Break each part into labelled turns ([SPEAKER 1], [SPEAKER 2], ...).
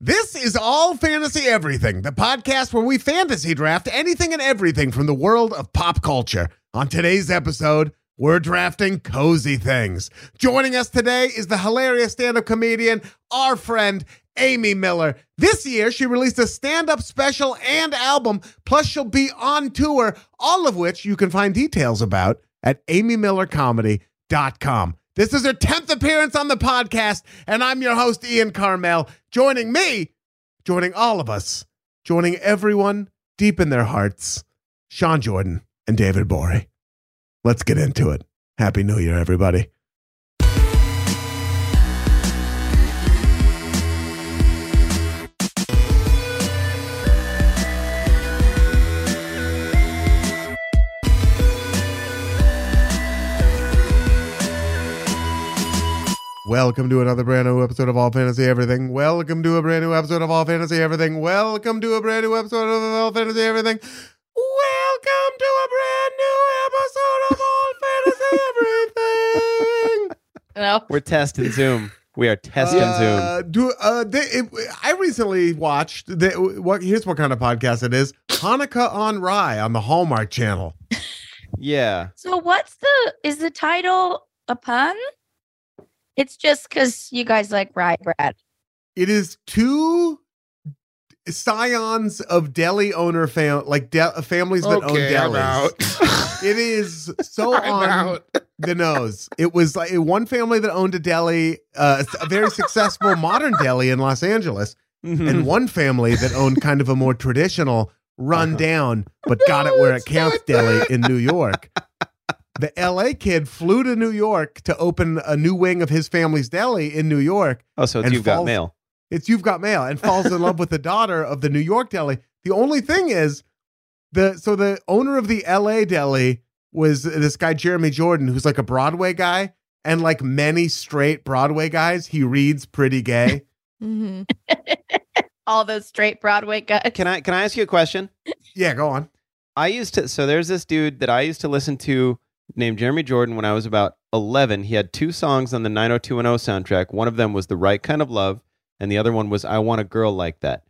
[SPEAKER 1] This is All Fantasy Everything, the podcast where we fantasy draft anything and everything from the world of pop culture. On today's episode, we're drafting cozy things. Joining us today is the hilarious stand up comedian, our friend, Amy Miller. This year, she released a stand up special and album, plus, she'll be on tour, all of which you can find details about at amymillercomedy.com. This is her 10th appearance on the podcast, and I'm your host, Ian Carmel. Joining me, joining all of us, joining everyone deep in their hearts, Sean Jordan and David Borey. Let's get into it. Happy New Year, everybody. Welcome to another brand new episode of All Fantasy Everything. Welcome to a brand new episode of All Fantasy Everything. Welcome to a brand new episode of All Fantasy Everything. Welcome to a brand new episode of All Fantasy Everything.
[SPEAKER 2] No.
[SPEAKER 3] We're testing Zoom. We are testing Zoom.
[SPEAKER 1] Uh, do uh, they, it, I recently watched the, what? Here's what kind of podcast it is: Hanukkah on Rye on the Hallmark Channel.
[SPEAKER 3] Yeah.
[SPEAKER 2] So what's the is the title a pun? It's just because you guys like rye bread.
[SPEAKER 1] It is two scions of deli owner fam like de- families that own
[SPEAKER 4] Okay, I'm
[SPEAKER 1] delis.
[SPEAKER 4] out.
[SPEAKER 1] It is so
[SPEAKER 4] I'm
[SPEAKER 1] on
[SPEAKER 4] out.
[SPEAKER 1] the nose. It was like one family that owned a deli, uh, a very successful modern deli in Los Angeles, and
[SPEAKER 4] Hmm.
[SPEAKER 3] Mhm.
[SPEAKER 1] one family that owned kind of a more traditional, run down, but got it
[SPEAKER 4] Uh-huh. No,
[SPEAKER 1] where it
[SPEAKER 4] it's
[SPEAKER 1] counts
[SPEAKER 4] not
[SPEAKER 1] deli in New York. The LA kid flew to New York to open a new wing of his family's deli in New York.
[SPEAKER 3] oh, so it's
[SPEAKER 1] and
[SPEAKER 3] you've got
[SPEAKER 1] falls-
[SPEAKER 3] mail.
[SPEAKER 1] It's You've Got Mail and falls in love with the daughter of the New York deli. The only thing is, the so the owner of the LA deli was this guy, Jeremy Jordan, who's like a Broadway guy. And like many straight Broadway guys, he reads pretty gay.
[SPEAKER 2] All those straight Broadway guys.
[SPEAKER 3] Can I can I ask you a question?
[SPEAKER 1] yeah, go on.
[SPEAKER 3] I used to so there's this dude that I used to listen to named Jeremy Jordan when I was about 11. He had two songs on the 90210 soundtrack. One of them was The Right Kind of Love and the other one was I Want a Girl Like That.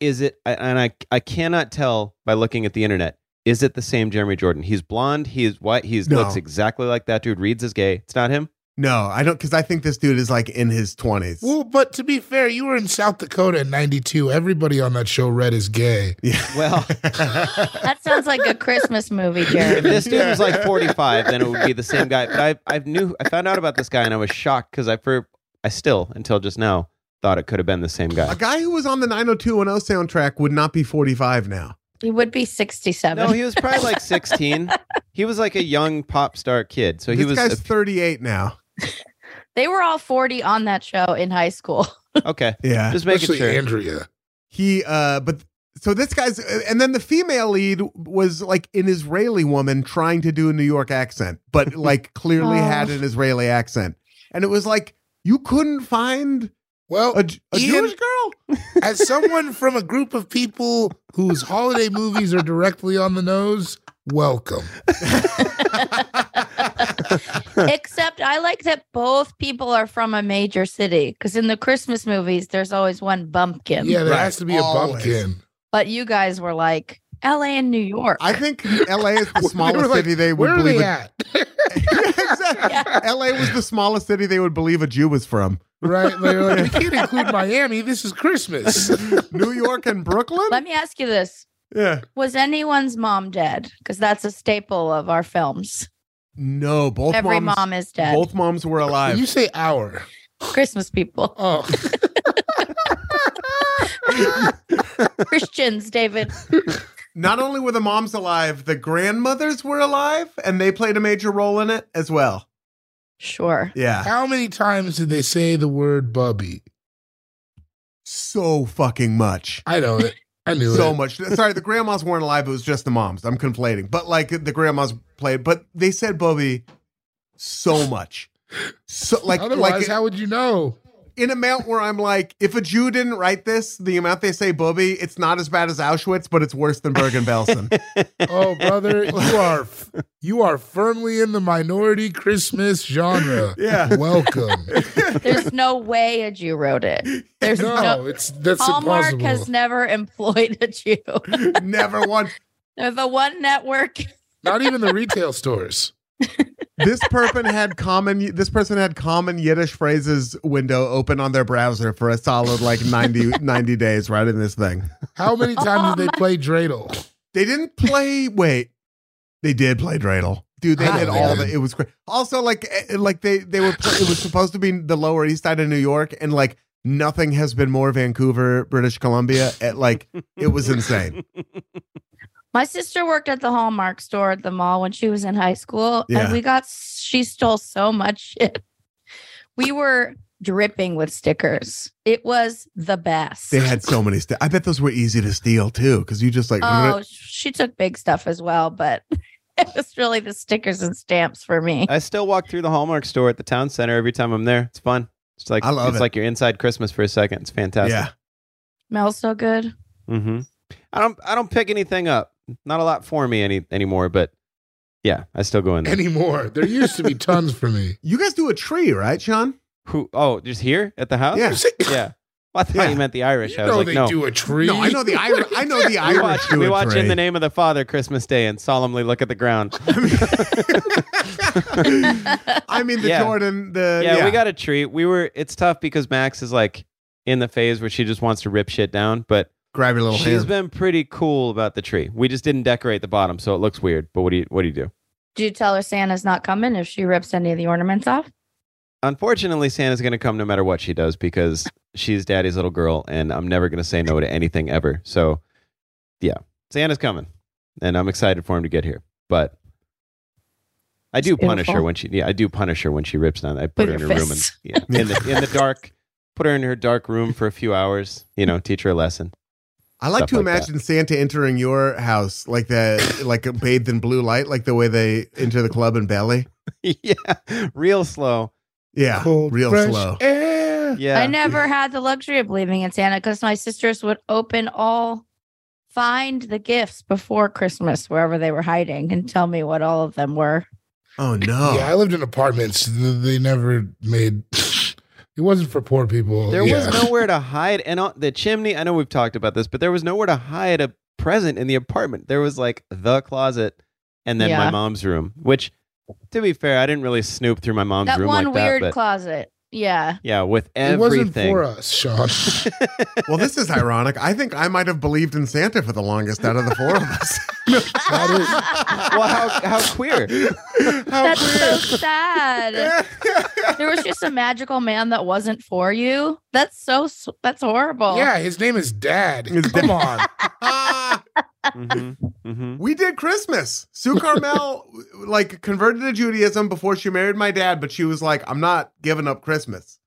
[SPEAKER 3] Is it I- and I I cannot tell by looking at the internet. Is it the same Jeremy Jordan? He's blonde, he's white, he
[SPEAKER 1] No.
[SPEAKER 3] looks exactly like that dude. Reads as gay. It's not him?
[SPEAKER 1] No, I don't, because I think this dude is like in his 20s.
[SPEAKER 4] Well, but to be fair, you were in South Dakota in '92. Everybody on that show read is gay.
[SPEAKER 1] Yeah.
[SPEAKER 3] Well,
[SPEAKER 2] That sounds like a Christmas movie,
[SPEAKER 3] if
[SPEAKER 2] Jeremy.
[SPEAKER 3] this dude was like 45 then it would be the same guy but i i knew i found out about this guy and i was shocked because i for i still until just now thought it could have been the same
[SPEAKER 1] a
[SPEAKER 3] guy
[SPEAKER 1] guy who was on the 90210 soundtrack would not be 45 now.
[SPEAKER 2] He would be 67.
[SPEAKER 3] no he was probably like 16 he was like a young pop star kid so
[SPEAKER 1] this
[SPEAKER 3] he was
[SPEAKER 1] guy's 38 now.
[SPEAKER 2] they were all 40 on that show in high school.
[SPEAKER 3] okay
[SPEAKER 1] Yeah.
[SPEAKER 3] just making
[SPEAKER 4] Especially
[SPEAKER 3] sure
[SPEAKER 4] Andrea.
[SPEAKER 1] he uh but so this guy's and then the female lead was like an israeli woman trying to do a new york accent but like clearly
[SPEAKER 2] Oh.
[SPEAKER 1] had an israeli accent and it was like you couldn't find
[SPEAKER 4] Well,
[SPEAKER 1] a, J- a
[SPEAKER 4] Ian-
[SPEAKER 1] jewish girl
[SPEAKER 4] as someone from a group of people whose holiday movies are directly on the nose, welcome.
[SPEAKER 2] Except I like that both people are from a major city because in the Christmas movies, there's always one bumpkin.
[SPEAKER 4] Yeah, there
[SPEAKER 1] Right,
[SPEAKER 4] has to be a
[SPEAKER 1] always.
[SPEAKER 4] bumpkin.
[SPEAKER 2] But you guys were like LA and New York.
[SPEAKER 1] i think la is the
[SPEAKER 4] They were
[SPEAKER 1] smallest
[SPEAKER 4] like,
[SPEAKER 1] city they would
[SPEAKER 4] Where are
[SPEAKER 1] believe
[SPEAKER 4] they
[SPEAKER 1] a-
[SPEAKER 4] at?
[SPEAKER 1] Yeah, exactly. la was the smallest city they would believe a jew was from
[SPEAKER 4] right? They're like, we can't include Miami. This is Christmas.
[SPEAKER 1] new york and brooklyn
[SPEAKER 2] Let me ask you this.
[SPEAKER 1] yeah
[SPEAKER 2] Was anyone's mom dead? Because that's a staple of our films.
[SPEAKER 1] no both
[SPEAKER 2] Every
[SPEAKER 1] moms
[SPEAKER 2] mom is dead.
[SPEAKER 1] both moms were alive
[SPEAKER 4] you say our.
[SPEAKER 2] Christmas people,
[SPEAKER 4] Oh,
[SPEAKER 2] Christians, David.
[SPEAKER 1] not only were the moms alive, the grandmothers were alive, and they played a major role in it as well.
[SPEAKER 2] Sure.
[SPEAKER 1] Yeah.
[SPEAKER 4] How many times did they say the word Bubby?
[SPEAKER 1] So fucking much.
[SPEAKER 4] I know it. I knew
[SPEAKER 1] So
[SPEAKER 4] it.
[SPEAKER 1] much. Sorry, the grandmas weren't alive. It was just the moms. I'm conflating. But like the grandmas played, but they said Bobby so much. So like
[SPEAKER 4] Otherwise,
[SPEAKER 1] like
[SPEAKER 4] how would you know?
[SPEAKER 1] in amount where I'm like, if a Jew didn't write this, the amount they say Bobby, it's not as bad as Auschwitz, but it's worse than Bergen-Belsen.
[SPEAKER 4] Oh, brother, you are you are firmly in the minority Christmas genre.
[SPEAKER 1] Yeah.
[SPEAKER 4] Welcome.
[SPEAKER 2] There's no way a Jew wrote it. There's
[SPEAKER 4] no,
[SPEAKER 2] no.
[SPEAKER 4] it's that's
[SPEAKER 2] Hallmark
[SPEAKER 4] impossible.
[SPEAKER 2] has never employed a Jew.
[SPEAKER 1] Never once.
[SPEAKER 2] They're the one network.
[SPEAKER 4] Not even the retail stores.
[SPEAKER 1] This person had common. This person had common Yiddish phrases window open on their browser for a solid like 90, 90 days writing this thing.
[SPEAKER 4] How many times did they play dreidel?
[SPEAKER 1] They didn't play. wait, they did play dreidel, dude. They
[SPEAKER 4] I
[SPEAKER 1] did
[SPEAKER 4] don't
[SPEAKER 1] all
[SPEAKER 4] know.
[SPEAKER 1] the. It was great. Also, like, eh, like they they were. Play, it was supposed to be the Lower East Side of New York, and like nothing has been more Vancouver, British Columbia. At like, it was insane.
[SPEAKER 2] My sister worked at the Hallmark store at the mall when she was in high school,
[SPEAKER 1] Yeah.
[SPEAKER 2] and we got she stole so much shit. We were dripping with stickers. It was the best.
[SPEAKER 1] They had so many. St- I bet those were easy to steal too, because you just like.
[SPEAKER 2] Oh, she took big stuff as well, but it was really the stickers and stamps for me.
[SPEAKER 3] I still walk through the Hallmark store at the town center every time I'm there. It's fun. It's like
[SPEAKER 1] I love
[SPEAKER 3] it's
[SPEAKER 1] it.
[SPEAKER 3] like you're inside Christmas for a second. It's fantastic.
[SPEAKER 1] yeah,
[SPEAKER 2] Smells so good.
[SPEAKER 3] Mm-hmm. I don't I don't pick anything up. Not a lot for me any anymore, but yeah, I still go in there.
[SPEAKER 4] Anymore. There used to be tons for me.
[SPEAKER 1] you guys do a tree, right, Sean?
[SPEAKER 3] Who oh, just here at the house?
[SPEAKER 1] Yeah.
[SPEAKER 3] Yeah. Well, I thought
[SPEAKER 1] Yeah.
[SPEAKER 3] you meant the Irish. I
[SPEAKER 4] You
[SPEAKER 3] was
[SPEAKER 4] know
[SPEAKER 3] like,
[SPEAKER 4] they
[SPEAKER 3] no.
[SPEAKER 4] do a tree.
[SPEAKER 1] No, I know the Irish. I know the
[SPEAKER 3] we
[SPEAKER 1] Irish.
[SPEAKER 3] watch,
[SPEAKER 1] do
[SPEAKER 3] we
[SPEAKER 1] a
[SPEAKER 3] watch
[SPEAKER 1] tree.
[SPEAKER 3] in the name of the Father Christmas Day and solemnly look at the ground.
[SPEAKER 1] I mean, the
[SPEAKER 3] Yeah.
[SPEAKER 1] Jordan. The
[SPEAKER 3] yeah, we got a treat. We were. It's tough because Max is like in the phase where she just wants to rip shit down, but
[SPEAKER 1] grab your little
[SPEAKER 3] she's
[SPEAKER 1] hand.
[SPEAKER 3] been pretty cool about the tree. We just didn't decorate the bottom, so it looks weird. But what do you what do you do?
[SPEAKER 2] Do you tell her Santa's not coming if she rips any of the ornaments off?
[SPEAKER 3] Unfortunately, Santa's gonna come no matter what she does because she's Daddy's little girl, and I'm never gonna say no to anything ever. So, yeah, Santa's coming, and I'm excited for him to get here. But I do
[SPEAKER 2] It's
[SPEAKER 3] punish her
[SPEAKER 2] beautiful.
[SPEAKER 3] when she yeah I do punish her when she rips down. I
[SPEAKER 2] With
[SPEAKER 3] put her in her
[SPEAKER 2] your
[SPEAKER 3] room and
[SPEAKER 2] fists.
[SPEAKER 3] yeah, in the in the dark. Put her in her dark room for a few hours. You know, teach her a lesson.
[SPEAKER 1] I like
[SPEAKER 3] stuff
[SPEAKER 1] to
[SPEAKER 3] like
[SPEAKER 1] imagine Santa entering your house like the like bathed in blue light, like the way they enter the club in Belly.
[SPEAKER 3] yeah, real slow.
[SPEAKER 1] Yeah,
[SPEAKER 4] Cold,
[SPEAKER 1] real
[SPEAKER 4] fresh
[SPEAKER 1] slow.
[SPEAKER 4] air.
[SPEAKER 3] Yeah,
[SPEAKER 2] I never had the luxury of believing in Santa because my sisters would open all, find the gifts before Christmas wherever they were hiding and tell me what all of them were.
[SPEAKER 1] Oh no!
[SPEAKER 4] Yeah, I lived in apartments. Th- They never made. It wasn't for poor people.
[SPEAKER 3] There
[SPEAKER 4] yeah.
[SPEAKER 3] was nowhere to hide, and on the chimney. I know we've talked about this, but there was nowhere to hide a present in the apartment. There was like the closet, and then my
[SPEAKER 2] Yeah.
[SPEAKER 3] mom's room. Which, to be fair, I didn't really snoop through my mom's
[SPEAKER 2] that
[SPEAKER 3] room
[SPEAKER 2] one
[SPEAKER 3] like
[SPEAKER 2] weird
[SPEAKER 3] that. But
[SPEAKER 2] closet. Yeah.
[SPEAKER 3] yeah, with
[SPEAKER 4] It wasn't
[SPEAKER 3] everything.
[SPEAKER 4] for us, Sean.
[SPEAKER 1] Well, this is ironic. I think I might have believed in Santa for the longest out of the four of us.
[SPEAKER 3] well, how how queer? Oh,
[SPEAKER 1] How
[SPEAKER 2] That's
[SPEAKER 1] weird.
[SPEAKER 2] so sad. There was just a magical man that wasn't for you. That's so, s- that's horrible.
[SPEAKER 4] yeah, his name is Dad.
[SPEAKER 1] His
[SPEAKER 4] Come on.
[SPEAKER 1] Ah,
[SPEAKER 3] hmm hmm
[SPEAKER 1] we did Christmas. Sue Carmel like converted to Judaism before she married my dad, but she was like, "I'm not giving up Christmas."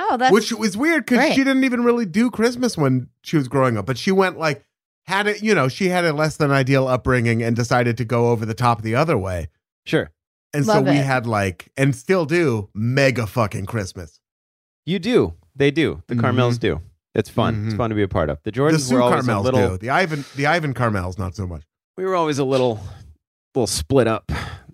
[SPEAKER 2] Oh, that's
[SPEAKER 1] which was weird because
[SPEAKER 2] great.
[SPEAKER 1] she didn't even really do Christmas when she was growing up, but she went like had it, you know, she had a less than ideal upbringing and decided to go over the top the other way.
[SPEAKER 3] Sure.
[SPEAKER 1] And
[SPEAKER 2] Love
[SPEAKER 1] so we
[SPEAKER 2] it.
[SPEAKER 1] had like, and still do, mega fucking Christmas.
[SPEAKER 3] You do. They do. The
[SPEAKER 1] Mhm.
[SPEAKER 3] Carmels do. It's fun. It's
[SPEAKER 1] Mhm.
[SPEAKER 3] fun to be a part of. The
[SPEAKER 1] the
[SPEAKER 3] Jordans
[SPEAKER 1] Sue
[SPEAKER 3] were always a
[SPEAKER 1] Carmels
[SPEAKER 3] little.
[SPEAKER 1] do. The Ivan, the Ivan Carmels, not so much.
[SPEAKER 3] we were always a little little split up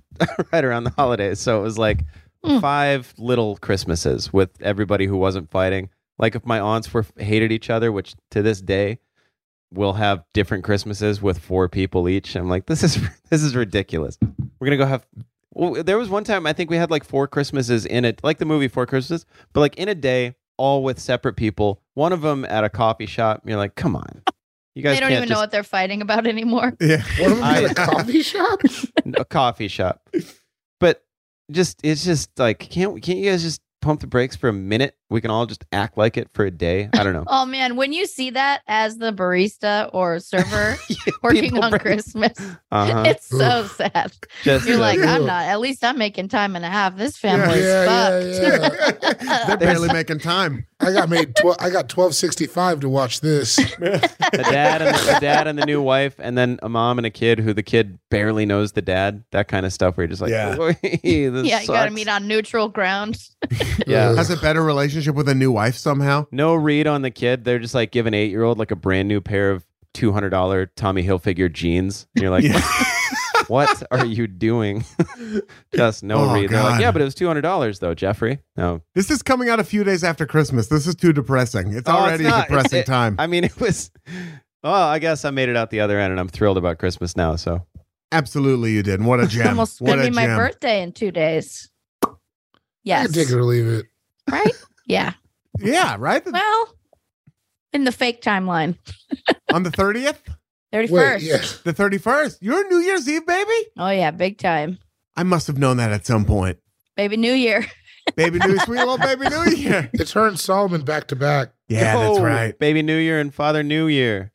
[SPEAKER 3] right around the holidays so it was like
[SPEAKER 2] Mm.
[SPEAKER 3] five little christmases with everybody who wasn't fighting like if my aunts were hated each other which to this day we'll have different christmases with four people each i'm like this is this is ridiculous we're gonna go have well, there was one time i think we had like four christmases in it like the movie four christmases but like in a day all with separate people one of them at a coffee shop you're like come on you guys
[SPEAKER 2] they don't
[SPEAKER 3] can't
[SPEAKER 2] even
[SPEAKER 3] just
[SPEAKER 2] know what they're fighting about anymore.
[SPEAKER 1] Yeah.
[SPEAKER 4] One of them had
[SPEAKER 3] I-
[SPEAKER 4] a coffee shop.
[SPEAKER 3] a coffee shop. But just it's just like can't can't you guys just pump the brakes for a minute? we can all just act like it for a day. I don't know.
[SPEAKER 2] Oh man, when you see that as the barista or server working
[SPEAKER 3] People
[SPEAKER 2] on
[SPEAKER 3] bring-
[SPEAKER 2] Christmas,
[SPEAKER 3] Uh-huh.
[SPEAKER 2] it's so
[SPEAKER 4] Oof.
[SPEAKER 2] sad.
[SPEAKER 3] Just
[SPEAKER 2] You're
[SPEAKER 3] uh,
[SPEAKER 2] like,
[SPEAKER 4] Yeah.
[SPEAKER 2] I'm not. At least I'm making time and a half. This
[SPEAKER 4] Yeah,
[SPEAKER 2] family's
[SPEAKER 4] yeah,
[SPEAKER 2] fucked.
[SPEAKER 4] yeah, yeah.
[SPEAKER 1] They're barely making time.
[SPEAKER 4] I got made. Tw- I got twelve sixty five to watch this.
[SPEAKER 3] a dad and the, a dad and the new wife, and then a mom and a kid who the kid barely knows the dad. That kind of stuff where you're just like,
[SPEAKER 1] Yeah.
[SPEAKER 3] this
[SPEAKER 2] yeah, you gotta
[SPEAKER 3] sucks."
[SPEAKER 2] meet on neutral ground.
[SPEAKER 4] Uh,
[SPEAKER 3] Yeah.
[SPEAKER 1] Has a better relationship with a new wife somehow.
[SPEAKER 3] no read on the kid. They're just like give an eight year old like a brand new pair of two hundred dollar Tommy Hilfiger jeans. And you're like,
[SPEAKER 1] Yeah.
[SPEAKER 3] what are you doing? just no
[SPEAKER 1] Oh,
[SPEAKER 3] read. They're like,
[SPEAKER 1] God.
[SPEAKER 3] yeah, but it was two hundred dollars though, Jeffrey. No,
[SPEAKER 1] This is coming out a few days after Christmas. This is too depressing. It's
[SPEAKER 3] Oh, it's
[SPEAKER 1] already
[SPEAKER 3] not.
[SPEAKER 1] a depressing
[SPEAKER 3] It-
[SPEAKER 1] time.
[SPEAKER 3] I mean it was. Oh, I guess I made it out the other end, and I'm thrilled about Christmas now. So
[SPEAKER 1] Absolutely, you did. What a gem!
[SPEAKER 2] Almost
[SPEAKER 1] what
[SPEAKER 2] gonna
[SPEAKER 1] a
[SPEAKER 2] be my
[SPEAKER 1] gem.
[SPEAKER 2] birthday in two days.
[SPEAKER 4] I
[SPEAKER 2] Yes.
[SPEAKER 4] can take it or leave it.
[SPEAKER 2] Right? Yeah.
[SPEAKER 1] Yeah, right
[SPEAKER 2] Well, in the fake timeline.
[SPEAKER 1] on the thirtieth,
[SPEAKER 2] Thirty
[SPEAKER 4] Wait,
[SPEAKER 2] first.
[SPEAKER 4] yeah.
[SPEAKER 1] the thirty-first. You're a New Year's Eve baby.
[SPEAKER 2] Oh yeah, big time.
[SPEAKER 1] I must have known that at some point.
[SPEAKER 2] Baby New Year.
[SPEAKER 1] Baby New Sweet Little Baby New Year.
[SPEAKER 4] It's her and Solomon back to back.
[SPEAKER 1] Yeah, that's
[SPEAKER 3] Oh,
[SPEAKER 1] right.
[SPEAKER 3] Baby New Year and Father New Year.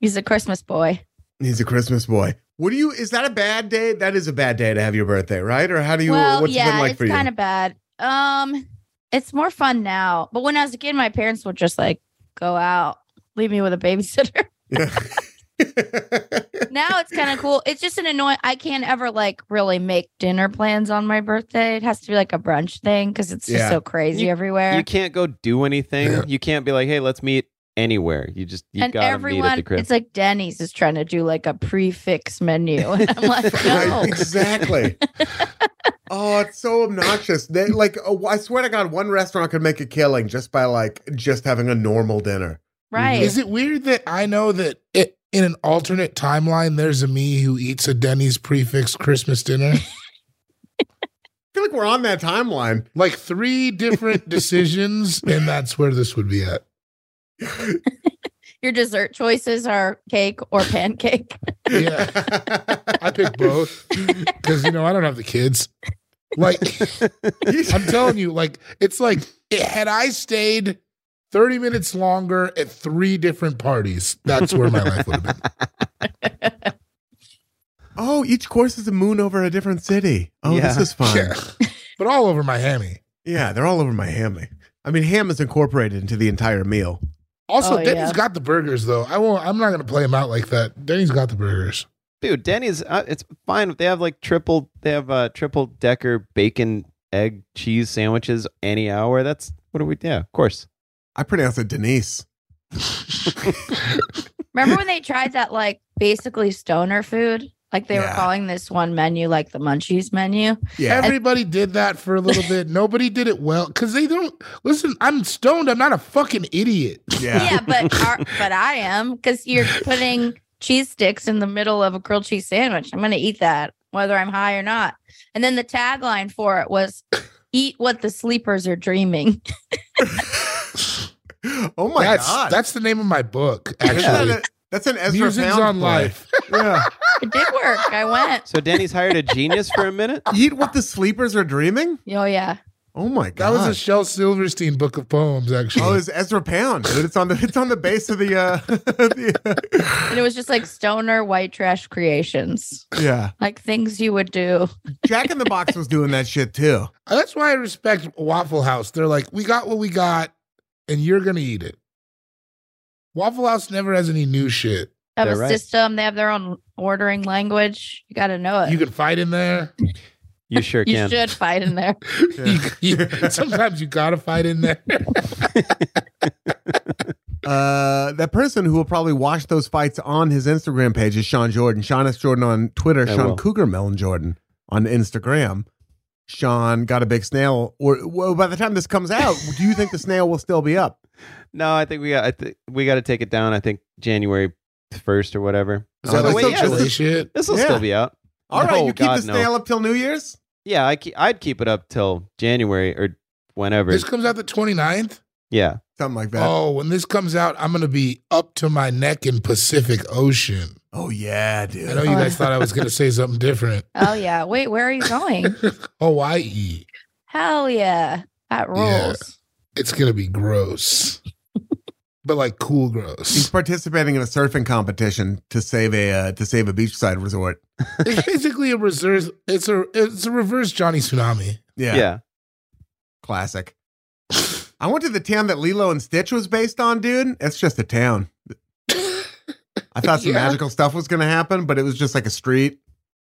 [SPEAKER 2] He's a Christmas boy.
[SPEAKER 1] He's a Christmas boy. What do you? Is that a bad day? That is a bad day to have your birthday, right? Or how do you?
[SPEAKER 2] well,
[SPEAKER 1] what's
[SPEAKER 2] yeah,
[SPEAKER 1] it been like
[SPEAKER 2] it's
[SPEAKER 1] for you?
[SPEAKER 2] kind of bad. Um, it's more fun now. But when I was a kid, my parents would just like go out, leave me with a babysitter.
[SPEAKER 1] Yeah.
[SPEAKER 2] now it's kind of cool. It's just an annoying. I can't ever like really make dinner plans on my birthday. It has to be like a brunch thing because it's just
[SPEAKER 1] Yeah.
[SPEAKER 2] so crazy everywhere.
[SPEAKER 3] You can't go do anything.
[SPEAKER 4] Yeah.
[SPEAKER 3] You can't be like, hey, let's meet anywhere. You just you
[SPEAKER 2] and
[SPEAKER 3] gotta meet at
[SPEAKER 2] everyone,
[SPEAKER 3] the crib.
[SPEAKER 2] it's like Denny's is trying to do like a prefix menu. And I'm like, no.
[SPEAKER 1] Right, exactly. oh, it's so obnoxious. They like, oh, I swear to God, one restaurant could make a killing just by like just having a normal dinner.
[SPEAKER 2] Right.
[SPEAKER 4] Is it weird that I know that it, in an alternate timeline, there's a me who eats a Denny's prefix Christmas dinner?
[SPEAKER 1] I feel like we're on that timeline.
[SPEAKER 4] like three different decisions, and that's where this would be at.
[SPEAKER 2] Your dessert choices are cake or pancake.
[SPEAKER 4] Yeah, I pick both because you know I don't have the kids. Like I'm telling you, like it's like it, had I stayed 30 minutes longer at three different parties, that's where my life would have been.
[SPEAKER 1] oh, each course is a moon over a different city. Oh, this
[SPEAKER 3] Yeah.
[SPEAKER 1] is fun.
[SPEAKER 4] Yeah.
[SPEAKER 1] Yeah.
[SPEAKER 4] But all over Miami.
[SPEAKER 1] they're all over Miami. I mean, ham is incorporated into the entire meal.
[SPEAKER 4] Also,
[SPEAKER 2] Oh,
[SPEAKER 4] Denny's
[SPEAKER 2] yeah.
[SPEAKER 4] got the burgers though. I won't. I'm not gonna play him out like that. Denny's got the burgers.
[SPEAKER 3] Dude, Denny's uh, it's fine. They have like triple they have uh triple decker bacon egg cheese sandwiches any hour. That's what do we yeah, of course.
[SPEAKER 1] I pronounce it Denise.
[SPEAKER 2] Remember when they tried that like basically stoner food? Like they were
[SPEAKER 1] Yeah.
[SPEAKER 2] calling this one menu like the munchies menu.
[SPEAKER 1] Yeah.
[SPEAKER 4] Everybody did that for a little bit. Nobody did it well because they don't listen. I'm stoned. I'm not a fucking idiot.
[SPEAKER 1] yeah.
[SPEAKER 2] Yeah, but our, but I am because you're putting cheese sticks in the middle of a grilled cheese sandwich. I'm gonna eat that whether I'm high or not. And then the tagline for it was "Eat what the sleepers are dreaming."
[SPEAKER 1] Oh my
[SPEAKER 4] that's
[SPEAKER 1] God.
[SPEAKER 4] that's the name of my book.
[SPEAKER 1] Isn't that
[SPEAKER 4] Actually,
[SPEAKER 1] a- that's an Ezra
[SPEAKER 4] music's
[SPEAKER 1] Pound
[SPEAKER 4] on
[SPEAKER 1] play.
[SPEAKER 4] life.
[SPEAKER 1] Yeah.
[SPEAKER 2] It did work. I went.
[SPEAKER 3] So Denny's hired a genius for a minute?
[SPEAKER 1] Eat what the sleepers are dreaming.
[SPEAKER 2] Oh yeah,
[SPEAKER 1] Oh my
[SPEAKER 4] That
[SPEAKER 1] God.
[SPEAKER 4] was a Shel Silverstein book of poems. Actually,
[SPEAKER 1] Oh, it's Ezra Pound, dude. It's on the it's on the base of the uh, the,
[SPEAKER 2] and it was just like stoner white trash creations,
[SPEAKER 1] uh yeah.
[SPEAKER 2] like things you would do.
[SPEAKER 1] Jack in the Box was doing that shit too.
[SPEAKER 4] that's why I respect Waffle House. They're like, we got what we got, and you're gonna eat it. Waffle House never has any new shit.
[SPEAKER 2] They Have
[SPEAKER 3] They're
[SPEAKER 2] a
[SPEAKER 3] right.
[SPEAKER 2] system. They have their own ordering language. You got to know it.
[SPEAKER 4] You can fight in there.
[SPEAKER 3] You sure
[SPEAKER 2] You
[SPEAKER 3] can.
[SPEAKER 2] should fight in there.
[SPEAKER 1] Yeah.
[SPEAKER 4] You- you- sometimes you gotta fight in there.
[SPEAKER 1] Uh, that person who will probably watch those fights on his Instagram page is Sean Jordan. Sean S. Jordan on Twitter.
[SPEAKER 3] I
[SPEAKER 1] Sean
[SPEAKER 3] will.
[SPEAKER 1] Cougar Melon Jordan on Instagram. Sean got a big snail. Or well, by the time this comes out, do you think the snail will still be up?
[SPEAKER 3] No, I think we got I think we gotta take it down, I think January first or whatever.
[SPEAKER 4] Is
[SPEAKER 1] Oh,
[SPEAKER 3] the
[SPEAKER 4] that
[SPEAKER 1] that's
[SPEAKER 4] like
[SPEAKER 3] way,
[SPEAKER 1] so
[SPEAKER 4] some
[SPEAKER 3] yeah,
[SPEAKER 1] true.
[SPEAKER 4] Chile
[SPEAKER 3] this,
[SPEAKER 4] shit?
[SPEAKER 3] will
[SPEAKER 1] Yeah.
[SPEAKER 3] still be out.
[SPEAKER 1] All right,
[SPEAKER 3] No,
[SPEAKER 1] you keep
[SPEAKER 3] God,
[SPEAKER 1] the
[SPEAKER 3] no.
[SPEAKER 1] snail up till New Year's.
[SPEAKER 3] Yeah, I ke- I'd keep it up till January or whenever.
[SPEAKER 4] This comes out the 29th?
[SPEAKER 3] yeah.
[SPEAKER 1] Something like that. Oh,
[SPEAKER 4] Oh, when this comes out, I'm going to be up to my neck in Pacific Ocean.
[SPEAKER 1] Oh, yeah, dude.
[SPEAKER 4] I know you guys thought I was going to say something different.
[SPEAKER 2] Oh yeah. Wait, where are you going?
[SPEAKER 4] Hawaii.
[SPEAKER 2] Hell yeah. That
[SPEAKER 4] Yeah.
[SPEAKER 2] rules.
[SPEAKER 4] It's gonna be gross, but like cool
[SPEAKER 1] He's
[SPEAKER 4] gross.
[SPEAKER 1] participating in a surfing competition to save a uh, to save a beachside resort.
[SPEAKER 4] It's basically a reverse. It's a it's a reverse Johnny Tsunami.
[SPEAKER 1] Yeah,
[SPEAKER 3] Yeah.
[SPEAKER 1] classic. I went to the town that Lilo and Stitch was based on, dude. It's just a town. I thought some
[SPEAKER 4] Yeah.
[SPEAKER 1] magical stuff was going to happen, but it was just like a street,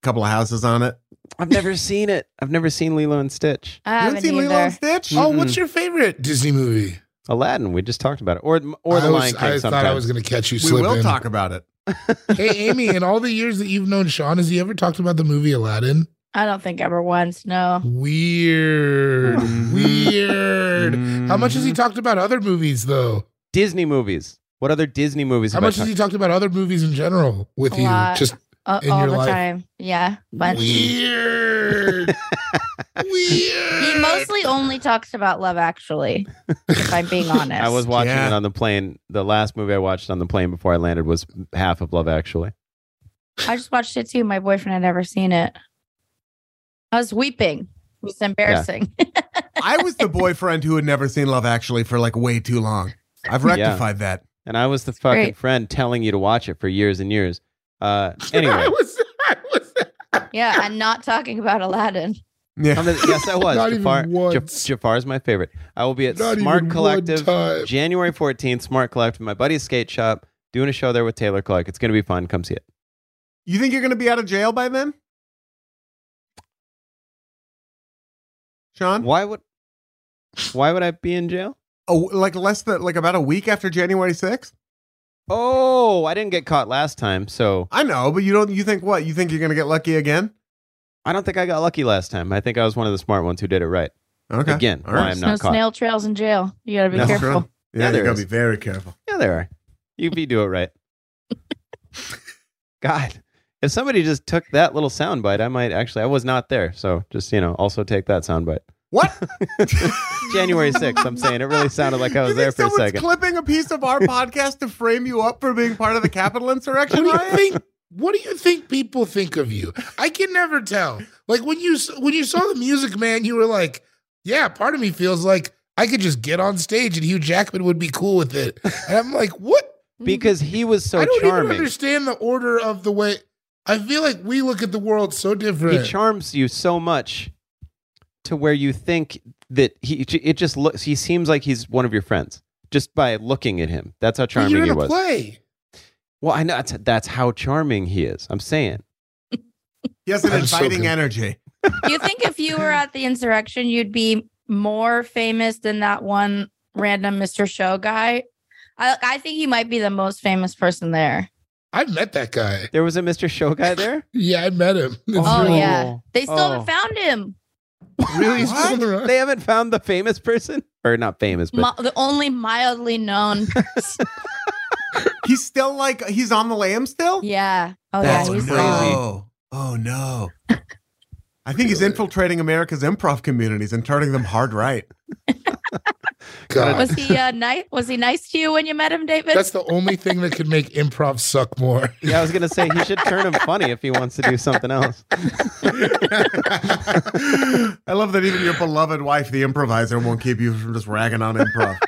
[SPEAKER 1] couple of houses on it.
[SPEAKER 3] I've never seen it. I've never seen Lilo and Stitch.
[SPEAKER 2] I
[SPEAKER 1] You
[SPEAKER 2] haven't
[SPEAKER 1] haven't seen Lilo and
[SPEAKER 2] either.
[SPEAKER 1] Stitch?
[SPEAKER 4] Oh, what's your favorite Disney movie?
[SPEAKER 3] Aladdin. We just talked about it. Or or the
[SPEAKER 4] I was-
[SPEAKER 3] Lion King.
[SPEAKER 4] I
[SPEAKER 3] sometimes.
[SPEAKER 4] thought I was gonna catch you
[SPEAKER 1] we
[SPEAKER 4] slipping.
[SPEAKER 1] will talk about it.
[SPEAKER 4] hey, Amy, in all the years that you've known Sean, has he ever talked about the movie Aladdin?
[SPEAKER 2] I don't think ever once. No.
[SPEAKER 4] Weird. Mm.
[SPEAKER 3] Mhm.
[SPEAKER 4] Weird. How much
[SPEAKER 3] Mm-hmm.
[SPEAKER 4] has he talked about other movies, though?
[SPEAKER 3] Disney movies. What other Disney movies?
[SPEAKER 4] How
[SPEAKER 3] have I
[SPEAKER 4] much has
[SPEAKER 3] talked-
[SPEAKER 4] he talked about other movies in general with
[SPEAKER 2] A
[SPEAKER 4] you?
[SPEAKER 2] lot.
[SPEAKER 4] Just
[SPEAKER 2] A-
[SPEAKER 4] In
[SPEAKER 2] Uh, all
[SPEAKER 4] your
[SPEAKER 2] the
[SPEAKER 4] life.
[SPEAKER 2] time. Yeah. But he
[SPEAKER 4] weird. weird.
[SPEAKER 2] mostly only talks about love actually, if I'm being honest.
[SPEAKER 3] I was watching
[SPEAKER 1] Yeah.
[SPEAKER 3] it on the plane. The last movie I watched on the plane before I landed was half of Love Actually.
[SPEAKER 2] I just watched it too. My boyfriend had never seen it. I was weeping. It was embarrassing.
[SPEAKER 1] I was the boyfriend who had never seen Love Actually for like way too long. I've
[SPEAKER 3] Yeah.
[SPEAKER 1] rectified that.
[SPEAKER 3] And I was the fucking
[SPEAKER 2] great.
[SPEAKER 3] friend telling you to watch it for years and years. Uh,
[SPEAKER 4] I
[SPEAKER 3] anyway,
[SPEAKER 4] was, I was,
[SPEAKER 2] yeah, I'm not talking about Aladdin.
[SPEAKER 3] I'm
[SPEAKER 1] Yeah.
[SPEAKER 3] the- yes, I was.
[SPEAKER 4] Not even
[SPEAKER 3] Jafar, Ja-
[SPEAKER 4] once.
[SPEAKER 3] Jafar is my favorite. I will be at
[SPEAKER 4] not
[SPEAKER 3] Smart
[SPEAKER 4] even one
[SPEAKER 3] Collective
[SPEAKER 4] time.
[SPEAKER 3] January 14th. Smart Collective, my buddy's skate shop, doing a show there with Taylor Clark. It's going to be fun. Come see it.
[SPEAKER 1] You think you're going to be out of jail by then? Sean?
[SPEAKER 3] Why would Why would I be in jail?
[SPEAKER 1] Oh, like less than like about a week after January 6th?
[SPEAKER 3] Oh, I didn't get caught last time, so
[SPEAKER 1] I know, but you don't you think what? You think you're going to get lucky again?
[SPEAKER 3] I don't think I got lucky last time. I think I was one of the smart ones who did it right.
[SPEAKER 1] Okay.
[SPEAKER 3] Again,
[SPEAKER 1] All right.
[SPEAKER 3] why I'm
[SPEAKER 2] There's
[SPEAKER 3] not
[SPEAKER 2] no
[SPEAKER 3] caught.
[SPEAKER 2] snail trails in jail. You gotta be
[SPEAKER 3] No.
[SPEAKER 2] careful.
[SPEAKER 1] True. Yeah,
[SPEAKER 3] Yeah,
[SPEAKER 1] you
[SPEAKER 3] there
[SPEAKER 1] got
[SPEAKER 3] is.
[SPEAKER 1] to be very careful.
[SPEAKER 3] Yeah, there are. You be do it right. God, if somebody just took that little sound bite, I might actually. I was not there, so just you know, also take that sound bite.
[SPEAKER 1] What?
[SPEAKER 3] January 6th, I'm saying. It really sounded like I was
[SPEAKER 1] you
[SPEAKER 3] there
[SPEAKER 1] think
[SPEAKER 3] for a
[SPEAKER 1] someone's
[SPEAKER 3] second.
[SPEAKER 1] clipping a piece of our podcast to frame you up for being part of the capital insurrection,
[SPEAKER 4] What do you
[SPEAKER 1] Ryan?
[SPEAKER 4] think? What do you think people think of you? I can never tell. Like when you when you saw the Music Man, you were like, "Yeah, part of me feels like I could just get on stage and Hugh Jackman would be cool with it." And I'm like, "What?
[SPEAKER 2] Mm.
[SPEAKER 3] because he was so
[SPEAKER 4] I don't even
[SPEAKER 3] charming.
[SPEAKER 4] understand the order of the way." I feel like we look at the world so
[SPEAKER 3] He
[SPEAKER 4] different.
[SPEAKER 3] charms you so much to where you think that he. It just looks. He seems like he's one of your friends just by looking at him. That's how
[SPEAKER 4] But
[SPEAKER 3] charming
[SPEAKER 4] You're
[SPEAKER 3] he
[SPEAKER 4] in a
[SPEAKER 3] was.
[SPEAKER 4] play.
[SPEAKER 3] Well, I know that's, that's how charming he is. I'm saying.
[SPEAKER 1] He has an
[SPEAKER 4] I'm so
[SPEAKER 1] inviting
[SPEAKER 4] confused.
[SPEAKER 1] energy.
[SPEAKER 2] you think if you were at the insurrection, you'd be more famous than that one random Mr. Show guy? I, I think he might be the most famous person there.
[SPEAKER 4] I met that guy.
[SPEAKER 3] There was a Mr. Show guy there.
[SPEAKER 4] Yeah, I met him. It's
[SPEAKER 2] Oh,
[SPEAKER 4] really,
[SPEAKER 2] yeah. They still
[SPEAKER 3] Oh.
[SPEAKER 2] haven't found him.
[SPEAKER 4] really
[SPEAKER 1] What?
[SPEAKER 4] still around.
[SPEAKER 3] They haven't found the famous person, or not famous, but
[SPEAKER 2] Mi- the only mildly known.
[SPEAKER 1] He's still like he's on the lam still?
[SPEAKER 2] yeah. Oh,
[SPEAKER 3] That's
[SPEAKER 2] yeah. He's
[SPEAKER 3] crazy.
[SPEAKER 2] gone.
[SPEAKER 1] no. Oh no. I think he's infiltrating America's improv communities and turning them hard right.
[SPEAKER 4] God.
[SPEAKER 2] Was he uh, nice? Was he nice to you when you met him, David?
[SPEAKER 4] That's the only thing that could make improv suck more.
[SPEAKER 3] yeah, I was gonna say he should turn him funny if he wants to do something else.
[SPEAKER 1] I love that even your beloved wife, the improviser, won't keep you from just ragging on improv.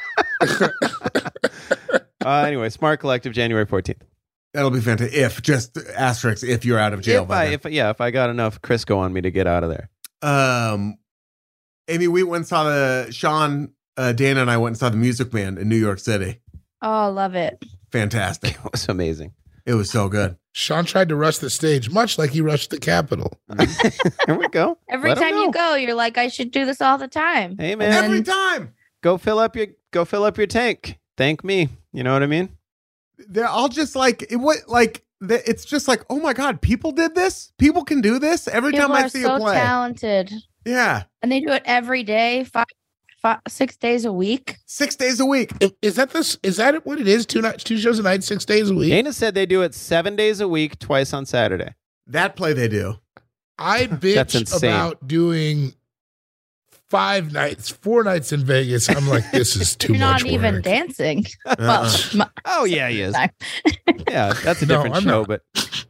[SPEAKER 3] Uh, anyway, Smart Collective, January fourteenth.
[SPEAKER 1] That'll be fantastic. If just asterisk, if you're out of jail
[SPEAKER 3] If
[SPEAKER 1] by
[SPEAKER 3] I,
[SPEAKER 1] then.
[SPEAKER 3] if yeah, if I got enough Crisco on me to get out of there.
[SPEAKER 1] um, Amy, we went and saw the Sean, uh, Dana, and I went and saw the Music Man in New York City.
[SPEAKER 2] oh, love it.
[SPEAKER 1] Fantastic!
[SPEAKER 3] It was amazing.
[SPEAKER 1] It was so good.
[SPEAKER 4] Sean tried to rush the stage, much like he rushed the Capitol.
[SPEAKER 3] Here we go.
[SPEAKER 2] Every
[SPEAKER 3] Let 'em
[SPEAKER 2] time you
[SPEAKER 3] know.
[SPEAKER 2] go, you're like, I should do this all the time.
[SPEAKER 3] Hey,
[SPEAKER 2] And
[SPEAKER 3] man.
[SPEAKER 2] then-
[SPEAKER 1] Every time,
[SPEAKER 3] go fill up your go fill up your tank. Thank me. You know what I mean?
[SPEAKER 1] they're all just like it. What like the, it's just like oh my god, people did this. People can do this. Every
[SPEAKER 2] people
[SPEAKER 1] time I
[SPEAKER 2] are
[SPEAKER 1] see
[SPEAKER 2] so
[SPEAKER 1] a play,
[SPEAKER 2] talented,
[SPEAKER 1] yeah,
[SPEAKER 2] and they do it every day, five, five, six days a week.
[SPEAKER 1] six days a week.
[SPEAKER 4] I- Is that this? Is that what it is? Two nights, two shows a night, six days a week.
[SPEAKER 3] Dana said they do it seven days a week, twice on Saturday.
[SPEAKER 1] That play they do.
[SPEAKER 4] I
[SPEAKER 3] That's
[SPEAKER 4] bitch
[SPEAKER 3] insane.
[SPEAKER 4] about doing five nights, four nights in Vegas. I'm like, this is too
[SPEAKER 2] You're
[SPEAKER 4] much.
[SPEAKER 2] not even
[SPEAKER 4] work.
[SPEAKER 2] dancing.
[SPEAKER 1] Uh-uh.
[SPEAKER 2] Well, m-
[SPEAKER 3] Oh yeah, he is.
[SPEAKER 2] Sorry.
[SPEAKER 3] Yeah, that's a
[SPEAKER 4] No,
[SPEAKER 3] different
[SPEAKER 4] I'm
[SPEAKER 3] show,
[SPEAKER 4] not.
[SPEAKER 3] but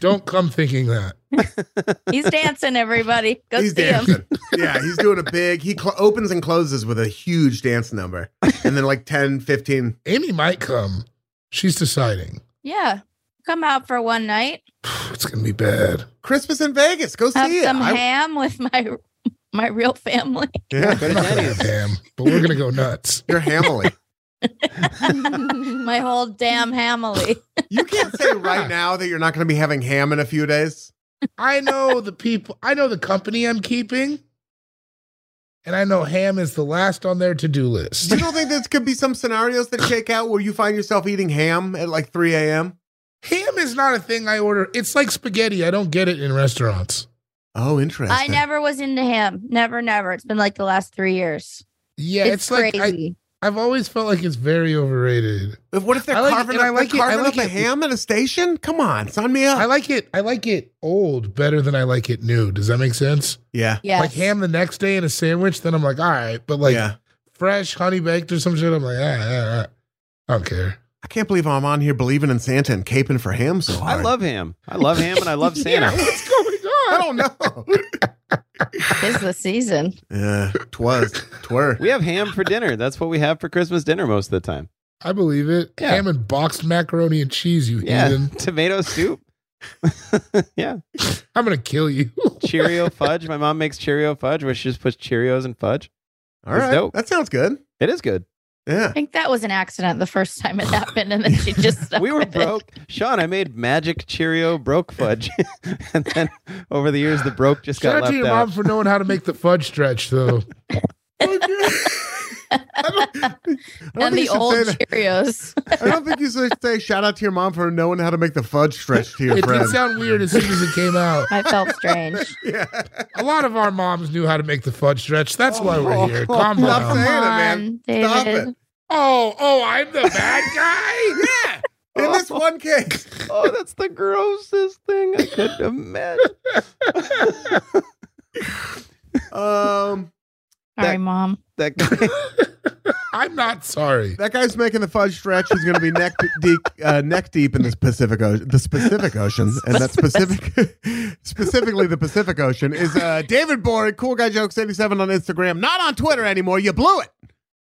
[SPEAKER 4] Don't come thinking that.
[SPEAKER 2] He's dancing, everybody. Go
[SPEAKER 1] he's
[SPEAKER 2] see him.
[SPEAKER 1] dancing. yeah, he's doing a big, he cl- opens and closes with a huge dance number. And then like 10, 15.
[SPEAKER 4] Amy might come. She's deciding.
[SPEAKER 2] Yeah. Come out for one night.
[SPEAKER 4] It's gonna be bad.
[SPEAKER 1] Christmas in Vegas. Go
[SPEAKER 2] Have
[SPEAKER 1] see it.
[SPEAKER 2] some
[SPEAKER 1] I-
[SPEAKER 2] ham with my my real family.
[SPEAKER 1] yeah,
[SPEAKER 3] Go to
[SPEAKER 4] We're not gonna have
[SPEAKER 3] Denny's.
[SPEAKER 4] ham, but we're gonna go nuts.
[SPEAKER 1] you're Hamily.
[SPEAKER 2] my whole damn family.
[SPEAKER 1] You can't say right now that you're not going to be having ham in a few days.
[SPEAKER 4] I know the people. I know the company I'm keeping, and I know ham is the last on their to do list.
[SPEAKER 1] You don't think this could be some scenarios that shake out where you find yourself eating ham at like 3 a.m.?
[SPEAKER 4] Ham is not a thing I order. It's like spaghetti. I don't get it in restaurants.
[SPEAKER 1] Oh, interesting.
[SPEAKER 2] I never was into ham. Never, never. It's been like the last three years.
[SPEAKER 4] Yeah,
[SPEAKER 2] it's,
[SPEAKER 4] it's, like I,
[SPEAKER 2] crazy.
[SPEAKER 4] I've always felt like it's very overrated.
[SPEAKER 1] If- What if they're
[SPEAKER 4] I like it,
[SPEAKER 1] carving,
[SPEAKER 4] and I
[SPEAKER 1] up,
[SPEAKER 4] like
[SPEAKER 1] they're
[SPEAKER 4] it, I
[SPEAKER 1] carving
[SPEAKER 4] like
[SPEAKER 1] up a
[SPEAKER 4] it.
[SPEAKER 1] ham at a station? Come on, sign me up.
[SPEAKER 4] I like it. I like it old better than I like it new. Does that make sense?
[SPEAKER 1] yeah.
[SPEAKER 2] yeah.
[SPEAKER 4] Like ham the next day in a sandwich, then I'm like, all right. But like
[SPEAKER 1] yeah.
[SPEAKER 4] fresh, honey baked or some shit, I'm like, all right, all right. I don't care.
[SPEAKER 1] I can't believe I'm on here believing in Santa and caping for ham so
[SPEAKER 3] I
[SPEAKER 1] hard.
[SPEAKER 3] love ham. I love ham and I love Santa.
[SPEAKER 4] What's going on?
[SPEAKER 1] I don't know.
[SPEAKER 2] It's the season.
[SPEAKER 1] Yeah, twas, twere.
[SPEAKER 3] We have ham for dinner. That's what we have for Christmas dinner most of the time.
[SPEAKER 4] I believe it.
[SPEAKER 3] Yeah.
[SPEAKER 4] Ham and boxed macaroni and cheese, you
[SPEAKER 3] Yeah.
[SPEAKER 4] heathen.
[SPEAKER 3] Tomato soup. yeah.
[SPEAKER 4] I'm gonna kill you.
[SPEAKER 3] Cheerio fudge. My mom makes Cheerio fudge, where she just puts Cheerios and fudge.
[SPEAKER 1] All
[SPEAKER 3] It's
[SPEAKER 1] right,
[SPEAKER 3] dope.
[SPEAKER 1] that sounds good.
[SPEAKER 3] It is good.
[SPEAKER 1] Yeah,
[SPEAKER 2] I think that was an accident the first time it happened, and then she just stuck
[SPEAKER 3] we were
[SPEAKER 2] with it.
[SPEAKER 3] broke. Sean, I made magic Cheerio broke fudge. and then over the years, the broke just
[SPEAKER 4] Shout
[SPEAKER 3] got
[SPEAKER 4] out to
[SPEAKER 3] left
[SPEAKER 4] your
[SPEAKER 3] out.
[SPEAKER 4] mom for knowing how to make the fudge stretch, though.
[SPEAKER 1] I don't, I don't
[SPEAKER 2] Oh, And
[SPEAKER 1] think
[SPEAKER 2] the
[SPEAKER 1] you should
[SPEAKER 2] old
[SPEAKER 1] say that.
[SPEAKER 2] Cheerios.
[SPEAKER 1] I don't think you should say shout out to your mom for knowing how to make the fudge stretch to your
[SPEAKER 4] it did
[SPEAKER 1] friends.
[SPEAKER 4] sound weird as soon as it came out.
[SPEAKER 2] I felt strange.
[SPEAKER 1] yeah,
[SPEAKER 4] A lot of our moms knew how to make the fudge stretch. That's why
[SPEAKER 3] Oh,
[SPEAKER 4] we're here. Calm
[SPEAKER 1] Stop
[SPEAKER 4] down.
[SPEAKER 1] saying it,
[SPEAKER 2] Come
[SPEAKER 1] man.
[SPEAKER 2] on,
[SPEAKER 1] Stop
[SPEAKER 2] David.
[SPEAKER 4] Oh, oh, I'm the bad guy.
[SPEAKER 1] yeah. In this one case,
[SPEAKER 3] Oh, that's the grossest thing I could imagine.
[SPEAKER 1] um,
[SPEAKER 2] Sorry, mom.
[SPEAKER 3] That guy,
[SPEAKER 4] I'm not sorry.
[SPEAKER 1] that guy's making the fudge stretch. He's going to be neck deep, uh, neck deep in this Pacific Ocean, the Pacific Ocean, and that specific, specifically the Pacific Ocean is uh, David Bory, Cool Guy Jokes eighty seven on Instagram, not on Twitter anymore. You blew it.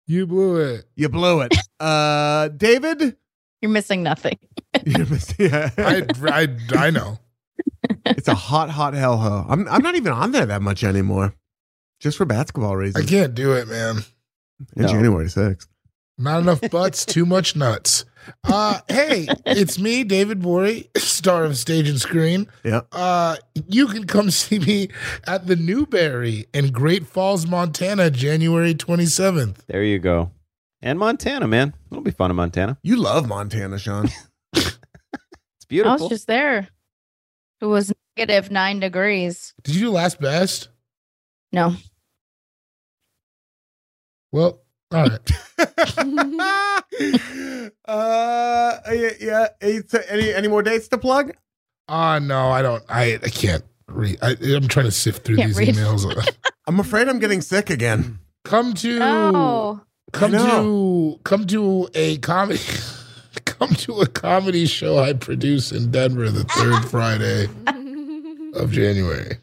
[SPEAKER 4] You blew it.
[SPEAKER 1] You blew it. Uh, David?
[SPEAKER 2] You're missing nothing.
[SPEAKER 1] You missed- yeah.
[SPEAKER 4] I, I, I know.
[SPEAKER 1] it's a hot, hot hellhole. I'm, I'm not even on there that much anymore. Just for basketball
[SPEAKER 4] I
[SPEAKER 1] reasons.
[SPEAKER 4] can't do it, man.
[SPEAKER 1] In
[SPEAKER 3] No.
[SPEAKER 1] January 6th.
[SPEAKER 4] Not enough butts, too much nuts. Uh, hey, it's me, David Bory, star of stage and screen.
[SPEAKER 1] Yeah.
[SPEAKER 4] Uh, you can come see me at the Newberry in Great Falls, Montana, January 27th.
[SPEAKER 3] there you go. And Montana, man. It'll be fun in Montana.
[SPEAKER 1] You love Montana, Sean.
[SPEAKER 3] It's
[SPEAKER 2] I
[SPEAKER 3] beautiful.
[SPEAKER 2] was just there. It was negative nine degrees.
[SPEAKER 4] Did you do last best?
[SPEAKER 2] No.
[SPEAKER 4] Well, all right.
[SPEAKER 1] uh, yeah, yeah. It's- Any, any more dates to plug?
[SPEAKER 4] Uh, no, I don't. I, I can't read. I, I'm trying to sift through
[SPEAKER 2] Can't
[SPEAKER 4] these
[SPEAKER 2] read.
[SPEAKER 4] emails.
[SPEAKER 1] I'm afraid I'm getting sick again.
[SPEAKER 4] come to.
[SPEAKER 2] Oh,
[SPEAKER 4] come
[SPEAKER 1] I
[SPEAKER 4] to come to a comedy come to a comedy show I produce in Denver the third Friday of January.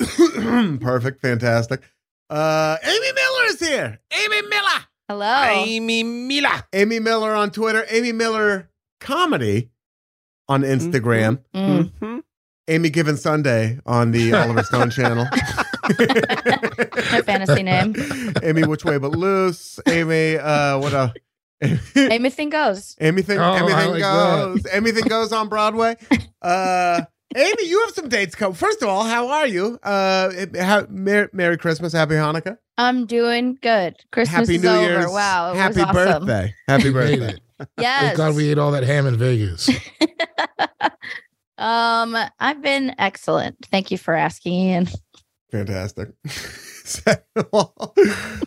[SPEAKER 1] Perfect. Fantastic. Uh, Amy Miller is here. Amy Miller.
[SPEAKER 2] hello.
[SPEAKER 3] Amy Mila.
[SPEAKER 1] Amy Miller on Twitter, Amy Miller Comedy on Instagram,
[SPEAKER 2] Mm.
[SPEAKER 3] Mhm.
[SPEAKER 1] Amy Given Sunday on the Oliver Stone channel.
[SPEAKER 2] My fantasy name.
[SPEAKER 1] Amy Which Way But Loose, Amy, uh, what else?
[SPEAKER 2] Anything goes.
[SPEAKER 1] Anything,
[SPEAKER 4] Oh, I
[SPEAKER 1] everything
[SPEAKER 4] like that.
[SPEAKER 1] goes. Anything goes on Broadway. Uh, Amy, you have some dates come. First of all, how are you? Uh, it- how, Merry, Merry Christmas, Happy Hanukkah,
[SPEAKER 2] I'm doing good. Christmas
[SPEAKER 1] Happy
[SPEAKER 2] is
[SPEAKER 1] New
[SPEAKER 2] over.
[SPEAKER 1] Year's,
[SPEAKER 2] Wow. It
[SPEAKER 1] Happy
[SPEAKER 2] was awesome.
[SPEAKER 1] birthday, Happy
[SPEAKER 4] We made
[SPEAKER 1] birthday.
[SPEAKER 4] it.
[SPEAKER 2] Yes.
[SPEAKER 4] Thank God we ate all that ham in Vegas.
[SPEAKER 2] um, I've been excellent. Thank you for asking, Ian.
[SPEAKER 1] Fantastic. Second of all,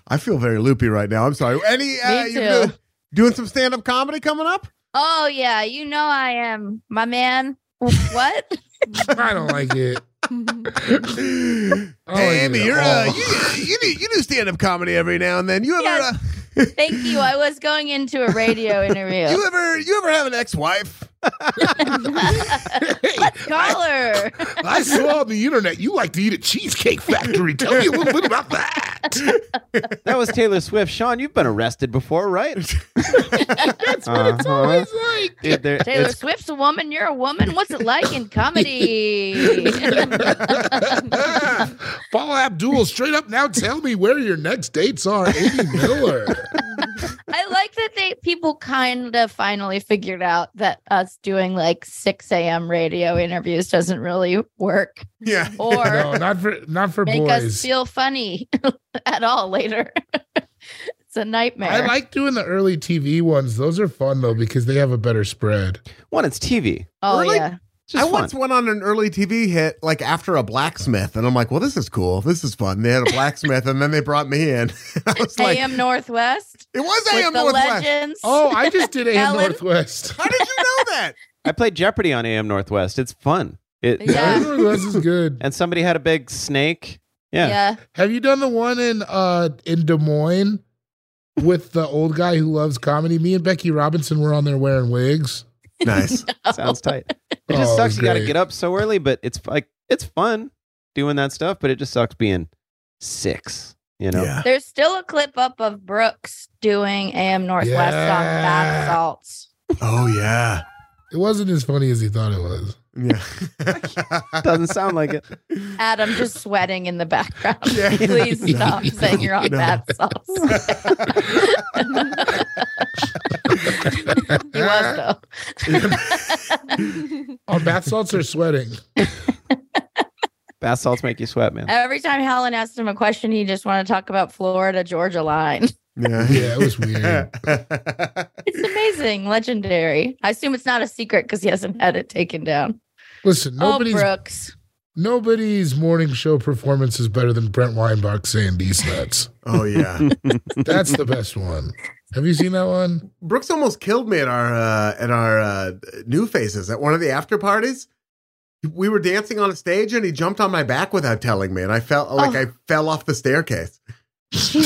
[SPEAKER 1] I feel very loopy right now. I'm sorry. Any uh,
[SPEAKER 2] Me
[SPEAKER 1] you
[SPEAKER 2] too.
[SPEAKER 1] do- doing some stand up comedy coming up?
[SPEAKER 2] Oh yeah, you know I am, my man. What?
[SPEAKER 4] I don't like it. I don't like
[SPEAKER 1] hey,
[SPEAKER 4] it
[SPEAKER 1] Amy,
[SPEAKER 4] at
[SPEAKER 1] you're
[SPEAKER 4] all.
[SPEAKER 1] uh, you, you do you do stand up comedy every now and then. You ever
[SPEAKER 2] Yes.
[SPEAKER 1] uh,
[SPEAKER 2] Thank you. I was going into a radio interview.
[SPEAKER 1] you ever you ever have an ex wife?
[SPEAKER 2] Let's call her.
[SPEAKER 4] I saw on the internet you like to eat at Cheesecake Factory. Tell me a little bit about that.
[SPEAKER 3] That was Taylor Swift. Sean, you've been arrested before, right?
[SPEAKER 4] That's what it's
[SPEAKER 3] Uh-huh.
[SPEAKER 4] always like.
[SPEAKER 3] Dude, there-
[SPEAKER 2] Taylor
[SPEAKER 3] it's-
[SPEAKER 2] Swift's a woman. You're a woman. What's it like in comedy?
[SPEAKER 4] Paul Abdul, straight up now tell me where your next dates are. Amy Miller.
[SPEAKER 2] I like that they people kind of finally figured out that us doing like 6 a.m. radio interviews doesn't really work
[SPEAKER 1] Yeah.
[SPEAKER 2] or
[SPEAKER 4] No, not for not for
[SPEAKER 2] make us
[SPEAKER 4] boys.
[SPEAKER 2] feel funny at all later. it's a nightmare.
[SPEAKER 4] I like doing the early TV ones. Those are fun though because they have a better spread.
[SPEAKER 3] one, it's TV.
[SPEAKER 2] oh
[SPEAKER 1] Really?
[SPEAKER 2] yeah.
[SPEAKER 3] It's just
[SPEAKER 1] I
[SPEAKER 3] fun.
[SPEAKER 1] once went on an early TV hit, like after a blacksmith, and I'm like, well, this is cool. This is fun. They had a blacksmith, and then they brought me in. I was like,
[SPEAKER 2] AM Northwest
[SPEAKER 1] it was
[SPEAKER 2] with
[SPEAKER 1] AM
[SPEAKER 2] the
[SPEAKER 1] Northwest.
[SPEAKER 2] legends.
[SPEAKER 4] Oh, I just did AM
[SPEAKER 2] Ellen?
[SPEAKER 4] Northwest.
[SPEAKER 1] How did you know that?
[SPEAKER 3] I played Jeopardy on AM Northwest. It's fun. It,
[SPEAKER 2] Yeah.
[SPEAKER 4] AM Northwest is good.
[SPEAKER 3] And somebody had a big snake. Yeah.
[SPEAKER 4] Have you done the one in uh in Des Moines with the old guy who loves comedy? Me and Becky Robinson were on there wearing wigs.
[SPEAKER 1] Nice.
[SPEAKER 3] Sounds tight. It just
[SPEAKER 4] Oh,
[SPEAKER 3] sucks you got to
[SPEAKER 4] great.
[SPEAKER 3] get up so early, but it's like it's fun doing that stuff, but it just sucks being six, you know.
[SPEAKER 1] Yeah.
[SPEAKER 2] There's still a clip up of Brooks doing AM Northwest on
[SPEAKER 4] Yeah.
[SPEAKER 2] bath salts.
[SPEAKER 1] Oh yeah.
[SPEAKER 4] It wasn't as funny as he thought it was.
[SPEAKER 1] Yeah.
[SPEAKER 3] Doesn't sound like it.
[SPEAKER 2] Adam just sweating in the background.
[SPEAKER 1] Yeah.
[SPEAKER 2] Please stop saying you're on
[SPEAKER 1] No.
[SPEAKER 2] bath salts. he was though.
[SPEAKER 4] On Oh, bath salts are sweating.
[SPEAKER 3] Bath salts make you sweat, man.
[SPEAKER 2] Every time Helen asked him a question, he just wanted to talk about Florida Georgia line.
[SPEAKER 1] yeah.
[SPEAKER 4] Yeah, it was weird.
[SPEAKER 2] It's amazing, legendary. I assume it's not a secret because he hasn't had it taken down.
[SPEAKER 4] Listen, nobody's
[SPEAKER 2] oh, Brooks.
[SPEAKER 4] nobody's morning show performance is better than Brent Weinbach saying these nuts.
[SPEAKER 1] oh yeah.
[SPEAKER 4] That's the best one. Have you seen that one?
[SPEAKER 1] Brooks almost killed me at our uh, at our uh, new faces at one of the after parties. We were dancing on a stage, and he jumped on my back without telling me, and I felt like
[SPEAKER 4] Oh.
[SPEAKER 1] I fell off the staircase.
[SPEAKER 4] you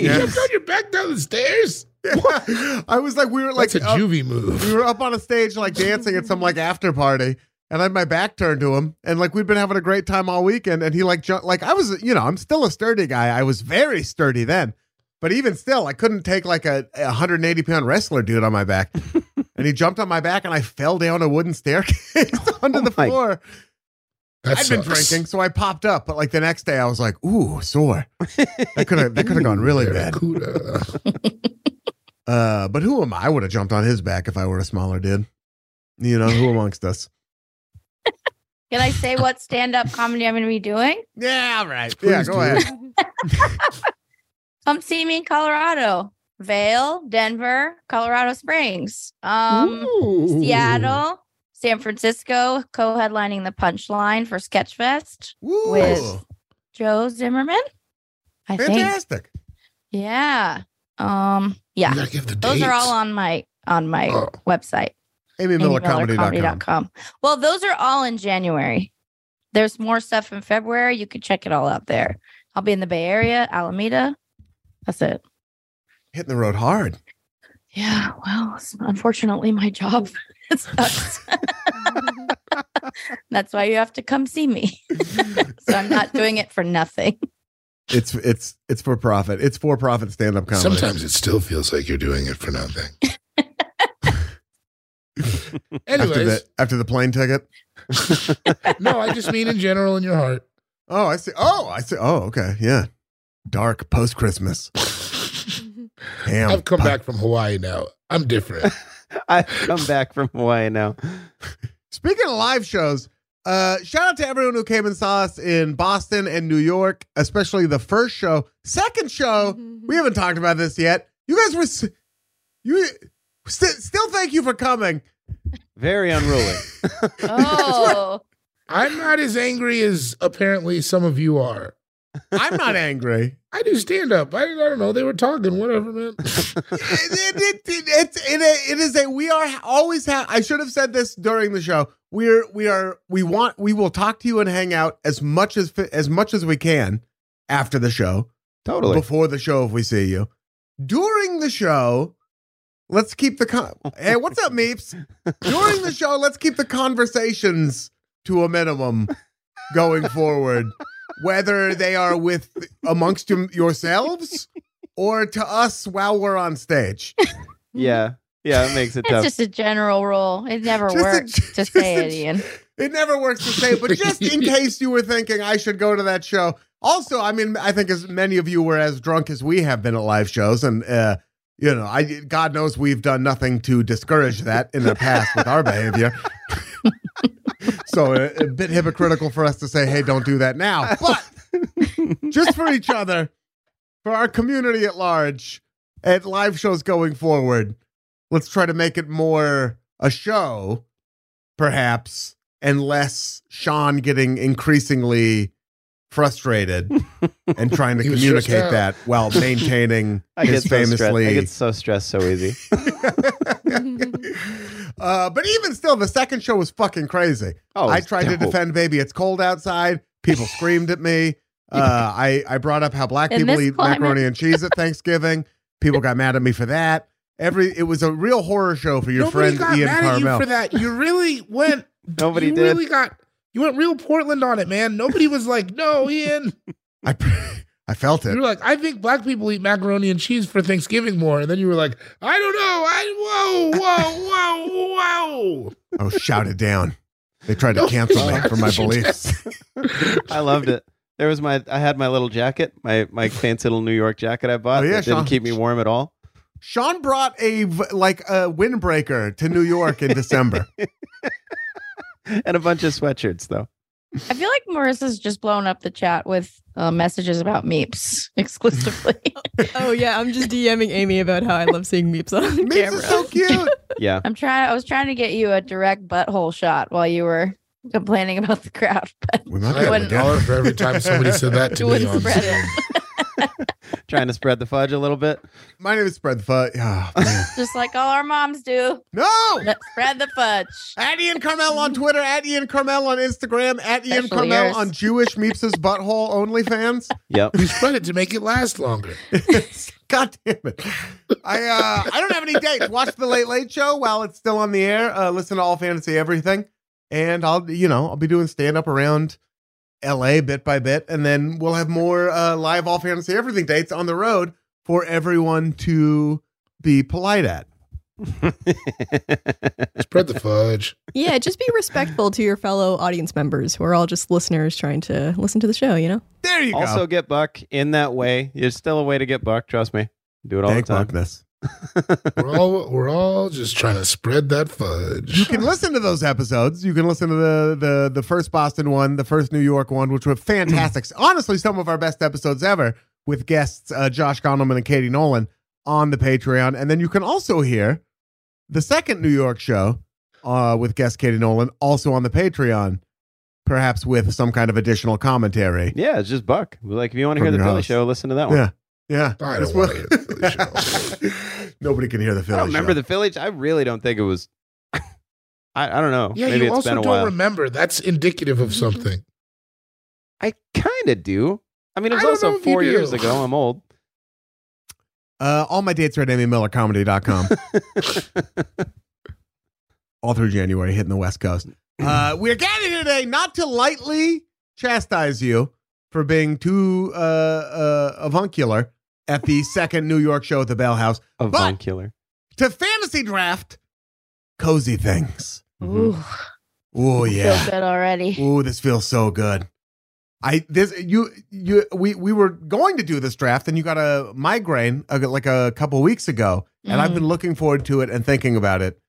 [SPEAKER 3] Yeah.
[SPEAKER 4] jumped on your back down the stairs.
[SPEAKER 1] I was like, we were like, oh,
[SPEAKER 4] That's a
[SPEAKER 1] up-
[SPEAKER 4] juvie
[SPEAKER 1] we
[SPEAKER 4] move.
[SPEAKER 1] were up on a stage, like dancing at some like after party, and I had my back turned to him, and like we'd been having a great time all weekend, and he like ju- like I was, you know, I'm still a sturdy guy. I was very sturdy then, but even still, I couldn't take like a, a 180 pound wrestler dude on my back, and he jumped on my back, and I fell down a wooden staircase onto
[SPEAKER 3] Oh
[SPEAKER 1] the
[SPEAKER 3] my-
[SPEAKER 1] floor.
[SPEAKER 4] That
[SPEAKER 1] I'd been
[SPEAKER 4] sucks.
[SPEAKER 1] drinking, so I popped up, but like the next day, I was like, ooh, sore. That could have that could have gone really bad.
[SPEAKER 4] Barracuda.
[SPEAKER 1] Uh, but who am I? I would have jumped on his back if I were a smaller dude. You know, who amongst us?
[SPEAKER 2] Can I say what stand up comedy I'm going to be doing?
[SPEAKER 1] Yeah, all right.
[SPEAKER 4] Please
[SPEAKER 1] yeah,
[SPEAKER 4] do.
[SPEAKER 1] go ahead.
[SPEAKER 2] Come see me in Colorado, Vale, Denver, Colorado Springs, um,
[SPEAKER 4] Ooh.
[SPEAKER 2] Seattle, San Francisco, co headlining the punchline for Sketchfest.
[SPEAKER 1] Woo.
[SPEAKER 2] With- Joe Zimmerman, I think.
[SPEAKER 1] Fantastic.
[SPEAKER 2] Yeah. Um, yeah.
[SPEAKER 4] You gotta give the
[SPEAKER 2] Those are all
[SPEAKER 4] dates.
[SPEAKER 2] on my on my
[SPEAKER 4] Oh.
[SPEAKER 2] website.
[SPEAKER 1] AmyMillerComedy.com.
[SPEAKER 2] AmyMillerComedy.com. Well, those are all in January. There's more stuff in February. You could check it all out there. I'll be in the Bay Area, Alameda. That's it.
[SPEAKER 1] Hitting the road hard.
[SPEAKER 2] Yeah, well, it's unfortunately, my job it sucks. That's why you have to come see me. so I'm not doing it for nothing.
[SPEAKER 1] It's it's it's for profit. It's for profit stand up comedy.
[SPEAKER 4] Sometimes it still feels like you're doing it for nothing.
[SPEAKER 1] after
[SPEAKER 4] Anyways,
[SPEAKER 1] the after the plane ticket.
[SPEAKER 4] no, I just mean in general in your heart.
[SPEAKER 1] Oh, I see. Oh, I see. Oh, okay. Yeah. Dark post Christmas. Damn.
[SPEAKER 4] I've come
[SPEAKER 1] Pop-
[SPEAKER 4] back from Hawaii now. I'm different.
[SPEAKER 3] I've come back from Hawaii now.
[SPEAKER 1] Speaking of live shows, uh, shout out to everyone who came and saw us in Boston and New York, especially the first show. Second show, Oh, we haven't talked about this yet. You guys were s- you st- still thank you for coming.
[SPEAKER 3] Very unruly.
[SPEAKER 2] Oh,
[SPEAKER 4] I'm not as angry as apparently some of you are.
[SPEAKER 1] I'm not angry.
[SPEAKER 4] I do stand up. I, I don't know. They were talking, whatever, man.
[SPEAKER 1] it, it, it, it, it's- it- it is a we are always have I should have said this during the show. We're we are we want we will talk to you and hang out as much as fi- as much as we can after the show.
[SPEAKER 3] totally.
[SPEAKER 1] before the show if we see you. During the show, Let's keep the con- Hey, what's up, Meeps? During the show, let's keep the conversations to a minimum going forward, whether they are with amongst your- yourselves or to us while we're on stage.
[SPEAKER 3] Yeah. Yeah, it makes it
[SPEAKER 2] It's
[SPEAKER 3] tough.
[SPEAKER 2] just a general rule. It never
[SPEAKER 1] Just a-
[SPEAKER 2] works to
[SPEAKER 1] just
[SPEAKER 2] say
[SPEAKER 1] a-
[SPEAKER 2] it, Ian.
[SPEAKER 1] It never works to say, but just in case you were thinking I should go to that show. Also, I mean, I think as many of you were as drunk as we have been at live shows, and uh, you know, I God knows we've done nothing to discourage that in the past with our behavior. so uh, a, a bit hypocritical for us to say, "Hey, don't do that now," but just for each other, for our community at large, at live shows going forward, let's try to make it more a show, perhaps, and less Sean getting increasingly frustrated and trying to
[SPEAKER 4] He was
[SPEAKER 1] communicate
[SPEAKER 4] stressed
[SPEAKER 1] that while maintaining
[SPEAKER 3] I get
[SPEAKER 1] his
[SPEAKER 3] so stressed. I
[SPEAKER 1] famously
[SPEAKER 3] get so stressed so easy.
[SPEAKER 1] uh, but even still, the second show was fucking crazy.
[SPEAKER 3] Oh,
[SPEAKER 1] I
[SPEAKER 3] it's
[SPEAKER 1] tried to
[SPEAKER 3] dope.
[SPEAKER 1] defend Baby It's Cold Outside. People screamed at me. Uh, I, I brought up how black
[SPEAKER 2] In
[SPEAKER 1] people
[SPEAKER 2] this
[SPEAKER 1] eat macaroni
[SPEAKER 2] climate.
[SPEAKER 1] and cheese at Thanksgiving. People got mad at me for that. Every It was a real horror show for your
[SPEAKER 4] Nobody
[SPEAKER 1] friend
[SPEAKER 4] got
[SPEAKER 1] Ian
[SPEAKER 4] mad at you
[SPEAKER 1] Carmel.
[SPEAKER 4] for that. You really went.
[SPEAKER 3] Nobody
[SPEAKER 4] you
[SPEAKER 3] did.
[SPEAKER 4] really got. You went real Portland on it, man. Nobody was like, "No, Ian."
[SPEAKER 1] I, I felt
[SPEAKER 4] You
[SPEAKER 1] it.
[SPEAKER 4] were like, "I think black people eat macaroni and cheese for Thanksgiving more," and then you were like, "I don't know. I whoa, whoa, whoa, whoa."
[SPEAKER 1] I was shouted down. They tried to cancel me for my beliefs.
[SPEAKER 3] I loved it. There was my I had my little jacket, my my fancy little New York jacket I bought.
[SPEAKER 1] Oh, yeah,
[SPEAKER 3] that didn't
[SPEAKER 1] Sean.
[SPEAKER 3] keep me warm at all.
[SPEAKER 1] Sean brought a v- like a windbreaker to New York in December.
[SPEAKER 3] And a bunch of sweatshirts though.
[SPEAKER 2] I feel like Marissa's just blown up the chat with uh, messages about meeps exclusively.
[SPEAKER 5] Oh yeah, I'm just DMing Amy about how I love seeing meeps on
[SPEAKER 1] Meeps
[SPEAKER 5] camera.
[SPEAKER 1] is so cute.
[SPEAKER 3] Yeah.
[SPEAKER 2] I'm trying. I was trying to get you a direct butthole shot while you were complaining about the crowd, but
[SPEAKER 1] We
[SPEAKER 4] I
[SPEAKER 1] might
[SPEAKER 2] It
[SPEAKER 4] have a
[SPEAKER 2] wouldn't-
[SPEAKER 4] dollar for every time somebody said that
[SPEAKER 2] you
[SPEAKER 4] to me.
[SPEAKER 2] wouldn't
[SPEAKER 4] On
[SPEAKER 2] spread it.
[SPEAKER 3] Trying to spread the fudge a little bit.
[SPEAKER 1] My name is Spread the Fudge. Oh, man.
[SPEAKER 2] Just like all our moms do.
[SPEAKER 1] no!
[SPEAKER 2] Spread the fudge.
[SPEAKER 1] At Ian Carmel on Twitter, at Ian Carmel on Instagram, at Ian
[SPEAKER 2] Especially
[SPEAKER 1] Carmel
[SPEAKER 2] yours.
[SPEAKER 1] on Jewish Meeps' Butthole OnlyFans.
[SPEAKER 3] Yep.
[SPEAKER 4] you spread it to make it last longer.
[SPEAKER 1] God damn it. I uh, I don't have any dates. Watch the Late Late Show while it's still on the air. Uh, listen to All Fantasy Everything. And I'll, you know, I'll be doing stand up around LA bit by bit. And then we'll have more uh, live All Fantasy Everything dates on the road for everyone to be polite at.
[SPEAKER 4] Spread the fudge.
[SPEAKER 5] Yeah, just be respectful to your fellow audience members who are all just listeners trying to listen to the show, you know?
[SPEAKER 1] There you
[SPEAKER 3] also
[SPEAKER 1] go.
[SPEAKER 3] get buck in that way. There's still a way to get buck, trust me. Do it all
[SPEAKER 1] Thank
[SPEAKER 3] the time.
[SPEAKER 1] Magnus.
[SPEAKER 4] We're all we're all just trying to spread that fudge.
[SPEAKER 1] You can listen to those episodes. You can listen to the the the first Boston one, the first New York one, which were fantastic. Honestly, some of our best episodes ever with guests uh, Josh Gondelman and Katie Nolan on the Patreon, and then you can also hear the second New York show uh, with guest Katie Nolan, also on the Patreon, perhaps with some kind of additional commentary.
[SPEAKER 3] Yeah, it's just buck. Like if you want to
[SPEAKER 1] From
[SPEAKER 3] hear the
[SPEAKER 1] your
[SPEAKER 3] Philly
[SPEAKER 1] house.
[SPEAKER 3] show, listen to that one.
[SPEAKER 1] Yeah, yeah.
[SPEAKER 4] I don't
[SPEAKER 1] This
[SPEAKER 4] wanna
[SPEAKER 1] will-
[SPEAKER 4] hear the Philly show.
[SPEAKER 1] Nobody can hear the Philly
[SPEAKER 3] I don't remember
[SPEAKER 1] show.
[SPEAKER 3] the Philly. I really don't think it was. I, I don't know.
[SPEAKER 4] Yeah,
[SPEAKER 3] Maybe
[SPEAKER 4] you
[SPEAKER 3] it's
[SPEAKER 4] also
[SPEAKER 3] been a
[SPEAKER 4] don't
[SPEAKER 3] while.
[SPEAKER 4] remember. That's indicative of something.
[SPEAKER 3] I kind of do. I mean, it
[SPEAKER 4] I
[SPEAKER 3] was
[SPEAKER 4] don't know
[SPEAKER 3] also
[SPEAKER 4] if you
[SPEAKER 3] four years
[SPEAKER 4] do.
[SPEAKER 3] ago. I'm old.
[SPEAKER 1] uh, all my dates are at amymillercomedy.com. all through January, hitting the West Coast. Uh, we're gathered here today not to lightly chastise you for being too uh, uh, avuncular at the second New York show at the Bell House
[SPEAKER 3] A
[SPEAKER 1] But-
[SPEAKER 3] Von Killer.
[SPEAKER 1] to fantasy draft cozy things.
[SPEAKER 3] Mhm.
[SPEAKER 2] Ooh,
[SPEAKER 1] Oh yeah.
[SPEAKER 2] feel good already.
[SPEAKER 1] Ooh, this feels so good. I this you you we we were going to do this draft and you got a migraine uh, like a couple weeks ago and I've
[SPEAKER 2] Mhm.
[SPEAKER 1] been looking forward to it and thinking about it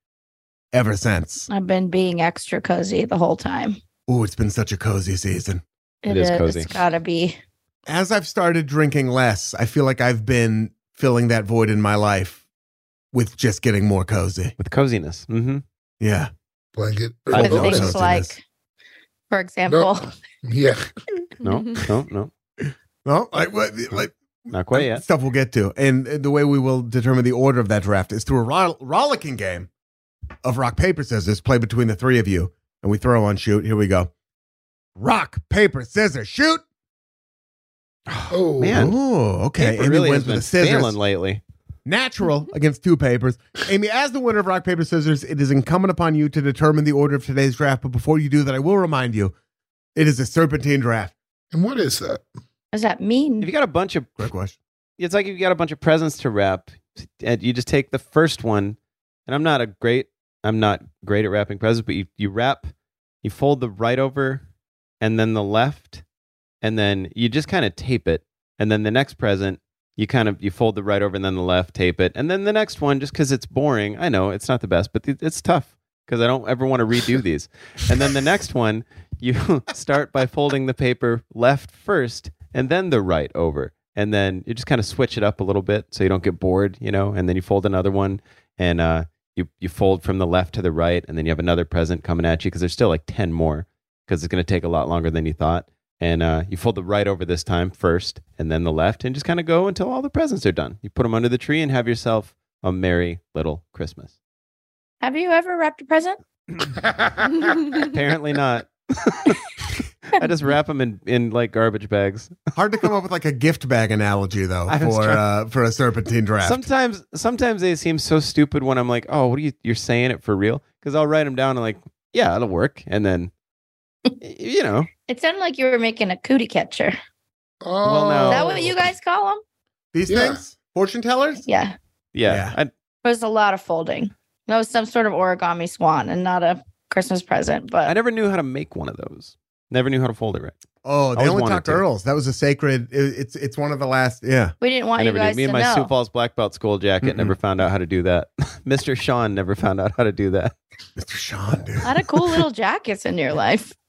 [SPEAKER 1] ever since.
[SPEAKER 2] I've been being extra cozy the whole time. uh,
[SPEAKER 1] Ooh, it's been such a cozy season.
[SPEAKER 3] It is cozy.
[SPEAKER 2] It's gotta be.
[SPEAKER 1] as I've started drinking less, I feel like I've been filling that void in my life with just getting more cozy.
[SPEAKER 3] With coziness.
[SPEAKER 1] Mm-hmm.
[SPEAKER 3] hmm
[SPEAKER 1] Yeah.
[SPEAKER 4] Blanket.
[SPEAKER 3] I
[SPEAKER 2] With
[SPEAKER 3] don't know.
[SPEAKER 2] things like, for example,
[SPEAKER 4] Yeah.
[SPEAKER 3] No, no, no.
[SPEAKER 1] Well, like, what- like
[SPEAKER 3] Not quite yet.
[SPEAKER 1] stuff we'll get to. And uh, the way we will determine the order of that draft is through a ro- rollicking game of rock, paper, scissors, play between the three of you. And we throw on shoot. Here we go. Rock, paper, scissors, shoot.
[SPEAKER 4] Oh
[SPEAKER 3] Man.
[SPEAKER 1] Oh, okay.
[SPEAKER 3] Paper
[SPEAKER 1] Amy
[SPEAKER 3] really
[SPEAKER 1] wins with
[SPEAKER 3] has been
[SPEAKER 1] the scissors.
[SPEAKER 3] failing lately.
[SPEAKER 1] natural against two papers. Amy, as the winner of rock, paper, scissors, it is incumbent upon you to determine the order of today's draft. But before you do that, I will remind you it is a serpentine draft.
[SPEAKER 4] And what is that?
[SPEAKER 2] does that mean?
[SPEAKER 3] If you got a bunch of,
[SPEAKER 1] Great question.
[SPEAKER 3] it's like if you got a bunch of presents to wrap, and you just take the first one. And I'm not a great, I'm not great at wrapping presents, but you you wrap, you fold the right over, and then the left, and then you just kind of tape it. And then the next present, you kind of you fold the right over and then the left, tape it, and then the next one, just because it's boring. I know it's not the best, but th- it's tough because I don't ever want to redo these. And then the next one, you start by folding the paper left first and then the right over. And then you just kind of switch it up a little bit so you don't get bored, you know, and then you fold another one and uh, you, you fold from the left to the right. And then you have another present coming at you because there's still like 10 more because it's going to take a lot longer than you thought. And uh, you fold the right over this time first and then the left and just kind of go until all the presents are done. You put them under the tree and have yourself a merry little Christmas.
[SPEAKER 2] Have you ever wrapped a present?
[SPEAKER 4] Oh.
[SPEAKER 3] Apparently not. I just wrap them in, in like garbage bags.
[SPEAKER 1] Hard to come up with like a gift bag analogy though
[SPEAKER 3] I was
[SPEAKER 1] for
[SPEAKER 3] trying-
[SPEAKER 1] uh, for a serpentine draft.
[SPEAKER 3] Sometimes sometimes they seem so stupid when I'm like, oh, what are you you're saying it for real? Because I'll write them down and like, yeah, it'll work, and then you know,
[SPEAKER 2] It sounded like you were making a cootie catcher. Is
[SPEAKER 4] Oh,
[SPEAKER 3] Well, no.
[SPEAKER 2] that what you guys call them?
[SPEAKER 1] These
[SPEAKER 4] Yeah.
[SPEAKER 1] things, fortune tellers.
[SPEAKER 2] Yeah.
[SPEAKER 3] yeah, I,
[SPEAKER 2] It was a lot of folding. That was some sort of origami swan and not a Christmas present, but
[SPEAKER 3] I never knew how to make one of those. Never knew how to fold it right.
[SPEAKER 1] Oh, they
[SPEAKER 3] Always
[SPEAKER 1] only
[SPEAKER 3] wanted
[SPEAKER 1] talk to
[SPEAKER 3] to.
[SPEAKER 1] Earls. That was a sacred. it- it's it's one of the last. Yeah.
[SPEAKER 2] we didn't want
[SPEAKER 3] I
[SPEAKER 2] you
[SPEAKER 3] never knew.
[SPEAKER 2] guys
[SPEAKER 3] Me
[SPEAKER 2] to
[SPEAKER 3] and my
[SPEAKER 2] know.
[SPEAKER 3] Sioux Falls black belt school jacket
[SPEAKER 1] Mm-mm.
[SPEAKER 3] never found out how to do that. Mr. Sean never found out how to do that.
[SPEAKER 1] Mr. Sean, dude.
[SPEAKER 2] a lot of cool little jackets in your life.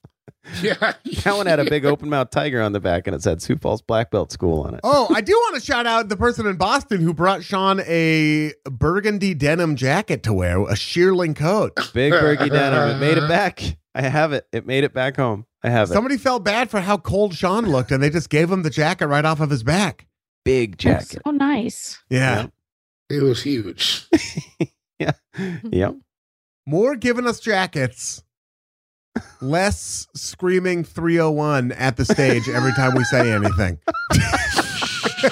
[SPEAKER 4] Yeah.
[SPEAKER 3] That one had a big open mouth tiger on the back, and it said Sioux Falls black belt school on it.
[SPEAKER 1] Oh, I do want to shout out the person in Boston who brought Sean a burgundy denim jacket to wear, a shearling coat.
[SPEAKER 3] Big Bergie denim. It made it back. I have it. It made it back home. I have it.
[SPEAKER 1] Somebody felt bad for how cold Sean looked, and they just gave him the jacket right off of his back.
[SPEAKER 3] big
[SPEAKER 2] That's
[SPEAKER 3] jacket.
[SPEAKER 2] So nice.
[SPEAKER 1] Yeah.
[SPEAKER 4] It was huge.
[SPEAKER 3] Yeah. yep.
[SPEAKER 1] More giving us jackets, less screaming 301 at the stage every time we say anything.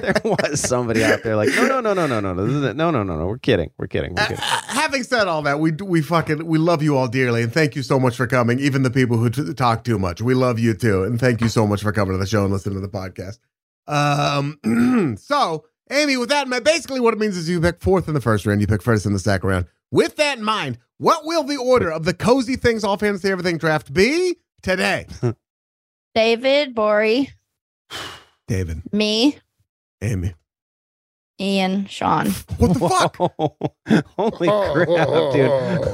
[SPEAKER 3] There was somebody out there like, no, no, no, no, no, no, no, this isn't- no, no, no, no. We're kidding. We're kidding. We're
[SPEAKER 1] Uh,
[SPEAKER 3] kidding.
[SPEAKER 1] uh, having said all that, we do- we fucking we love you all dearly, and thank you so much for coming. Even the people who t- talk too much, we love you too, and thank you so much for coming to the show and listening to the podcast. Um, so Amy, with that in mind, basically what it means is you pick fourth in the first round, you pick first in the second round. With that in mind, what will the order of the cozy things all fantasy everything draft be today?
[SPEAKER 2] David, Bori,
[SPEAKER 1] David,
[SPEAKER 2] me,
[SPEAKER 1] Amy,
[SPEAKER 2] Ian, Sean.
[SPEAKER 1] what the fuck? Oh.
[SPEAKER 3] Holy crap,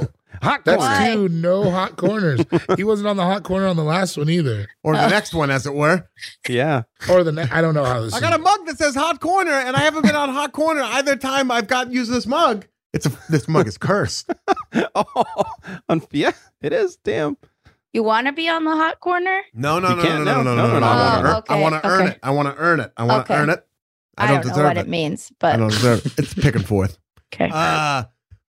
[SPEAKER 3] dude. Hot
[SPEAKER 4] That's
[SPEAKER 3] corner.
[SPEAKER 2] Why?
[SPEAKER 4] two no hot corners. he wasn't on the hot corner on the last one either.
[SPEAKER 1] Or the next one, as it were.
[SPEAKER 3] Yeah.
[SPEAKER 4] Or the ne- I don't know how this.
[SPEAKER 1] I got a
[SPEAKER 4] is.
[SPEAKER 1] mug that says Hot Corner, and I haven't been on Hot Corner either time I've got used this mug. It's a, this mug is cursed.
[SPEAKER 3] Oh, un- yeah, it is. Damn.
[SPEAKER 2] You want to be on the hot corner?
[SPEAKER 1] No, no,
[SPEAKER 3] You
[SPEAKER 1] no, no,
[SPEAKER 3] can't-
[SPEAKER 1] no, no, no, no, no, no.
[SPEAKER 3] no, no, no.
[SPEAKER 1] I
[SPEAKER 2] Oh,
[SPEAKER 1] want to
[SPEAKER 2] okay,
[SPEAKER 1] earn
[SPEAKER 2] okay.
[SPEAKER 1] it. I want to earn it. I want to
[SPEAKER 2] Okay.
[SPEAKER 1] earn it. I don't,
[SPEAKER 2] know
[SPEAKER 1] deserve
[SPEAKER 2] what
[SPEAKER 1] it.
[SPEAKER 2] it means,
[SPEAKER 1] I don't
[SPEAKER 2] but
[SPEAKER 1] deserve it. It's pick and forth.
[SPEAKER 2] okay.
[SPEAKER 1] Uh,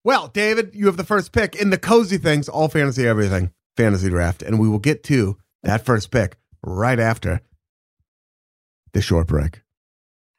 [SPEAKER 1] well, David, you have the first pick in the cozy things, all fantasy, everything, fantasy draft, and we will get to that first pick right after the short break.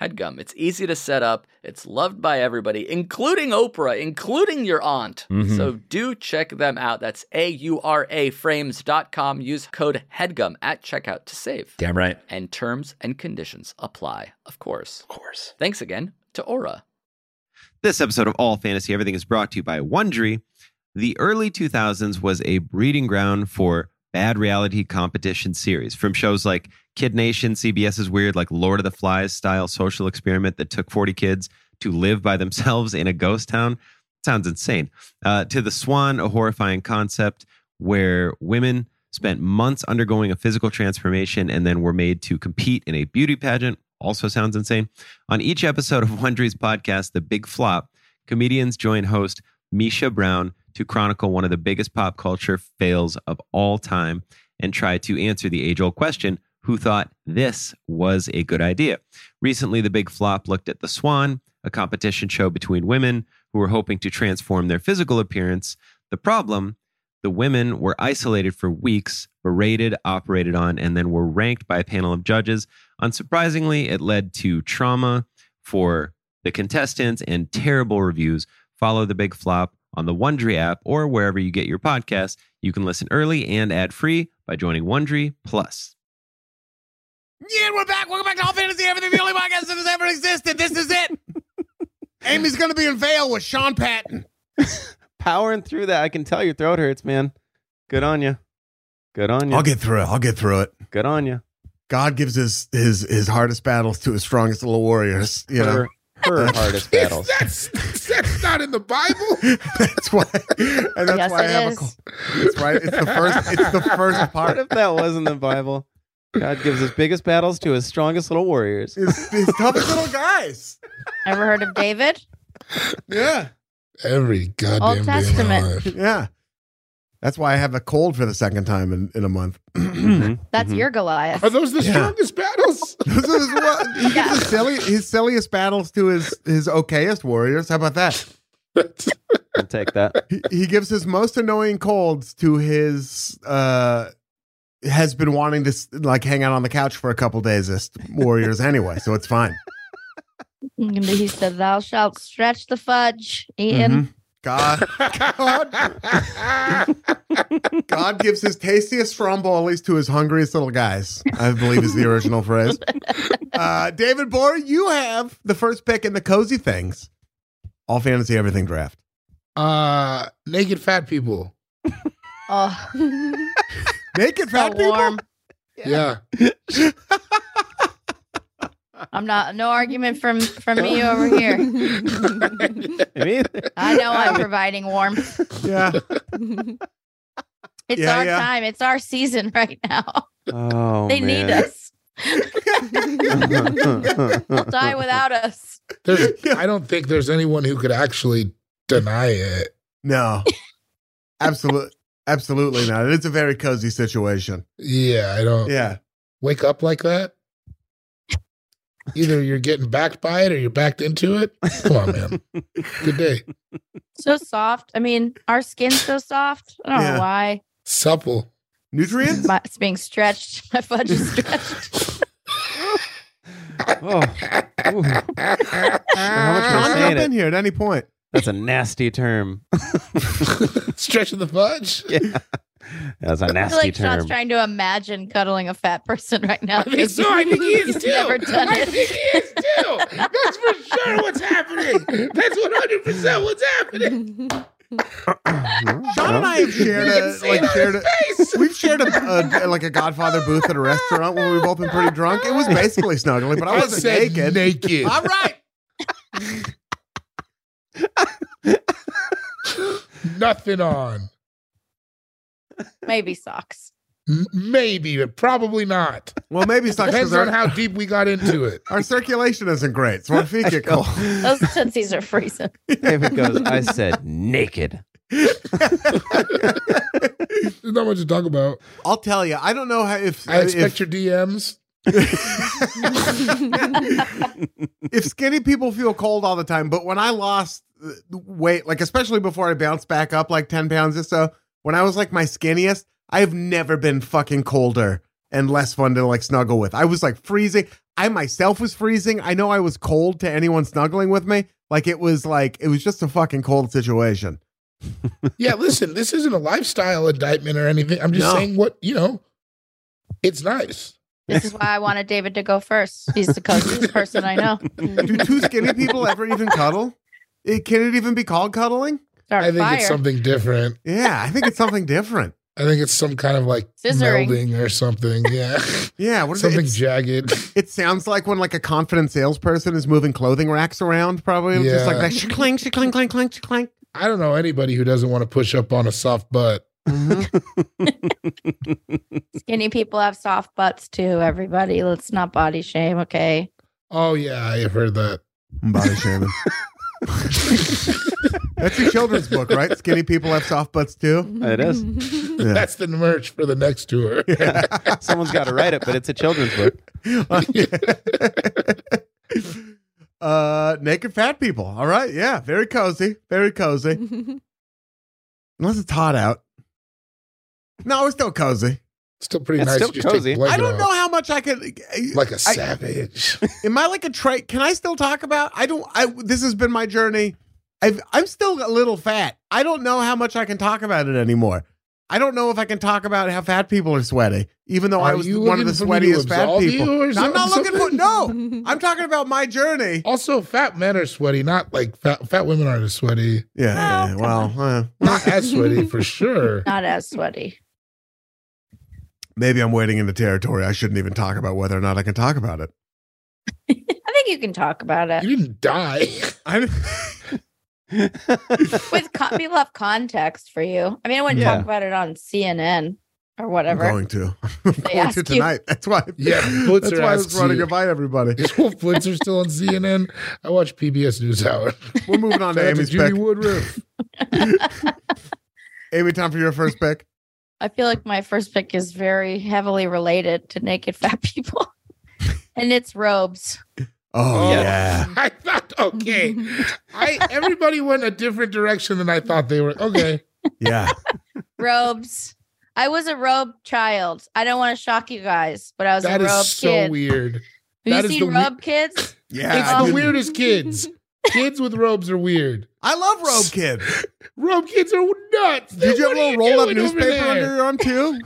[SPEAKER 6] HEADGUM. It's easy to set up, it's loved by everybody, including Oprah, including your aunt.
[SPEAKER 7] Mhm.
[SPEAKER 6] So do check them out. That's A U R A frames.com. Use code HEADGUM at checkout to save.
[SPEAKER 7] Damn right.
[SPEAKER 6] And terms and conditions apply, of course.
[SPEAKER 7] Of course.
[SPEAKER 6] Thanks again to Aura.
[SPEAKER 3] This episode of All Fantasy Everything is brought to you by Wondery. The early 2000s was a breeding ground for bad reality competition series from shows like Kid Nation, CBS's weird, like Lord of the Flies style social experiment that took 40 kids to live by themselves in a ghost town. Sounds insane. Uh, to The Swan, a horrifying concept where women spent months undergoing a physical transformation and then were made to compete in a beauty pageant. Also sounds insane. On each episode of Wondery's podcast, The Big Flop, comedians join host Misha Brown to chronicle one of the biggest pop culture fails of all time and try to answer the age old question who thought this was a good idea? Recently, The Big Flop looked at The Swan, a competition show between women who were hoping to transform their physical appearance. The problem the women were isolated for weeks, berated, operated on, and then were ranked by a panel of judges. Unsurprisingly, it led to trauma for the contestants and terrible reviews. Follow the big flop on the Wondery app or wherever you get your podcasts. You can listen early and ad free by joining Wondery Plus.
[SPEAKER 1] Yeah, we're back. Welcome back to All Fantasy Everything, the only podcast that has ever existed. This is it. Amy's going to be in Vail with Sean Patton.
[SPEAKER 3] Powering through that, I can tell your throat hurts, man. Good on you. Good on you.
[SPEAKER 1] I'll get through it. I'll get through it.
[SPEAKER 3] Good on you.
[SPEAKER 1] God gives his his his hardest battles to his strongest little warriors. You know,
[SPEAKER 3] Her, her hardest battles.
[SPEAKER 4] That's that's not in the Bible.
[SPEAKER 1] that's why. And that's
[SPEAKER 2] Yes,
[SPEAKER 1] why I
[SPEAKER 2] it
[SPEAKER 1] have a
[SPEAKER 2] is.
[SPEAKER 1] call. That's right. It's the first. It's the first
[SPEAKER 3] What
[SPEAKER 1] part.
[SPEAKER 3] if that wasn't the Bible? God gives his biggest battles to his strongest little warriors.
[SPEAKER 1] It's, it's toughest little guys.
[SPEAKER 2] Ever heard of David?
[SPEAKER 1] Yeah,
[SPEAKER 4] Every goddamn
[SPEAKER 2] Old
[SPEAKER 4] day of my
[SPEAKER 2] Testament.
[SPEAKER 4] life.
[SPEAKER 1] yeah. That's why I have a cold for the second time in, in a month.
[SPEAKER 2] That's
[SPEAKER 3] Mhm.
[SPEAKER 2] your Goliath.
[SPEAKER 4] Are those the
[SPEAKER 1] Yeah.
[SPEAKER 4] strongest battles?
[SPEAKER 1] This is what- he
[SPEAKER 2] Yeah.
[SPEAKER 1] gives his, silly, his silliest battles to his his okayest warriors. How about that?
[SPEAKER 3] I'll take that.
[SPEAKER 1] He, he gives his most annoying colds to his uh has been wanting to s- like hang out on the couch for a couple days. This warriors anyway, so it's fine.
[SPEAKER 2] And He said, Thou shalt stretch the fudge, Ian.
[SPEAKER 3] Mm-hmm.
[SPEAKER 1] Mhm. God, God gives his tastiest strombolis to his hungriest little guys. I believe is the original phrase. Uh, David Bohr, you have the first pick in the cozy things, all fantasy everything draft.
[SPEAKER 4] uh, naked fat people.
[SPEAKER 2] Oh,
[SPEAKER 1] Naked fat
[SPEAKER 2] so
[SPEAKER 1] people.
[SPEAKER 2] warm.
[SPEAKER 4] Yeah.
[SPEAKER 2] I'm not. No argument from from me over here.
[SPEAKER 3] I mean,
[SPEAKER 2] I know I'm providing warmth.
[SPEAKER 1] Yeah.
[SPEAKER 2] It's
[SPEAKER 1] Yeah,
[SPEAKER 2] our
[SPEAKER 1] yeah.
[SPEAKER 2] time. It's our season right now.
[SPEAKER 3] oh,
[SPEAKER 2] they need us. They'll die without us.
[SPEAKER 4] There's,
[SPEAKER 1] Yeah.
[SPEAKER 4] I don't think there's anyone who could actually deny it.
[SPEAKER 1] No. Absolutely. Absolutely not. It's a very cozy situation.
[SPEAKER 4] Yeah, I don't
[SPEAKER 1] Yeah.
[SPEAKER 4] wake up like that. Either you're getting backed by it or you're backed into it. Come on, man. Good day.
[SPEAKER 2] So soft. I mean, our skin's so soft. I don't
[SPEAKER 1] Yeah.
[SPEAKER 2] know why.
[SPEAKER 4] Supple.
[SPEAKER 1] Nutrients?
[SPEAKER 2] My, it's being stretched. My fudge is stretched.
[SPEAKER 3] Oh, ooh,
[SPEAKER 1] Sean,
[SPEAKER 2] Ah.
[SPEAKER 3] saying
[SPEAKER 1] jump
[SPEAKER 3] it.
[SPEAKER 1] in here at any point.
[SPEAKER 3] that's a nasty term.
[SPEAKER 4] Stretching the fudge.
[SPEAKER 3] Yeah. That's a
[SPEAKER 2] I
[SPEAKER 3] nasty
[SPEAKER 2] feel like
[SPEAKER 3] term.
[SPEAKER 2] Sean's trying to imagine cuddling a fat person right now.
[SPEAKER 4] I think so. I think he is
[SPEAKER 2] He's
[SPEAKER 4] too.
[SPEAKER 2] never done
[SPEAKER 4] I
[SPEAKER 2] it.
[SPEAKER 4] think he is too. That's for sure what's happening. That's one hundred percent what's happening.
[SPEAKER 1] Sean and I have shared
[SPEAKER 4] You can
[SPEAKER 1] a,
[SPEAKER 4] see
[SPEAKER 1] like
[SPEAKER 4] it on
[SPEAKER 1] shared a,
[SPEAKER 4] his face.
[SPEAKER 1] we've shared a, a like a Godfather booth at a restaurant when we've both been pretty drunk. It was basically snuggling, but I wasn't
[SPEAKER 4] said
[SPEAKER 1] naked.
[SPEAKER 4] naked.
[SPEAKER 1] All right.
[SPEAKER 4] Nothing on.
[SPEAKER 2] Maybe socks.
[SPEAKER 4] M- Maybe, but probably not.
[SPEAKER 1] Well, maybe it's not
[SPEAKER 4] Depends
[SPEAKER 1] because our,
[SPEAKER 4] on how deep we got into it.
[SPEAKER 1] our circulation isn't great. So our feet get cold.
[SPEAKER 2] Those tootsies are freezing.
[SPEAKER 3] David Oh, goes, I said naked.
[SPEAKER 4] There's not much to talk about.
[SPEAKER 1] I'll tell you. I don't know how if
[SPEAKER 4] I
[SPEAKER 1] if,
[SPEAKER 4] expect your DMs.
[SPEAKER 1] if skinny people feel cold all the time, but when I lost uh, weight, like especially before I bounced back up like 10 pounds or so, when I was like my skinniest, I have never been fucking colder and less fun to like snuggle with. I was like freezing. I myself was freezing. I know I was cold to anyone snuggling with me. Like it was like, it was just a fucking cold situation.
[SPEAKER 4] Yeah, listen, this isn't a lifestyle indictment or anything. I'm just
[SPEAKER 1] No.
[SPEAKER 4] saying what, you know, it's nice.
[SPEAKER 2] This is why I wanted David to go first. He's the coziest person I know.
[SPEAKER 1] Do two skinny people ever even cuddle? It, can it even be called cuddling?
[SPEAKER 2] Start
[SPEAKER 4] I think
[SPEAKER 2] fire.
[SPEAKER 4] it's something different.
[SPEAKER 1] Yeah, I think it's something different.
[SPEAKER 4] I think it's some kind of like
[SPEAKER 2] Scissoring.
[SPEAKER 4] melding or something. Yeah.
[SPEAKER 1] Yeah, what is
[SPEAKER 4] something
[SPEAKER 1] it? It's-
[SPEAKER 4] jagged.
[SPEAKER 1] It sounds like when like a confident salesperson is moving clothing racks around, probably It's just like
[SPEAKER 4] Yeah.
[SPEAKER 1] that shclang, shclang, clang, clang, shclang.
[SPEAKER 4] I don't know anybody who doesn't want to push up on a soft butt.
[SPEAKER 2] Mm-hmm. Skinny people have soft butts too, everybody. Let's not body shame, okay?
[SPEAKER 4] Oh, yeah, I've heard that.
[SPEAKER 1] Body shaming. That's a children's book, right? Skinny people have soft butts too.
[SPEAKER 3] It is.
[SPEAKER 1] Yeah.
[SPEAKER 4] That's the merch for the next tour.
[SPEAKER 3] Someone's got to write it, but it's a children's book.
[SPEAKER 1] uh, naked fat people. All right, yeah, very cozy, very cozy. Unless it's hot out. No, it's still cozy.
[SPEAKER 4] Still pretty
[SPEAKER 3] It's
[SPEAKER 4] nice.
[SPEAKER 3] still
[SPEAKER 4] You just take
[SPEAKER 3] cozy.
[SPEAKER 4] a blanket
[SPEAKER 1] I don't
[SPEAKER 4] off.
[SPEAKER 1] know how much I could.
[SPEAKER 4] Like a savage.
[SPEAKER 1] Am I like a trait? Can I still talk about? I don't. I this has been my journey. I've, I'm still a little fat. I don't know how much I can talk about it anymore. I don't know if I can talk about how fat people are sweaty, even though I
[SPEAKER 4] Are
[SPEAKER 1] was
[SPEAKER 4] you
[SPEAKER 1] one of the
[SPEAKER 4] looking for me to
[SPEAKER 1] sweatiest fat
[SPEAKER 4] absolve
[SPEAKER 1] people.
[SPEAKER 4] you or
[SPEAKER 1] No, I'm not
[SPEAKER 4] something?
[SPEAKER 1] looking for
[SPEAKER 3] Oh,
[SPEAKER 1] no. I'm talking about my journey.
[SPEAKER 4] Also, fat men are sweaty. Not like fat, fat women aren't as sweaty.
[SPEAKER 1] Yeah. yeah, well, uh,
[SPEAKER 4] Not as sweaty for sure.
[SPEAKER 2] Not as sweaty.
[SPEAKER 1] maybe I'm waiting in the territory. I shouldn't even talk about whether or not I can talk about it.
[SPEAKER 2] I think you can talk about it.
[SPEAKER 4] You didn't die.
[SPEAKER 1] I'm,
[SPEAKER 2] With con- people have context for you. I mean, I wouldn't
[SPEAKER 3] Yeah.
[SPEAKER 2] talk about it on CNN or
[SPEAKER 1] I'm
[SPEAKER 2] whatever.
[SPEAKER 1] going to. I'm going
[SPEAKER 2] ask
[SPEAKER 1] to
[SPEAKER 2] you-
[SPEAKER 1] tonight. That's why.
[SPEAKER 4] Yeah,
[SPEAKER 1] That's
[SPEAKER 4] Blitzer
[SPEAKER 1] why I
[SPEAKER 4] asks
[SPEAKER 1] was running to
[SPEAKER 4] you.
[SPEAKER 1] invite everybody.
[SPEAKER 4] Is Wolf Blitzer still on CNN? I watch PBS NewsHour.
[SPEAKER 1] We're moving on to
[SPEAKER 4] Shout out to
[SPEAKER 1] Amy's
[SPEAKER 4] Judy
[SPEAKER 1] pick.
[SPEAKER 4] Woodruff.
[SPEAKER 1] Amy, time for your first pick.
[SPEAKER 2] I feel like my first pick is very heavily related to naked fat people. and it's robes.
[SPEAKER 1] Oh,
[SPEAKER 4] Yeah.
[SPEAKER 1] yeah.
[SPEAKER 4] I thought okay. I everybody went a different direction than I thought they were. Okay.
[SPEAKER 1] Yeah.
[SPEAKER 2] Robes. I was a robe child. I don't want to shock you guys, but I was
[SPEAKER 4] That
[SPEAKER 2] a
[SPEAKER 4] is
[SPEAKER 2] robe
[SPEAKER 4] so
[SPEAKER 2] kid.
[SPEAKER 4] weird.
[SPEAKER 2] Have
[SPEAKER 4] that
[SPEAKER 2] you
[SPEAKER 4] is
[SPEAKER 2] seen
[SPEAKER 4] the we-
[SPEAKER 2] robe kids?
[SPEAKER 1] Yeah.
[SPEAKER 4] it's
[SPEAKER 1] I,
[SPEAKER 4] the
[SPEAKER 1] didn't-
[SPEAKER 4] weirdest kids. kids with robes are weird.
[SPEAKER 1] I love Robe Kid.
[SPEAKER 4] Robe kids are nuts.
[SPEAKER 1] Did you have
[SPEAKER 4] What
[SPEAKER 1] a
[SPEAKER 4] are
[SPEAKER 1] little roll up
[SPEAKER 4] doing over
[SPEAKER 1] newspaper
[SPEAKER 4] there?
[SPEAKER 1] under your arm, too?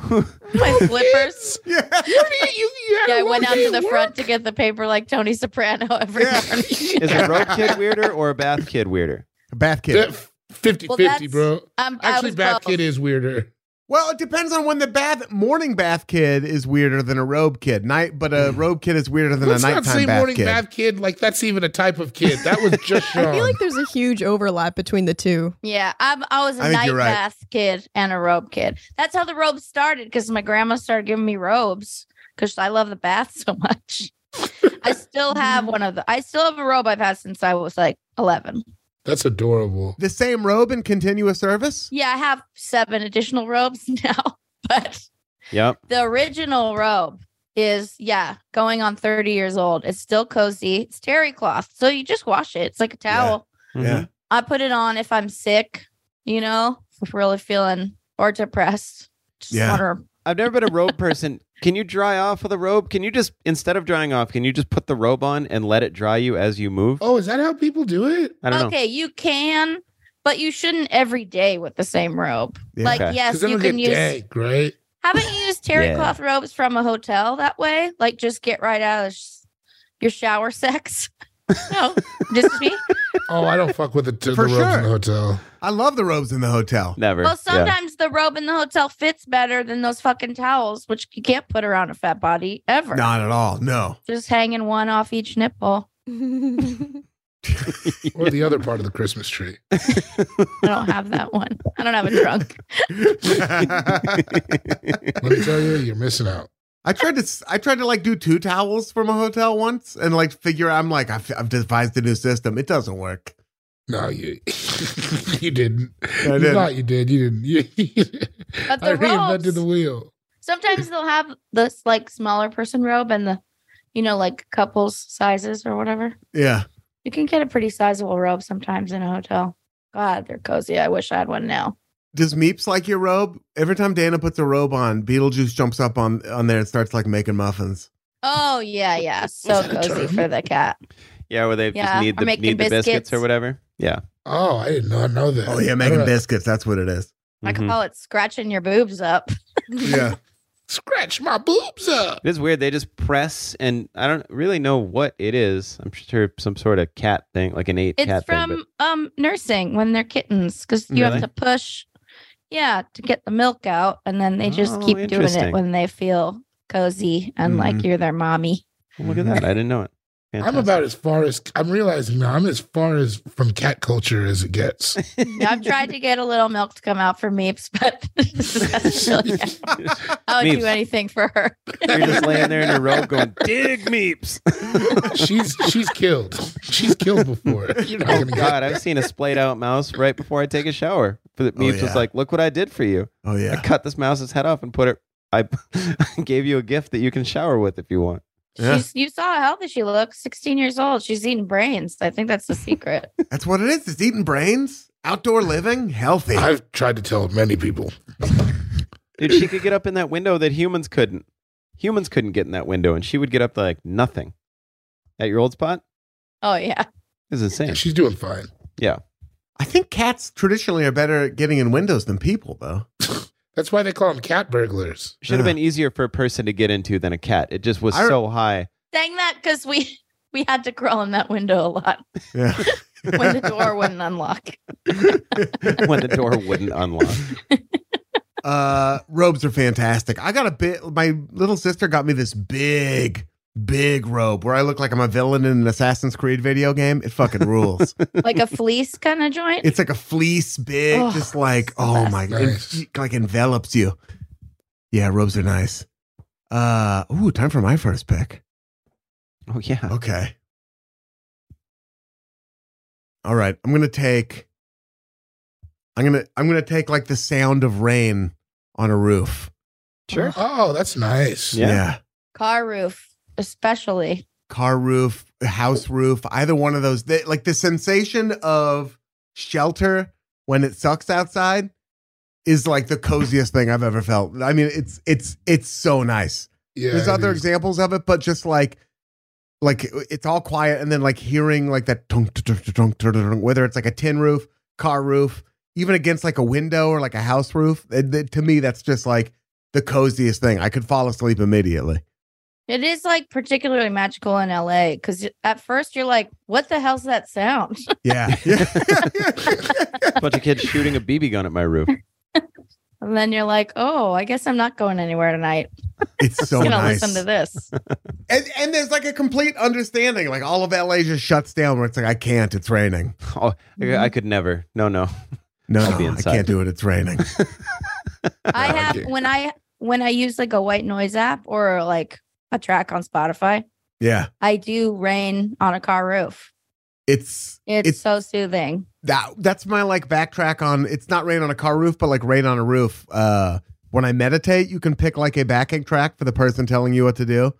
[SPEAKER 2] My flippers.
[SPEAKER 1] Yeah.
[SPEAKER 4] You, you, you had
[SPEAKER 2] Yeah,
[SPEAKER 4] a
[SPEAKER 2] I went
[SPEAKER 4] robe
[SPEAKER 2] out to
[SPEAKER 4] kid
[SPEAKER 2] the
[SPEAKER 4] work?
[SPEAKER 2] front to get the paper like Tony Soprano every
[SPEAKER 1] Yeah.
[SPEAKER 2] morning.
[SPEAKER 3] Is a robe kid weirder or a bath kid weirder?
[SPEAKER 1] Bath
[SPEAKER 4] Yeah,
[SPEAKER 1] Kid.
[SPEAKER 4] 50
[SPEAKER 2] Well,
[SPEAKER 4] 50,
[SPEAKER 2] that's-
[SPEAKER 4] bro.
[SPEAKER 2] Um, I
[SPEAKER 4] Actually,
[SPEAKER 2] was
[SPEAKER 4] Bath
[SPEAKER 2] both.
[SPEAKER 4] Kid is weirder.
[SPEAKER 1] Well, it depends on when the bath morning bath kid is weirder than a robe kid. Night, but a robe kid is weirder than
[SPEAKER 4] Let's
[SPEAKER 1] a
[SPEAKER 4] not say
[SPEAKER 1] nighttime bath
[SPEAKER 4] morning
[SPEAKER 1] kid.
[SPEAKER 4] bath kid. Like, that's even a type of kid. That was just Sean.
[SPEAKER 5] I feel like there's a huge overlap between the two.
[SPEAKER 2] Yeah, I'm, I was a
[SPEAKER 1] I think
[SPEAKER 2] night
[SPEAKER 1] you're right.
[SPEAKER 2] bath kid and a robe kid. That's how the robes started because my grandma started giving me robes because I love the bath so much. I still have one of the. I still have a robe I've had since I was like 11.
[SPEAKER 4] that's adorable.
[SPEAKER 1] The same robe in continuous service?
[SPEAKER 2] Yeah, I have seven additional robes now, but
[SPEAKER 3] Yep.
[SPEAKER 2] the original robe is yeah going on 30 years old it's still cozy it's terry cloth so you just wash it it's like a towel
[SPEAKER 3] Mhm.
[SPEAKER 2] i put it on if i'm sick you know if I'm really feeling or depressed just
[SPEAKER 1] Yeah.
[SPEAKER 2] wanna-
[SPEAKER 3] I've never been a robe person. Can you dry off with a robe? Can you just instead of drying off, can you just put the robe on and let it dry you as you move?
[SPEAKER 4] Oh, is that how people do it?
[SPEAKER 3] I don't know.
[SPEAKER 2] okay you can but you shouldn't every day with the same robe
[SPEAKER 1] Yeah.
[SPEAKER 2] like
[SPEAKER 3] Okay.
[SPEAKER 2] yes
[SPEAKER 4] Because then
[SPEAKER 2] you
[SPEAKER 4] it'll get
[SPEAKER 2] can use
[SPEAKER 4] dank, right?
[SPEAKER 2] haven't you used terry
[SPEAKER 3] Yeah.
[SPEAKER 2] cloth robes from a hotel that way like just get right out of sh- your shower sex no just me
[SPEAKER 4] Oh, I don't fuck with the, the
[SPEAKER 1] For
[SPEAKER 4] robes
[SPEAKER 1] sure.
[SPEAKER 4] in the hotel.
[SPEAKER 1] I love the robes in the hotel.
[SPEAKER 3] Never.
[SPEAKER 2] Well,
[SPEAKER 3] Yeah.
[SPEAKER 2] sometimes the robe in the hotel fits better than those fucking towels, which you can't put around a fat body ever.
[SPEAKER 1] Not at all. No.
[SPEAKER 2] Just hanging one off each nipple.
[SPEAKER 4] or the other part of the Christmas tree.
[SPEAKER 2] I don't have that one. I don't have a trunk.
[SPEAKER 4] Let me tell you, you're missing out.
[SPEAKER 1] I tried to s- I tried to like do two towels from a hotel once and like figure I'm like I've, I've devised a new system. It doesn't work.
[SPEAKER 4] No, you you didn't. you
[SPEAKER 1] didn't.
[SPEAKER 4] thought you did. You didn't. You,
[SPEAKER 2] But the
[SPEAKER 4] I reinvented
[SPEAKER 2] robes.
[SPEAKER 4] the wheel.
[SPEAKER 2] Sometimes they'll have this like smaller person robe and the, you know, like couples sizes or whatever.
[SPEAKER 1] Yeah.
[SPEAKER 2] You can get a pretty sizable robe sometimes in a hotel. God, they're cozy. I wish I had one now.
[SPEAKER 1] Does Meeps like your robe? Every time Dana puts a robe on, Beetlejuice jumps up on on there and starts like making muffins.
[SPEAKER 2] Oh yeah, yeah, so
[SPEAKER 4] that a
[SPEAKER 2] cozy
[SPEAKER 4] term?
[SPEAKER 2] for the cat.
[SPEAKER 3] Yeah, where they
[SPEAKER 2] Yeah,
[SPEAKER 3] just need
[SPEAKER 2] or
[SPEAKER 3] the,
[SPEAKER 2] making
[SPEAKER 3] need the biscuits
[SPEAKER 2] biscuits.
[SPEAKER 3] or whatever. Yeah.
[SPEAKER 4] Oh, I did not know that.
[SPEAKER 1] Oh yeah,
[SPEAKER 4] I
[SPEAKER 1] making
[SPEAKER 4] don't know.
[SPEAKER 1] biscuits. That's what it is.
[SPEAKER 2] I
[SPEAKER 3] Mhm.
[SPEAKER 2] call it scratching your boobs up.
[SPEAKER 1] Yeah.
[SPEAKER 4] Scratch my boobs up.
[SPEAKER 3] It is weird. They just press, and I don't really know what it is. I'm sure some sort of cat thing, like an eight
[SPEAKER 2] It's
[SPEAKER 3] cat
[SPEAKER 2] from
[SPEAKER 3] thing.
[SPEAKER 2] um nursing when they're kittens because you
[SPEAKER 3] Really?
[SPEAKER 2] have to push, yeah, to get the milk out, and then they just
[SPEAKER 3] Oh,
[SPEAKER 2] keep doing
[SPEAKER 3] interesting. Mm-hmm.
[SPEAKER 2] it when they feel cozy and like
[SPEAKER 1] Mhm.
[SPEAKER 2] you're their mommy.
[SPEAKER 3] But oh, look at that. I didn't know it.
[SPEAKER 4] I'm about as far as I'm realizing now. I'm as far as from cat culture as it gets.
[SPEAKER 2] Now, I've tried to get a little milk to come out for Meeps, but that's really- I would
[SPEAKER 3] Meeps.
[SPEAKER 2] do anything for her.
[SPEAKER 3] You're just laying there in a robe going, dig meeps.
[SPEAKER 4] she's she's killed. She's killed before. You're not
[SPEAKER 3] oh,
[SPEAKER 4] gonna
[SPEAKER 3] God.
[SPEAKER 4] get.
[SPEAKER 3] I've seen a splayed out mouse right before I take a shower. But
[SPEAKER 1] Oh,
[SPEAKER 3] Meeps was
[SPEAKER 1] yeah.
[SPEAKER 3] like, look what I did for you.
[SPEAKER 1] Oh
[SPEAKER 3] I
[SPEAKER 1] yeah.
[SPEAKER 3] cut this mouse's head off and put it. I gave you a gift that you can shower with if you want.
[SPEAKER 1] Yeah.
[SPEAKER 2] She's, you saw how healthy she looks. 16 years old. She's eating brains. I think that's the secret.
[SPEAKER 1] That's what it is. It's eating brains, outdoor living, healthy.
[SPEAKER 4] I've tried to tell many people.
[SPEAKER 3] Dude, she could get up in that window that humans couldn't. Humans couldn't get in that window, and she would get up to like nothing. At your old spot?
[SPEAKER 2] Oh yeah.
[SPEAKER 3] It's insane.
[SPEAKER 4] She's doing fine.
[SPEAKER 1] I think cats traditionally are better at getting in windows than people though.
[SPEAKER 4] That's why they call them cat burglars.
[SPEAKER 3] Should have been easier for a person to get into than a cat. It just was
[SPEAKER 1] I-
[SPEAKER 3] so high.
[SPEAKER 2] Saying that because we we had to crawl in that window a lot
[SPEAKER 1] Yeah.
[SPEAKER 2] when the door wouldn't unlock.
[SPEAKER 3] when the door wouldn't unlock.
[SPEAKER 1] Uh, robes are fantastic. I got a bit. My little sister got me this big, big robe where I look like I'm a villain in an Assassin's Creed video game. It fucking rules.
[SPEAKER 2] Like a fleece kind of joint.
[SPEAKER 1] it's like a fleece, big,
[SPEAKER 2] Oh,
[SPEAKER 1] just like
[SPEAKER 2] it's the
[SPEAKER 1] oh
[SPEAKER 2] best.
[SPEAKER 1] my god,
[SPEAKER 4] Nice.
[SPEAKER 1] it like envelops you. Yeah, robes are nice. Uh, ooh, time for my first pick.
[SPEAKER 3] Oh yeah.
[SPEAKER 1] Okay. All right, I'm gonna take. I'm gonna I'm gonna take like the sound of rain on a roof.
[SPEAKER 3] Sure.
[SPEAKER 4] Oh, that's nice.
[SPEAKER 3] Yeah.
[SPEAKER 1] yeah.
[SPEAKER 2] Car roof, especially.
[SPEAKER 1] car roof, house roof, either one of those. They, like the sensation of shelter when it sucks outside is like the coziest thing I've ever felt. I mean, it's it's it's so nice.
[SPEAKER 4] Yeah,
[SPEAKER 1] There's
[SPEAKER 4] it
[SPEAKER 1] other
[SPEAKER 4] is.
[SPEAKER 1] examples of it, but just like like it's all quiet and then like hearing like that tunk, tunk, tunk, tunk, tunk, tunk, whether it's like a tin roof, car roof, even against like a window or like a house roof, it- it- to me that's just like the coziest thing. I could fall asleep immediately.
[SPEAKER 2] It is like particularly magical in LA because at first you're like, what the hell's that sound?
[SPEAKER 1] Yeah.
[SPEAKER 3] bunch of kids shooting a BB gun at my roof.
[SPEAKER 2] And then you're like, oh, I guess I'm not going anywhere tonight.
[SPEAKER 1] It's so
[SPEAKER 2] I'm gonna
[SPEAKER 1] nice.
[SPEAKER 2] listen to this.
[SPEAKER 1] And and there's like a complete understanding. Like all of LA just shuts down where it's like, I can't, it's raining.
[SPEAKER 3] Oh, I-
[SPEAKER 1] Mm-hmm.
[SPEAKER 3] I could never. No, no.
[SPEAKER 1] No,
[SPEAKER 3] I'll be
[SPEAKER 1] no I
[SPEAKER 3] inside.
[SPEAKER 1] can't do it. It's raining.
[SPEAKER 2] I
[SPEAKER 4] Yeah,
[SPEAKER 2] have
[SPEAKER 4] okay.
[SPEAKER 2] when I when I use like a white noise app or like a track on Spotify,
[SPEAKER 1] Yeah.
[SPEAKER 2] I do rain on a car roof.
[SPEAKER 1] It's
[SPEAKER 2] It's,
[SPEAKER 1] It's-
[SPEAKER 2] so soothing.
[SPEAKER 1] that that's my like backtrack on it's not rain on a car roof, but like rain on a roof. Uh when I meditate, you can pick like a backing track for the person telling you what to do.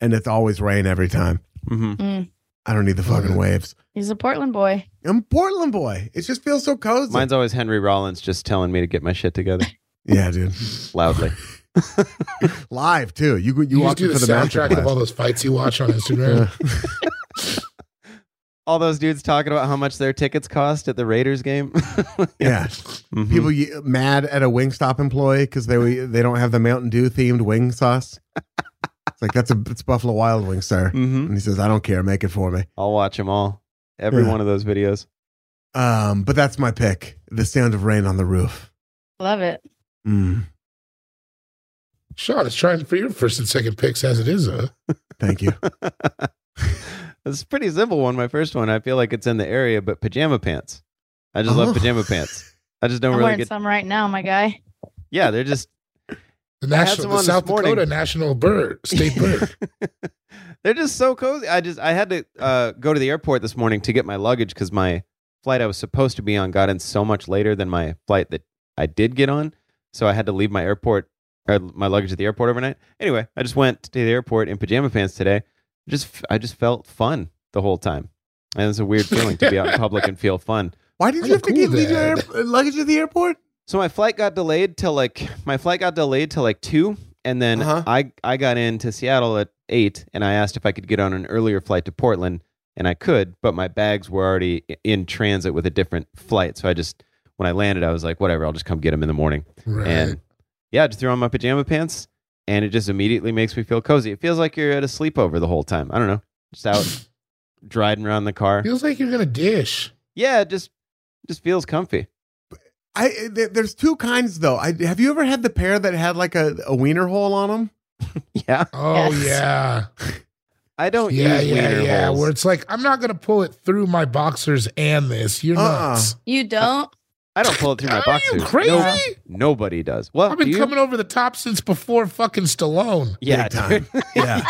[SPEAKER 1] And it's always rain every time.
[SPEAKER 3] Mm-hmm.
[SPEAKER 1] I don't need the fucking
[SPEAKER 4] Mhm.
[SPEAKER 1] waves.
[SPEAKER 2] Mm. He's a Portland boy.
[SPEAKER 1] I'm Portland boy. It just feels so cozy.
[SPEAKER 3] Mine's always Henry Rollins just telling me to get my shit together
[SPEAKER 1] yeah, dude.
[SPEAKER 3] loudly.
[SPEAKER 1] Live too. You you,
[SPEAKER 4] You,
[SPEAKER 1] walked
[SPEAKER 4] do
[SPEAKER 1] in
[SPEAKER 4] the,
[SPEAKER 1] for the master
[SPEAKER 4] soundtrack of
[SPEAKER 1] class.
[SPEAKER 4] all those fights you watch on
[SPEAKER 1] Uh,
[SPEAKER 4] Instagram.
[SPEAKER 3] All those dudes talking about how much their tickets cost at the Raiders game.
[SPEAKER 1] yeah.
[SPEAKER 3] Mhm.
[SPEAKER 1] People ye- mad at a Wingstop employee because they they don't have the Mountain Dew themed wing sauce. It's like that's a it's Buffalo Wild Wings, sir.
[SPEAKER 3] Mhm.
[SPEAKER 1] And he says, "I don't care, make it for me."
[SPEAKER 3] I'll watch them all. Every
[SPEAKER 1] Yeah.
[SPEAKER 3] one of those videos.
[SPEAKER 1] Um, but that's my pick: the sound of rain on the roof.
[SPEAKER 2] Love it.
[SPEAKER 1] Mm,
[SPEAKER 4] Sean is trying for your first and second picks as it is. Uh,
[SPEAKER 1] thank you.
[SPEAKER 3] It's a pretty simple one. My first one, I feel like it's in the area, but pajama pants. I just
[SPEAKER 1] Oh.
[SPEAKER 3] love pajama pants. I just don't
[SPEAKER 2] I'm
[SPEAKER 3] really
[SPEAKER 2] wearing
[SPEAKER 3] get.
[SPEAKER 2] some right now, my guy.
[SPEAKER 3] Yeah, they're just I
[SPEAKER 4] The
[SPEAKER 3] had
[SPEAKER 4] national,
[SPEAKER 3] some
[SPEAKER 4] the
[SPEAKER 3] on this
[SPEAKER 4] South
[SPEAKER 3] morning.
[SPEAKER 4] Dakota national bird, state bird.
[SPEAKER 3] They're just so cozy. I just I had to uh, go to the airport this morning to get my luggage because my flight I was supposed to be on got in so much later than my flight that I did get on. So I had to leave my airport or my luggage at the airport overnight. Anyway, I just went to the airport in pajama pants today. Just I just felt fun the whole time, and it's a weird feeling to be out in public and feel fun.
[SPEAKER 1] Why did
[SPEAKER 4] I'm
[SPEAKER 1] you have to
[SPEAKER 4] cool
[SPEAKER 1] get leave your
[SPEAKER 4] dad.
[SPEAKER 1] air- luggage at the airport?
[SPEAKER 3] So my flight got delayed till like my flight got delayed till like two, and then
[SPEAKER 1] Uh-huh.
[SPEAKER 3] I I got into Seattle at eight, and I asked if I could get on an earlier flight to Portland, and I could, but my bags were already i- in transit with a different flight, so I just when I landed, I was like, whatever, I'll just come get them in the morning,
[SPEAKER 4] Right.
[SPEAKER 3] and yeah, I just threw on my pajama pants, and it just immediately makes me feel cozy. It feels like you're at a sleepover the whole time. I don't know, just out driving around the car.
[SPEAKER 4] Feels like you're gonna dish.
[SPEAKER 3] Yeah, it just just feels comfy.
[SPEAKER 1] I th- there's two kinds though. I, have you ever had the pair that had like a, a wiener hole on them?
[SPEAKER 3] Yeah,
[SPEAKER 4] Oh
[SPEAKER 2] Yes.
[SPEAKER 4] yeah,
[SPEAKER 3] I don't
[SPEAKER 4] yeah,
[SPEAKER 3] use
[SPEAKER 4] yeah,
[SPEAKER 3] wiener
[SPEAKER 4] yeah.
[SPEAKER 3] holes.
[SPEAKER 4] Where it's like I'm not gonna pull it through my boxers and this. You're
[SPEAKER 1] Uh-uh.
[SPEAKER 4] nuts.
[SPEAKER 2] You don't?
[SPEAKER 3] I don't pull it through my
[SPEAKER 4] Are
[SPEAKER 3] boxers.
[SPEAKER 4] you crazy?
[SPEAKER 3] No, nobody does. Well,
[SPEAKER 4] I've been
[SPEAKER 3] do you?
[SPEAKER 4] coming over the top since before fucking Stallone.
[SPEAKER 3] yeah,
[SPEAKER 1] Big time.
[SPEAKER 3] dude.
[SPEAKER 1] Yeah.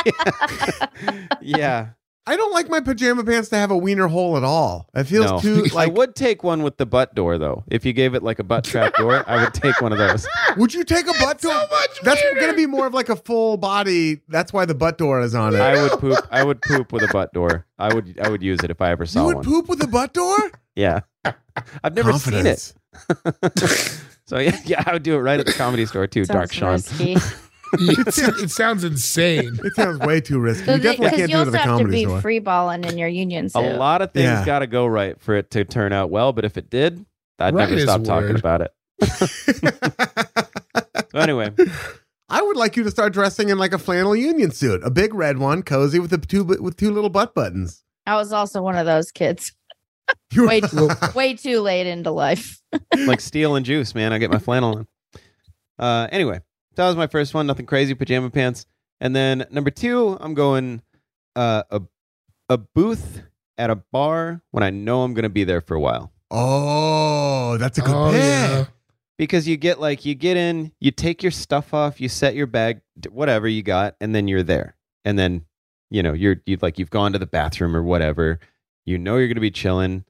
[SPEAKER 3] yeah.
[SPEAKER 1] I don't like my pajama pants to have a wiener hole at all. It feels
[SPEAKER 3] no.
[SPEAKER 1] too
[SPEAKER 3] I
[SPEAKER 1] like. would-,
[SPEAKER 3] would take one with the butt door though. If you gave it like a butt trap door, I would take one of those.
[SPEAKER 1] you take a butt
[SPEAKER 4] so
[SPEAKER 1] door?
[SPEAKER 4] much
[SPEAKER 1] that's
[SPEAKER 4] weirder.
[SPEAKER 1] going to be more of like a full body. That's why the butt door is on it.
[SPEAKER 3] I would poop. I would poop with a butt door. I would. I would use it if I ever
[SPEAKER 1] you
[SPEAKER 3] saw
[SPEAKER 1] would
[SPEAKER 3] one.
[SPEAKER 1] poop with a butt door?
[SPEAKER 3] Yeah. I've never seen it. so yeah, yeah, I would do it right at the comedy store too. Dark Sean.
[SPEAKER 2] Sounds risky.
[SPEAKER 4] It's- it sounds insane.
[SPEAKER 1] It sounds way too risky.
[SPEAKER 2] So
[SPEAKER 1] you
[SPEAKER 2] they-
[SPEAKER 1] definitely can't
[SPEAKER 2] you
[SPEAKER 1] do it at
[SPEAKER 2] also
[SPEAKER 1] the
[SPEAKER 2] have to
[SPEAKER 1] comedy
[SPEAKER 2] be
[SPEAKER 1] store.
[SPEAKER 2] free balling in your union
[SPEAKER 3] A
[SPEAKER 2] suit.
[SPEAKER 3] lot of things
[SPEAKER 1] Yeah.
[SPEAKER 3] got to go right for it to turn out well. But if it did, I'd
[SPEAKER 4] Right
[SPEAKER 3] never
[SPEAKER 4] is
[SPEAKER 3] stop talking
[SPEAKER 4] weird.
[SPEAKER 3] about it. So anyway,
[SPEAKER 1] I would like you to start dressing in like a flannel union suit, a big red one, cozy with the two bu- with two little butt buttons.
[SPEAKER 2] I was also one of those kids.
[SPEAKER 1] You
[SPEAKER 2] Wait. Way too late into life.
[SPEAKER 3] like steel and juice, man. I get my flannel on. Uh, anyway, that was my first one. Nothing crazy, pajama pants. And then number two, I'm going uh, a a booth at a bar when I know I'm going to be there for a while
[SPEAKER 1] oh, that's a good
[SPEAKER 4] Oh,
[SPEAKER 1] pick.
[SPEAKER 4] yeah.
[SPEAKER 3] because you get like you get in, you take your stuff off, you set your bag, d- whatever you got, and then you're there. And then you know you're you like you've gone to the bathroom or whatever. You know you're going to be chilling,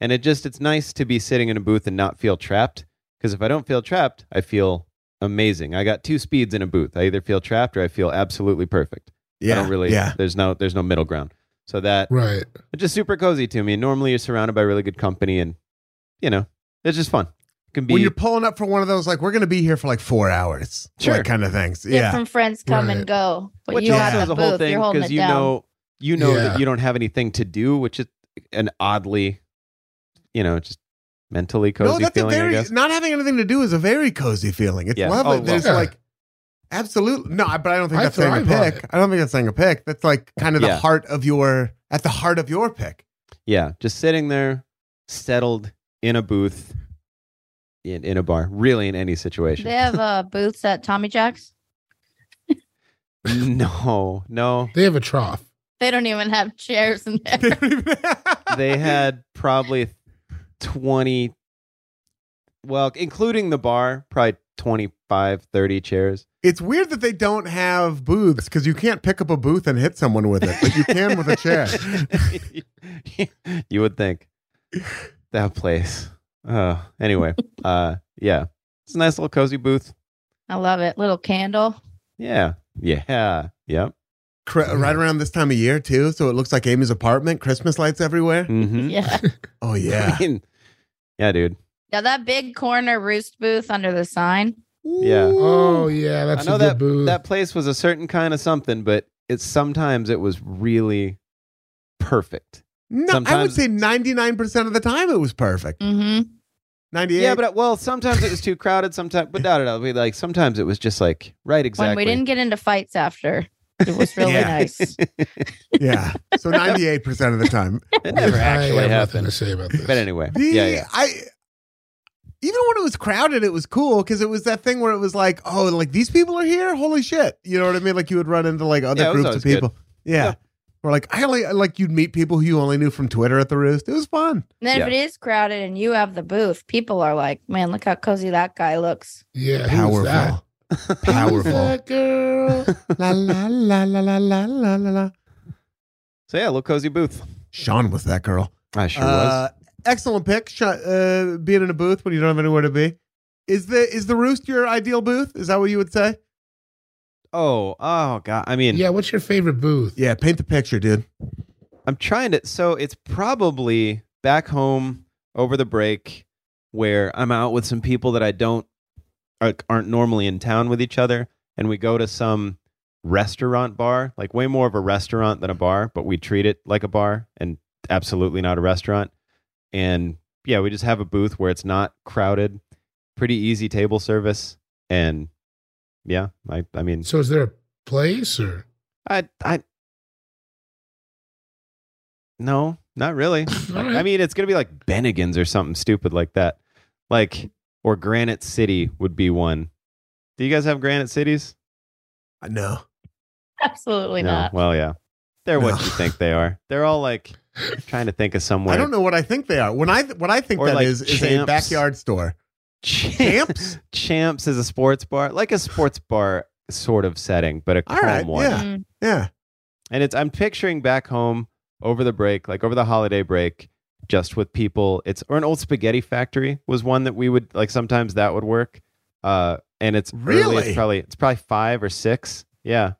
[SPEAKER 3] and it just it's nice to be sitting in a booth and not feel trapped. Because if I don't feel trapped, I feel amazing. I got two speeds in a booth. I either feel trapped or I feel absolutely perfect. I don't really.
[SPEAKER 1] Yeah.
[SPEAKER 3] There's no there's no middle ground. So that
[SPEAKER 4] Right.
[SPEAKER 3] it's just super cozy to me. Normally you're surrounded by really good company, and you know it's just fun. It can be
[SPEAKER 1] when you're pulling up for one of those, like we're going to be here for like four hours,
[SPEAKER 3] Sure.
[SPEAKER 1] like, kind of things. Yeah.
[SPEAKER 2] Different friends come and
[SPEAKER 4] Right.
[SPEAKER 2] go, but
[SPEAKER 3] which
[SPEAKER 2] you
[SPEAKER 3] also
[SPEAKER 2] have
[SPEAKER 3] is
[SPEAKER 2] the
[SPEAKER 3] a whole
[SPEAKER 2] booth.
[SPEAKER 3] thing
[SPEAKER 2] You're holding it
[SPEAKER 3] you
[SPEAKER 2] down.
[SPEAKER 3] know you know
[SPEAKER 4] Yeah.
[SPEAKER 3] that you don't have anything to do, which is an oddly, you know, just mentally cozy
[SPEAKER 1] no, that's
[SPEAKER 3] feeling.
[SPEAKER 1] a
[SPEAKER 3] I
[SPEAKER 1] very
[SPEAKER 3] guess.
[SPEAKER 1] not having anything to do is a very cozy feeling. It's
[SPEAKER 3] Yeah.
[SPEAKER 1] lovely.
[SPEAKER 3] Oh,
[SPEAKER 1] There's
[SPEAKER 4] well.
[SPEAKER 1] like absolutely no, I- but I don't think
[SPEAKER 4] I
[SPEAKER 1] that's saying a
[SPEAKER 4] thrive on
[SPEAKER 1] pick. I don't think that's saying a pick. That's like kind of the
[SPEAKER 3] Yeah.
[SPEAKER 1] heart of your at the heart of your pick.
[SPEAKER 3] Yeah, just sitting there, settled in a booth, in in a bar, really in any situation.
[SPEAKER 2] They have uh, booths at Tommy Jack's.
[SPEAKER 3] no, no,
[SPEAKER 4] They have a trough.
[SPEAKER 2] They don't even have chairs in there.
[SPEAKER 3] they had probably 20 well including the bar probably 25 30 chairs
[SPEAKER 1] it's weird that they don't have booths because you can't pick up a booth and hit someone with it, but you can with a chair.
[SPEAKER 3] you would think that place oh anyway uh yeah it's a nice little cozy booth
[SPEAKER 2] I love it. Little candle.
[SPEAKER 3] yeah yeah yep
[SPEAKER 1] Cr- Right around this time of year too, so it looks like Amy's apartment. Christmas lights everywhere.
[SPEAKER 3] mm-hmm.
[SPEAKER 2] Yeah.
[SPEAKER 1] Oh yeah,
[SPEAKER 3] I mean, yeah dude
[SPEAKER 2] yeah, that big corner roost booth under the sign.
[SPEAKER 3] Yeah.
[SPEAKER 4] Oh yeah, that's
[SPEAKER 3] I know
[SPEAKER 4] a good
[SPEAKER 3] that
[SPEAKER 4] booth.
[SPEAKER 3] that place was a certain kind of something but it's sometimes it was really perfect
[SPEAKER 1] no, I would
[SPEAKER 3] Sometimes-
[SPEAKER 1] say ninety nine percent of the time it was perfect.
[SPEAKER 2] Mm-hmm.
[SPEAKER 1] Ninety eight.
[SPEAKER 3] Yeah, but uh, well, sometimes it was too crowded. Sometimes, but no, no, no. We, like sometimes it was just like right, exactly.
[SPEAKER 2] When we didn't get into fights after, it was really
[SPEAKER 1] Yeah.
[SPEAKER 2] nice.
[SPEAKER 1] Yeah. So 98% of the time.
[SPEAKER 3] it never
[SPEAKER 4] I
[SPEAKER 3] actually
[SPEAKER 4] have nothing
[SPEAKER 3] happened.
[SPEAKER 4] to say about this.
[SPEAKER 3] But anyway,
[SPEAKER 1] The,
[SPEAKER 3] yeah, yeah,
[SPEAKER 1] I even when it was crowded, it was cool because it was that thing where it was like, oh, like these people are here? Holy shit. You know what I mean? Like you would run into like other
[SPEAKER 3] Yeah, it was
[SPEAKER 1] groups of
[SPEAKER 3] always good.
[SPEAKER 1] people. Yeah.
[SPEAKER 3] Yeah.
[SPEAKER 1] We're like, I only like you'd meet people who you only knew from Twitter at the Roost. It was fun.
[SPEAKER 2] And then
[SPEAKER 7] Yeah.
[SPEAKER 2] if it is crowded and you have the booth, people are like, "Man, look how cozy that guy looks."
[SPEAKER 4] Yeah. who was that? Who was
[SPEAKER 1] Powerful.
[SPEAKER 4] that girl?
[SPEAKER 1] la la la la la la la la la.
[SPEAKER 3] So yeah, look cozy booth.
[SPEAKER 1] Sean was that girl.
[SPEAKER 3] I sure
[SPEAKER 1] Uh, excellent pick. Sh- uh, being in a booth when you don't have anywhere to be. Is the is the roost your ideal booth? Is that what you would say?
[SPEAKER 3] was. Oh, oh god. I mean,
[SPEAKER 4] Yeah. What's your favorite booth?
[SPEAKER 1] Yeah, paint the picture, dude.
[SPEAKER 3] I'm trying to. So it's probably back home over the break where I'm out with some people that I don't like, aren't normally in town with each other, and we go to some restaurant bar, like way more of a restaurant than a bar, but we treat it like a bar and absolutely not a restaurant. And yeah, we just have a booth where it's not crowded, pretty easy table service, and yeah, I I mean,
[SPEAKER 4] So is there a place or?
[SPEAKER 3] I I no, not really.
[SPEAKER 4] All right.
[SPEAKER 3] I mean, it's gonna be like Bennigan's or something stupid like that, like or Granite City would be one. Do you guys have Granite Cities?
[SPEAKER 1] Uh, No.
[SPEAKER 2] Absolutely
[SPEAKER 3] no.
[SPEAKER 2] not.
[SPEAKER 3] Well, yeah, they're what
[SPEAKER 1] No.
[SPEAKER 3] you think they are. They're all like trying to think of somewhere.
[SPEAKER 1] I don't know what I think they are. When I what I think
[SPEAKER 3] Or
[SPEAKER 1] that is
[SPEAKER 3] like
[SPEAKER 1] is a
[SPEAKER 3] champs.
[SPEAKER 1] backyard store. Champs?
[SPEAKER 3] Champs is a sports bar, like a sports bar sort of setting, but a
[SPEAKER 1] All
[SPEAKER 3] calm
[SPEAKER 1] right,
[SPEAKER 3] one.
[SPEAKER 1] yeah.
[SPEAKER 2] Mm.
[SPEAKER 1] yeah.
[SPEAKER 3] And it's I'm picturing back home over the break, like over the holiday break, just with people. It's or an old spaghetti factory was one that we would like sometimes that would work. Uh and it's early,
[SPEAKER 1] Really?
[SPEAKER 3] it's probably it's probably five or six. Yeah.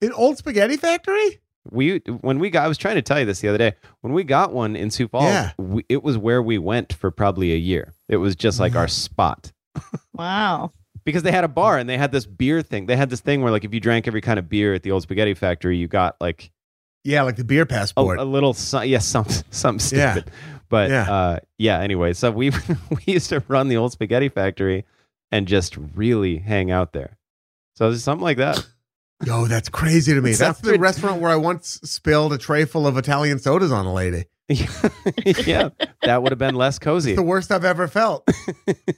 [SPEAKER 1] An old spaghetti factory?
[SPEAKER 3] We when we got I was trying to tell you this the other day. When we got one in Sioux Falls,
[SPEAKER 1] Yeah.
[SPEAKER 3] we, it was where we went for probably a year. It was just like
[SPEAKER 1] Mm.
[SPEAKER 3] our spot.
[SPEAKER 2] Wow.
[SPEAKER 3] Because they had a bar and they had this beer thing. They had this thing where like if you drank every kind of beer at the old spaghetti factory, you got like
[SPEAKER 1] Yeah, like the beer
[SPEAKER 3] a,
[SPEAKER 1] passport.
[SPEAKER 3] a little so- yeah some some stupid
[SPEAKER 1] Yeah.
[SPEAKER 3] but
[SPEAKER 1] Yeah.
[SPEAKER 3] uh yeah anyway so we we used to run the old spaghetti factory and just really hang out there so it's something like that
[SPEAKER 1] Yo, that's crazy to me. That's
[SPEAKER 3] It sounds
[SPEAKER 1] the
[SPEAKER 3] oh. pretty-
[SPEAKER 1] restaurant where I once spilled a tray full of Italian sodas on a lady.
[SPEAKER 3] yeah that would have been less cozy
[SPEAKER 1] It's the worst I've ever felt.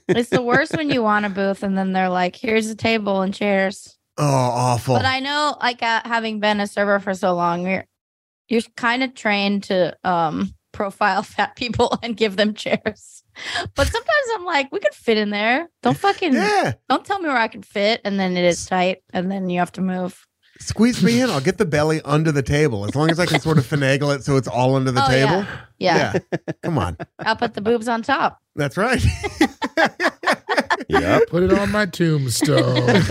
[SPEAKER 2] It's the worst when you want a booth and then they're like, "Here's a table and chairs."
[SPEAKER 1] Oh, awful.
[SPEAKER 2] But I know, like, uh, having been a server for so long, you're you're kind of trained to um profile fat people and give them chairs. But sometimes I'm like, we could fit in there. Don't fucking
[SPEAKER 1] yeah.
[SPEAKER 2] don't tell me where I can fit, and then it is tight, and then you have to move.
[SPEAKER 1] Squeeze me in. I'll get the belly under the table as long as I can sort of finagle it so it's all under the
[SPEAKER 2] Oh, yeah.
[SPEAKER 1] table.
[SPEAKER 2] Yeah,
[SPEAKER 1] yeah. Come on.
[SPEAKER 2] I'll put the boobs on top.
[SPEAKER 1] That's right.
[SPEAKER 3] yep
[SPEAKER 4] Put it on my tombstone.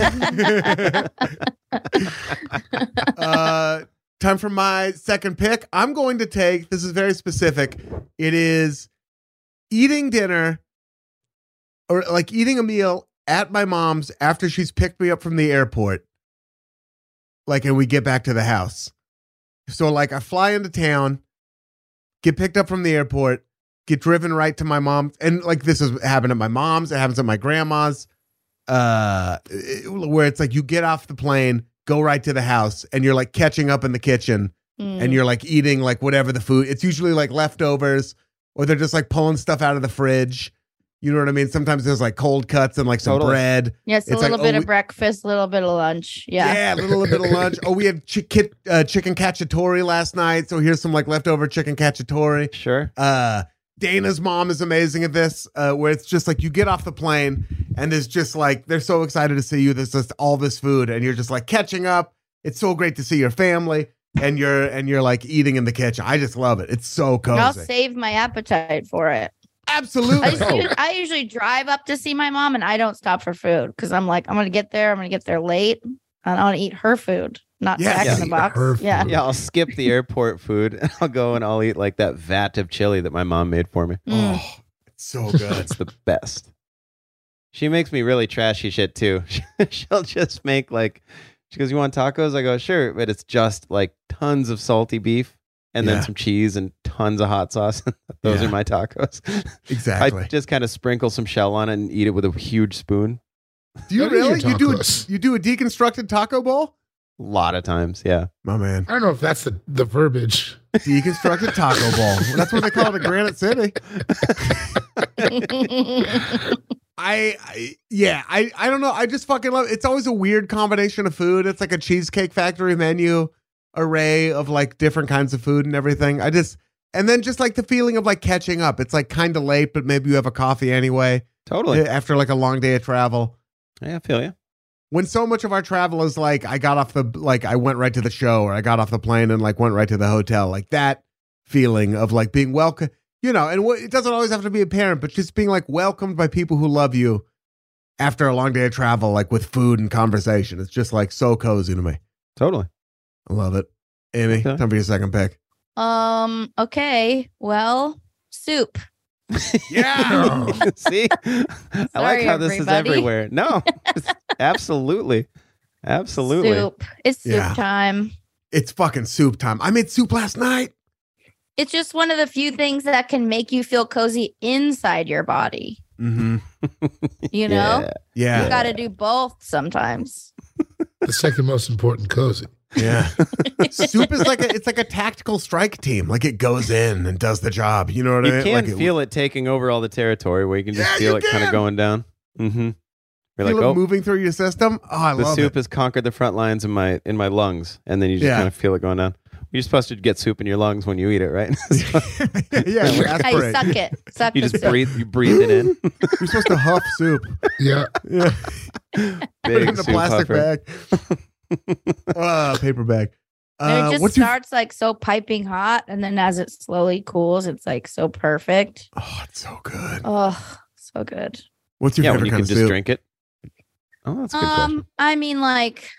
[SPEAKER 1] uh, time for my second pick. I'm going to take this is very specific. It is eating dinner or like eating a meal at my mom's after she's picked me up from the airport. Like, and we get back to the house. So, like, I fly into town, get picked up from the airport, get driven right to my mom. And like, this has happened at my mom's, it happens at my grandma's uh it- where it's like you get off the plane go right to the house and you're like catching up in the kitchen
[SPEAKER 2] Mm.
[SPEAKER 1] and you're like eating like whatever the food it's usually like leftovers or they're just like pulling stuff out of the fridge you know what i mean sometimes there's like cold cuts and like some
[SPEAKER 3] Totally.
[SPEAKER 1] bread
[SPEAKER 2] yes, a
[SPEAKER 1] it's like,
[SPEAKER 2] little
[SPEAKER 1] oh,
[SPEAKER 2] bit
[SPEAKER 1] we-
[SPEAKER 2] of breakfast, a little bit of lunch.
[SPEAKER 1] a
[SPEAKER 2] Yeah.
[SPEAKER 1] little bit of lunch oh we had chi- kit, uh, chicken cacciatore last night so here's some like leftover chicken cacciatore
[SPEAKER 3] sure
[SPEAKER 1] uh Dana's mom is amazing at this, uh, where it's just like you get off the plane and there's just like they're so excited to see you. There's just all this food, and you're just like catching up. It's so great to see your family, and you're and you're like eating in the kitchen. I just love it. It's so
[SPEAKER 2] I'll
[SPEAKER 1] cozy.
[SPEAKER 2] save my appetite for it. I,
[SPEAKER 1] Absolutely.
[SPEAKER 2] just, I usually drive up to see my mom and I don't stop for food because I'm like, I'm going to get there. I'm going to get there late and I want to eat her food, not
[SPEAKER 1] Yes.
[SPEAKER 2] Jack
[SPEAKER 3] Yeah,
[SPEAKER 2] in the
[SPEAKER 4] eat
[SPEAKER 2] Box.
[SPEAKER 4] her
[SPEAKER 2] Yeah.
[SPEAKER 4] food.
[SPEAKER 3] yeah i'll skip the airport food and i'll go and i'll eat like that vat of chili that my mom made for me
[SPEAKER 2] Mm.
[SPEAKER 4] Hmm.
[SPEAKER 1] Oh, it's so good.
[SPEAKER 3] that's the best she makes me really trashy shit too she'll just make like she goes you want tacos i go sure but it's just like tons of salty beef and
[SPEAKER 1] Yeah.
[SPEAKER 3] then some cheese and tons of hot sauce those
[SPEAKER 1] Yeah.
[SPEAKER 3] are my tacos
[SPEAKER 1] Exactly.
[SPEAKER 3] i just kind of sprinkle some shell on it and eat it with a huge spoon
[SPEAKER 1] do you
[SPEAKER 4] That is your
[SPEAKER 1] really you do a,
[SPEAKER 4] tacos.
[SPEAKER 1] you do a deconstructed taco bowl?
[SPEAKER 3] a lot of times yeah
[SPEAKER 1] My man,
[SPEAKER 4] I don't know if that's the, the verbiage.
[SPEAKER 1] deconstructed taco bowl. That's what they call it at Granite City. I, I yeah, I I don't know. I just fucking love. It's always a weird combination of food. It's like a cheesecake factory menu. array of like different kinds of food and everything. I just and then just like the feeling of like catching up. It's like kind of late, but maybe you have a coffee anyway eh,
[SPEAKER 3] Totally.
[SPEAKER 1] after like a long day of travel.
[SPEAKER 3] Yeah, I feel you.
[SPEAKER 1] When so much of our travel is like I got off the like I went right to the show or I got off the plane and like went right to the hotel. Like that feeling of like being welcome, you know, and wh- it doesn't always have to be apparent, but just being like welcomed by people who love you after a long day of travel like with food and conversation. It's just like so cozy to me.
[SPEAKER 3] Totally.
[SPEAKER 1] I love it. Amy,
[SPEAKER 3] Okay.
[SPEAKER 1] time for your second pick.
[SPEAKER 2] Um. Okay. Well, soup.
[SPEAKER 1] Yeah.
[SPEAKER 3] See, I like
[SPEAKER 2] Sorry,
[SPEAKER 3] how this
[SPEAKER 2] everybody.
[SPEAKER 3] is everywhere. No, it's- absolutely, absolutely.
[SPEAKER 2] Soup. It's soup
[SPEAKER 1] Yeah.
[SPEAKER 2] time.
[SPEAKER 1] It's fucking soup time. I made soup last night.
[SPEAKER 2] It's just one of the few things that can make you feel cozy inside your body.
[SPEAKER 1] Mm-hmm.
[SPEAKER 2] You know,
[SPEAKER 1] Yeah.
[SPEAKER 2] you got to do both sometimes.
[SPEAKER 4] The second most important cozy.
[SPEAKER 1] Yeah. soup is like a it's like a tactical strike team. Like it goes in and does the job. You know what I
[SPEAKER 3] you
[SPEAKER 1] mean?
[SPEAKER 3] can
[SPEAKER 1] like
[SPEAKER 3] feel it taking over all the territory where you can just
[SPEAKER 1] Yeah,
[SPEAKER 3] feel
[SPEAKER 1] you
[SPEAKER 3] it kind
[SPEAKER 1] can.
[SPEAKER 3] of going down. Mm-hmm. You're like,
[SPEAKER 1] feel it
[SPEAKER 3] oh,
[SPEAKER 1] moving through your system. Oh, I
[SPEAKER 3] the
[SPEAKER 1] love it.
[SPEAKER 3] soup has conquered the front lines in my in my lungs, and then you just
[SPEAKER 1] Yeah.
[SPEAKER 3] kind of feel it going down. You're supposed to get soup in your lungs when you eat it, right? So
[SPEAKER 1] yeah, you
[SPEAKER 2] How you
[SPEAKER 1] aspirate.
[SPEAKER 2] suck it. Suck
[SPEAKER 3] you
[SPEAKER 2] the
[SPEAKER 3] just
[SPEAKER 2] soup.
[SPEAKER 3] breathe, you breathe it in.
[SPEAKER 1] You're supposed to huff soup.
[SPEAKER 4] Yeah.
[SPEAKER 1] Yeah. Put it
[SPEAKER 3] Big
[SPEAKER 1] in a
[SPEAKER 3] soup
[SPEAKER 1] plastic
[SPEAKER 3] huffer.
[SPEAKER 1] bag. uh, paper bag.
[SPEAKER 2] And it
[SPEAKER 1] Uh,
[SPEAKER 2] just
[SPEAKER 1] what's your-
[SPEAKER 2] starts like so piping hot, and then as it slowly cools, it's like so perfect.
[SPEAKER 1] oh, it's so good.
[SPEAKER 2] Oh, so good.
[SPEAKER 1] What's your
[SPEAKER 3] Yeah, when
[SPEAKER 1] favorite
[SPEAKER 3] you
[SPEAKER 1] kind
[SPEAKER 3] can
[SPEAKER 1] of
[SPEAKER 3] just
[SPEAKER 1] soup?
[SPEAKER 3] drink it. Oh, that's a good question.
[SPEAKER 2] Um, I mean, like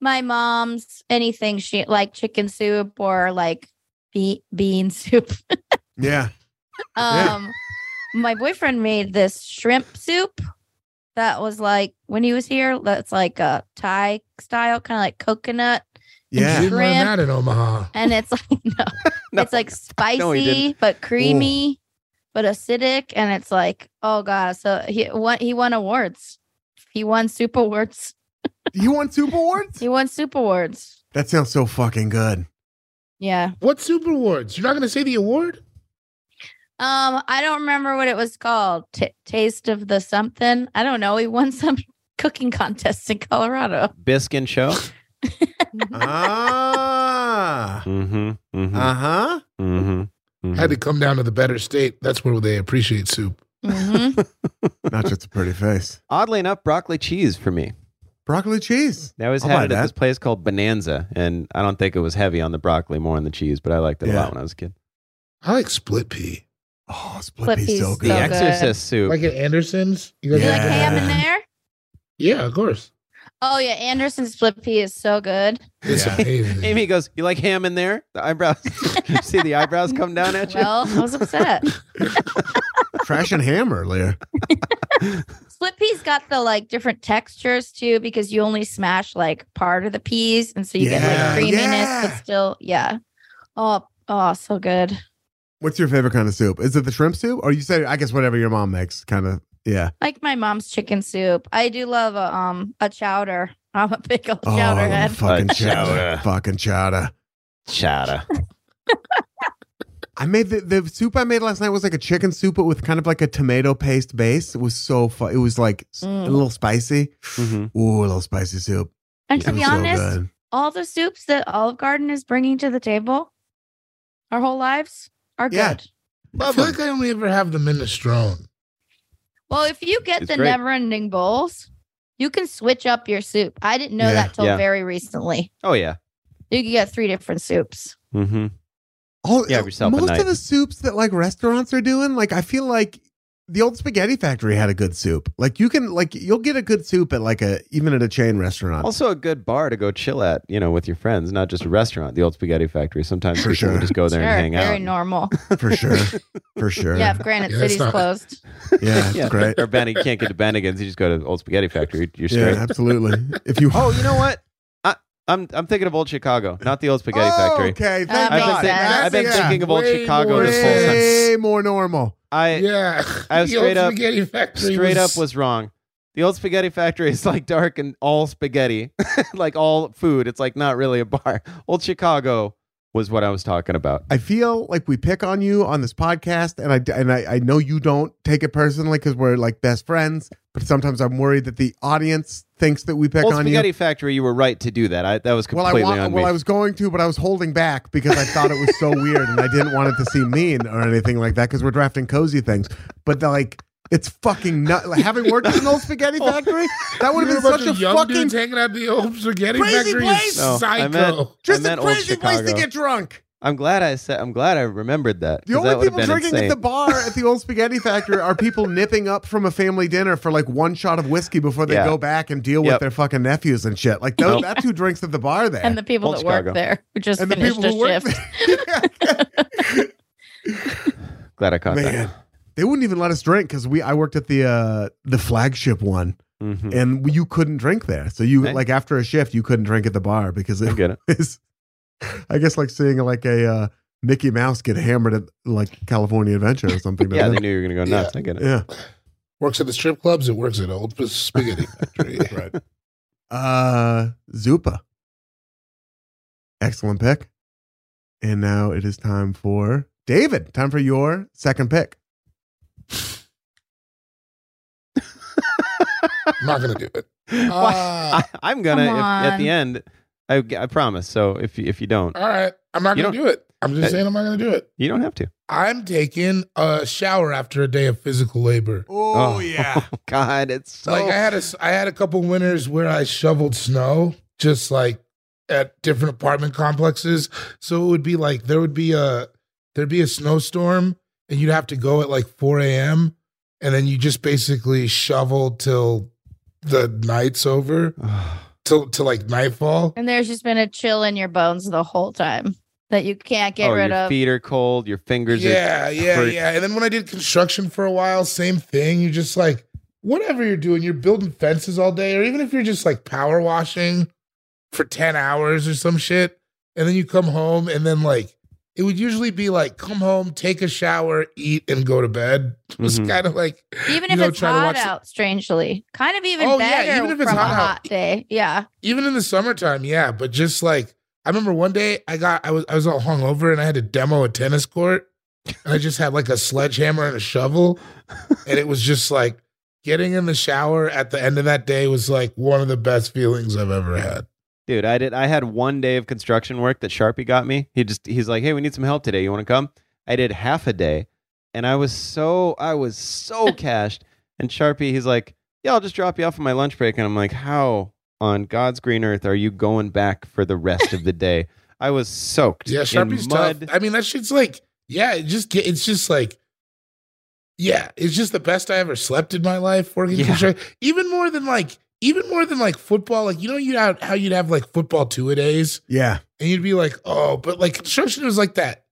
[SPEAKER 2] my mom's anything she like chicken soup or like be- bean soup.
[SPEAKER 1] Yeah. Yeah.
[SPEAKER 2] Um, my boyfriend made this shrimp soup that was like when he was here. That's like a Thai style, kind of like coconut,
[SPEAKER 4] You
[SPEAKER 1] Yeah.
[SPEAKER 4] didn't learn
[SPEAKER 2] Shrimp.
[SPEAKER 4] that in Omaha.
[SPEAKER 2] and it's like no,
[SPEAKER 3] No.
[SPEAKER 2] it's like spicy
[SPEAKER 3] No, he didn't.
[SPEAKER 2] but creamy. But acidic, and it's like, oh god! So he won. He won awards. He won soup awards.
[SPEAKER 1] You want soup awards?
[SPEAKER 2] He won soup awards.
[SPEAKER 1] That sounds so fucking good.
[SPEAKER 2] Yeah.
[SPEAKER 4] What Super Awards? You're not going to say the award?
[SPEAKER 2] Um, I don't remember what it was called. T- Taste of the something. I don't know. He won some cooking contest in Colorado.
[SPEAKER 3] Biskin show.
[SPEAKER 1] ah.
[SPEAKER 3] Mm-hmm. Mm-hmm.
[SPEAKER 1] Uh huh.
[SPEAKER 3] mm-hmm.
[SPEAKER 4] Had to come down to the better state. That's where they appreciate soup.
[SPEAKER 2] Mhm.
[SPEAKER 1] Not just a pretty face.
[SPEAKER 3] Oddly enough, broccoli cheese for me.
[SPEAKER 1] Broccoli cheese.
[SPEAKER 3] I always
[SPEAKER 1] I'll buy
[SPEAKER 3] had it
[SPEAKER 1] that.
[SPEAKER 3] at this place called Bonanza, and I don't think it was heavy on the broccoli, more on the cheese, but I liked it a
[SPEAKER 1] Yeah.
[SPEAKER 3] lot when I was a kid.
[SPEAKER 4] I like split pea.
[SPEAKER 1] Oh, split,
[SPEAKER 2] Split
[SPEAKER 1] pea's
[SPEAKER 2] pea's
[SPEAKER 1] so
[SPEAKER 2] so
[SPEAKER 1] good.
[SPEAKER 3] The
[SPEAKER 2] good.
[SPEAKER 3] Exorcist soup.
[SPEAKER 4] Like at Anderson's? You
[SPEAKER 2] You
[SPEAKER 4] guys
[SPEAKER 2] like ham in
[SPEAKER 1] Yeah.
[SPEAKER 2] there?
[SPEAKER 4] Yeah, of course.
[SPEAKER 2] Oh yeah, Anderson's split pea is so good.
[SPEAKER 4] It's
[SPEAKER 1] Yeah.
[SPEAKER 4] amazing.
[SPEAKER 3] Amy goes, "You like ham in there?" The eyebrows. See the eyebrows come down at you.
[SPEAKER 2] Well, I was upset.
[SPEAKER 1] Trash and ham earlier.
[SPEAKER 2] split peas got the like different textures too because you only smash like part of the peas, and so you get
[SPEAKER 4] Yeah,
[SPEAKER 2] like creaminess,
[SPEAKER 1] yeah.
[SPEAKER 2] but still, yeah. Oh, oh, so good.
[SPEAKER 1] What's your favorite kind of soup? Is it the shrimp soup? Or you said, I guess, whatever your mom makes, kind of. Yeah.
[SPEAKER 2] Like my mom's chicken soup. I do love a um a chowder. I'm a big old
[SPEAKER 1] Oh,
[SPEAKER 2] chowder
[SPEAKER 1] I love
[SPEAKER 2] head.
[SPEAKER 1] fucking
[SPEAKER 3] Uh,
[SPEAKER 1] chowder.
[SPEAKER 3] chowder.
[SPEAKER 1] Fucking chowder.
[SPEAKER 3] Chowder.
[SPEAKER 1] I made the, the soup I made last night was like a chicken soup, but with kind of like a tomato paste base. It was so fun. It was like s-
[SPEAKER 2] Mm.
[SPEAKER 1] a little spicy.
[SPEAKER 3] Mhm.
[SPEAKER 1] Ooh, a little spicy soup.
[SPEAKER 2] And
[SPEAKER 1] It
[SPEAKER 2] to be
[SPEAKER 1] was so
[SPEAKER 2] honest,
[SPEAKER 1] good.
[SPEAKER 2] all the soups that Olive Garden is bringing to the table our whole lives are
[SPEAKER 1] Yeah.
[SPEAKER 2] good.
[SPEAKER 4] I feel like I only ever have the minestrone.
[SPEAKER 2] Well, if you get
[SPEAKER 3] It's
[SPEAKER 2] the
[SPEAKER 3] great.
[SPEAKER 2] never ending bowls, you can switch up your soup. I didn't know
[SPEAKER 1] Yeah.
[SPEAKER 2] that till
[SPEAKER 3] Yeah.
[SPEAKER 2] very recently.
[SPEAKER 3] Oh yeah.
[SPEAKER 2] You can get three different soups.
[SPEAKER 3] Mm-hmm.
[SPEAKER 1] All,
[SPEAKER 3] Yeah, have yourself a
[SPEAKER 1] most
[SPEAKER 3] night.
[SPEAKER 1] of the soups that like restaurants are doing, like I feel like the old spaghetti factory had a good soup. Like you can like you'll get a good soup at like a even at a chain restaurant.
[SPEAKER 3] Also a good bar to go chill at, you know, with your friends, not just a restaurant. The old Spaghetti Factory. Sometimes
[SPEAKER 1] For
[SPEAKER 3] people
[SPEAKER 1] sure.
[SPEAKER 3] will just go there
[SPEAKER 2] sure,
[SPEAKER 3] and hang
[SPEAKER 2] very
[SPEAKER 3] out.
[SPEAKER 2] normal.
[SPEAKER 1] for sure. For sure.
[SPEAKER 2] Yeah, if Granite
[SPEAKER 4] Yeah, it's
[SPEAKER 2] City's
[SPEAKER 4] not-
[SPEAKER 2] closed.
[SPEAKER 1] Yeah, it's
[SPEAKER 3] Yeah.
[SPEAKER 1] great.
[SPEAKER 3] Or Benny, you can't get to Bennigan's. You just go to Old Spaghetti Factory.
[SPEAKER 1] Yeah,
[SPEAKER 3] You're straight.
[SPEAKER 1] absolutely. If you
[SPEAKER 3] Oh, you know what? I, I'm I'm thinking of Old Chicago, not the Old Spaghetti
[SPEAKER 2] Oh,
[SPEAKER 3] Factory.
[SPEAKER 1] Oh, Okay,
[SPEAKER 2] That
[SPEAKER 1] thank
[SPEAKER 3] I've been,
[SPEAKER 2] makes
[SPEAKER 1] God.
[SPEAKER 3] thinking,
[SPEAKER 2] sense.
[SPEAKER 3] I've been
[SPEAKER 1] That's- yeah.
[SPEAKER 3] thinking of Old
[SPEAKER 4] Way
[SPEAKER 3] Chicago
[SPEAKER 4] more
[SPEAKER 3] this whole time.
[SPEAKER 1] way more normal.
[SPEAKER 3] I
[SPEAKER 4] yeah.
[SPEAKER 3] I was
[SPEAKER 4] The old
[SPEAKER 3] straight up-
[SPEAKER 4] spaghetti factory
[SPEAKER 3] straight up was wrong. The old spaghetti factory is like dark and all spaghetti, like all food. It's like not really a bar. Old Chicago was what I was talking about.
[SPEAKER 1] I feel like we pick on you on this podcast, and I and I, I know you don't take it personally because we're like best friends. But sometimes I'm worried that the audience thinks that we pick
[SPEAKER 3] Old
[SPEAKER 1] on
[SPEAKER 3] Spaghetti
[SPEAKER 1] you.
[SPEAKER 3] Factory, you were right to do that. I, that was
[SPEAKER 1] Well, I
[SPEAKER 3] completely
[SPEAKER 1] wa-
[SPEAKER 3] on
[SPEAKER 1] well,
[SPEAKER 3] me.
[SPEAKER 1] I was going to, but I was holding back because I thought it was so weird, and I didn't want it to seem mean or anything like that because we're drafting cozy things. But like, it's fucking nut. Like, having worked in an old spaghetti
[SPEAKER 3] Oh.
[SPEAKER 1] factory, that would have
[SPEAKER 4] You know,
[SPEAKER 1] been
[SPEAKER 4] a bunch
[SPEAKER 1] such a
[SPEAKER 4] of young
[SPEAKER 1] fucking
[SPEAKER 4] dudes hanging out at the old spaghetti
[SPEAKER 1] Crazy
[SPEAKER 4] factory.
[SPEAKER 1] place!
[SPEAKER 4] Is
[SPEAKER 3] No, I
[SPEAKER 4] psycho.
[SPEAKER 3] meant- I
[SPEAKER 1] just a
[SPEAKER 3] meant old
[SPEAKER 1] crazy place to
[SPEAKER 3] Chicago.
[SPEAKER 1] get drunk.
[SPEAKER 3] I'm glad I said. I'm glad I remembered that.
[SPEAKER 1] The
[SPEAKER 3] 'cause that
[SPEAKER 1] only
[SPEAKER 3] would have
[SPEAKER 1] people
[SPEAKER 3] been
[SPEAKER 1] drinking
[SPEAKER 3] insane.
[SPEAKER 1] at the bar at the old spaghetti factory are people nipping up from a family dinner for like one shot of whiskey before they
[SPEAKER 3] Yeah.
[SPEAKER 1] go back and deal with
[SPEAKER 3] Yep.
[SPEAKER 1] their fucking nephews and shit. Like those,
[SPEAKER 3] Nope.
[SPEAKER 1] that's who drinks at the bar there.
[SPEAKER 2] and the people
[SPEAKER 3] Old
[SPEAKER 2] that
[SPEAKER 3] Chicago.
[SPEAKER 2] work there who just
[SPEAKER 1] And the
[SPEAKER 2] finished a shift.
[SPEAKER 3] glad I caught
[SPEAKER 1] Man, they wouldn't even let us drink because we I worked at the uh the flagship one
[SPEAKER 3] that. Mhm.
[SPEAKER 1] and we- you couldn't drink there. So you
[SPEAKER 3] Hey.
[SPEAKER 1] like after a shift you couldn't drink at the bar because
[SPEAKER 3] I
[SPEAKER 1] it
[SPEAKER 3] get it.
[SPEAKER 1] was I guess like seeing like a uh, Mickey Mouse get hammered at like California Adventure or something.
[SPEAKER 3] Yeah, they
[SPEAKER 1] doesn't it?
[SPEAKER 3] knew you were gonna go nuts. I get it.
[SPEAKER 1] yeah.
[SPEAKER 4] Works at the strip clubs. It works at old spaghetti factory.
[SPEAKER 1] right. Uh, Zupa. Excellent pick. And now it is time for David. Time for your second pick.
[SPEAKER 4] I'm not gonna do it.
[SPEAKER 3] Why-
[SPEAKER 1] Ah.
[SPEAKER 3] I, am gonna
[SPEAKER 2] Come
[SPEAKER 3] if, at the
[SPEAKER 2] on.
[SPEAKER 3] end. I, I promise. So if you- if you don't,
[SPEAKER 4] All right. I'm not
[SPEAKER 3] You
[SPEAKER 4] gonna do it. I'm just
[SPEAKER 3] Hey.
[SPEAKER 4] saying I'm not gonna do it.
[SPEAKER 3] you don't have to.
[SPEAKER 4] I'm taking a shower after a day of physical labor.
[SPEAKER 1] Oh,
[SPEAKER 3] God, it's so.
[SPEAKER 4] like I had a s- I had a couple winters where I shoveled snow just like at different apartment complexes. So it would be like there would be a there'd be a snowstorm and you'd have to go at like 4 a.m. and then you just basically shovel till the night's over till till like nightfall.
[SPEAKER 2] And there's just been a chill in your bones the whole time that you can't get
[SPEAKER 3] oh,
[SPEAKER 2] rid
[SPEAKER 3] your
[SPEAKER 2] of.
[SPEAKER 3] feet are cold. Your fingers
[SPEAKER 4] Yeah, yeah,
[SPEAKER 3] hurt.
[SPEAKER 4] yeah. And then when I did construction for a while, same thing. You just like whatever you're doing, you're building fences all day, or even if you're just like power washing for 10 hours or some shit, and then you come home and then like it would usually be like come home, take a shower, eat, and go to bed. It was
[SPEAKER 3] Mhm.
[SPEAKER 4] kind of like
[SPEAKER 2] Even
[SPEAKER 4] you
[SPEAKER 2] if
[SPEAKER 4] know,
[SPEAKER 2] it's
[SPEAKER 4] try to
[SPEAKER 2] hot
[SPEAKER 4] watch-
[SPEAKER 2] out, strangely, kind of even
[SPEAKER 4] Oh, yeah,
[SPEAKER 2] better
[SPEAKER 4] even if it's
[SPEAKER 2] from
[SPEAKER 4] hot
[SPEAKER 2] a
[SPEAKER 4] out.
[SPEAKER 2] hot day. Yeah,
[SPEAKER 4] even in the summertime, yeah. But just like I remember one day I got I was I was all hungover and I had to demo a tennis court. And I just had like a sledgehammer and a shovel. And it was just like getting in the shower at the end of that day was like one of the best feelings I've ever had.
[SPEAKER 3] Dude, I did. I had one day of construction work that Sharpie got me. He just he's like, "Hey, we need some help today. You want to come?" I did half a day, and I was so I was so cashed. And Sharpie, he's like, "Yeah, I'll just drop you off on my lunch break." And I'm like, "How on God's green earth are you going back for the rest of the day?" I was soaked.
[SPEAKER 4] Yeah, Sharpie's
[SPEAKER 3] in
[SPEAKER 4] tough.
[SPEAKER 3] mud.
[SPEAKER 4] I mean, that shit's like, yeah, it just get- it's just like yeah, it's just the best I ever slept in my life working
[SPEAKER 3] Yeah.
[SPEAKER 4] construction. Even more than like even more than like football. Like, you know you how you'd have like football two a days?
[SPEAKER 1] Yeah.
[SPEAKER 4] and you'd be like, oh, but like construction was like that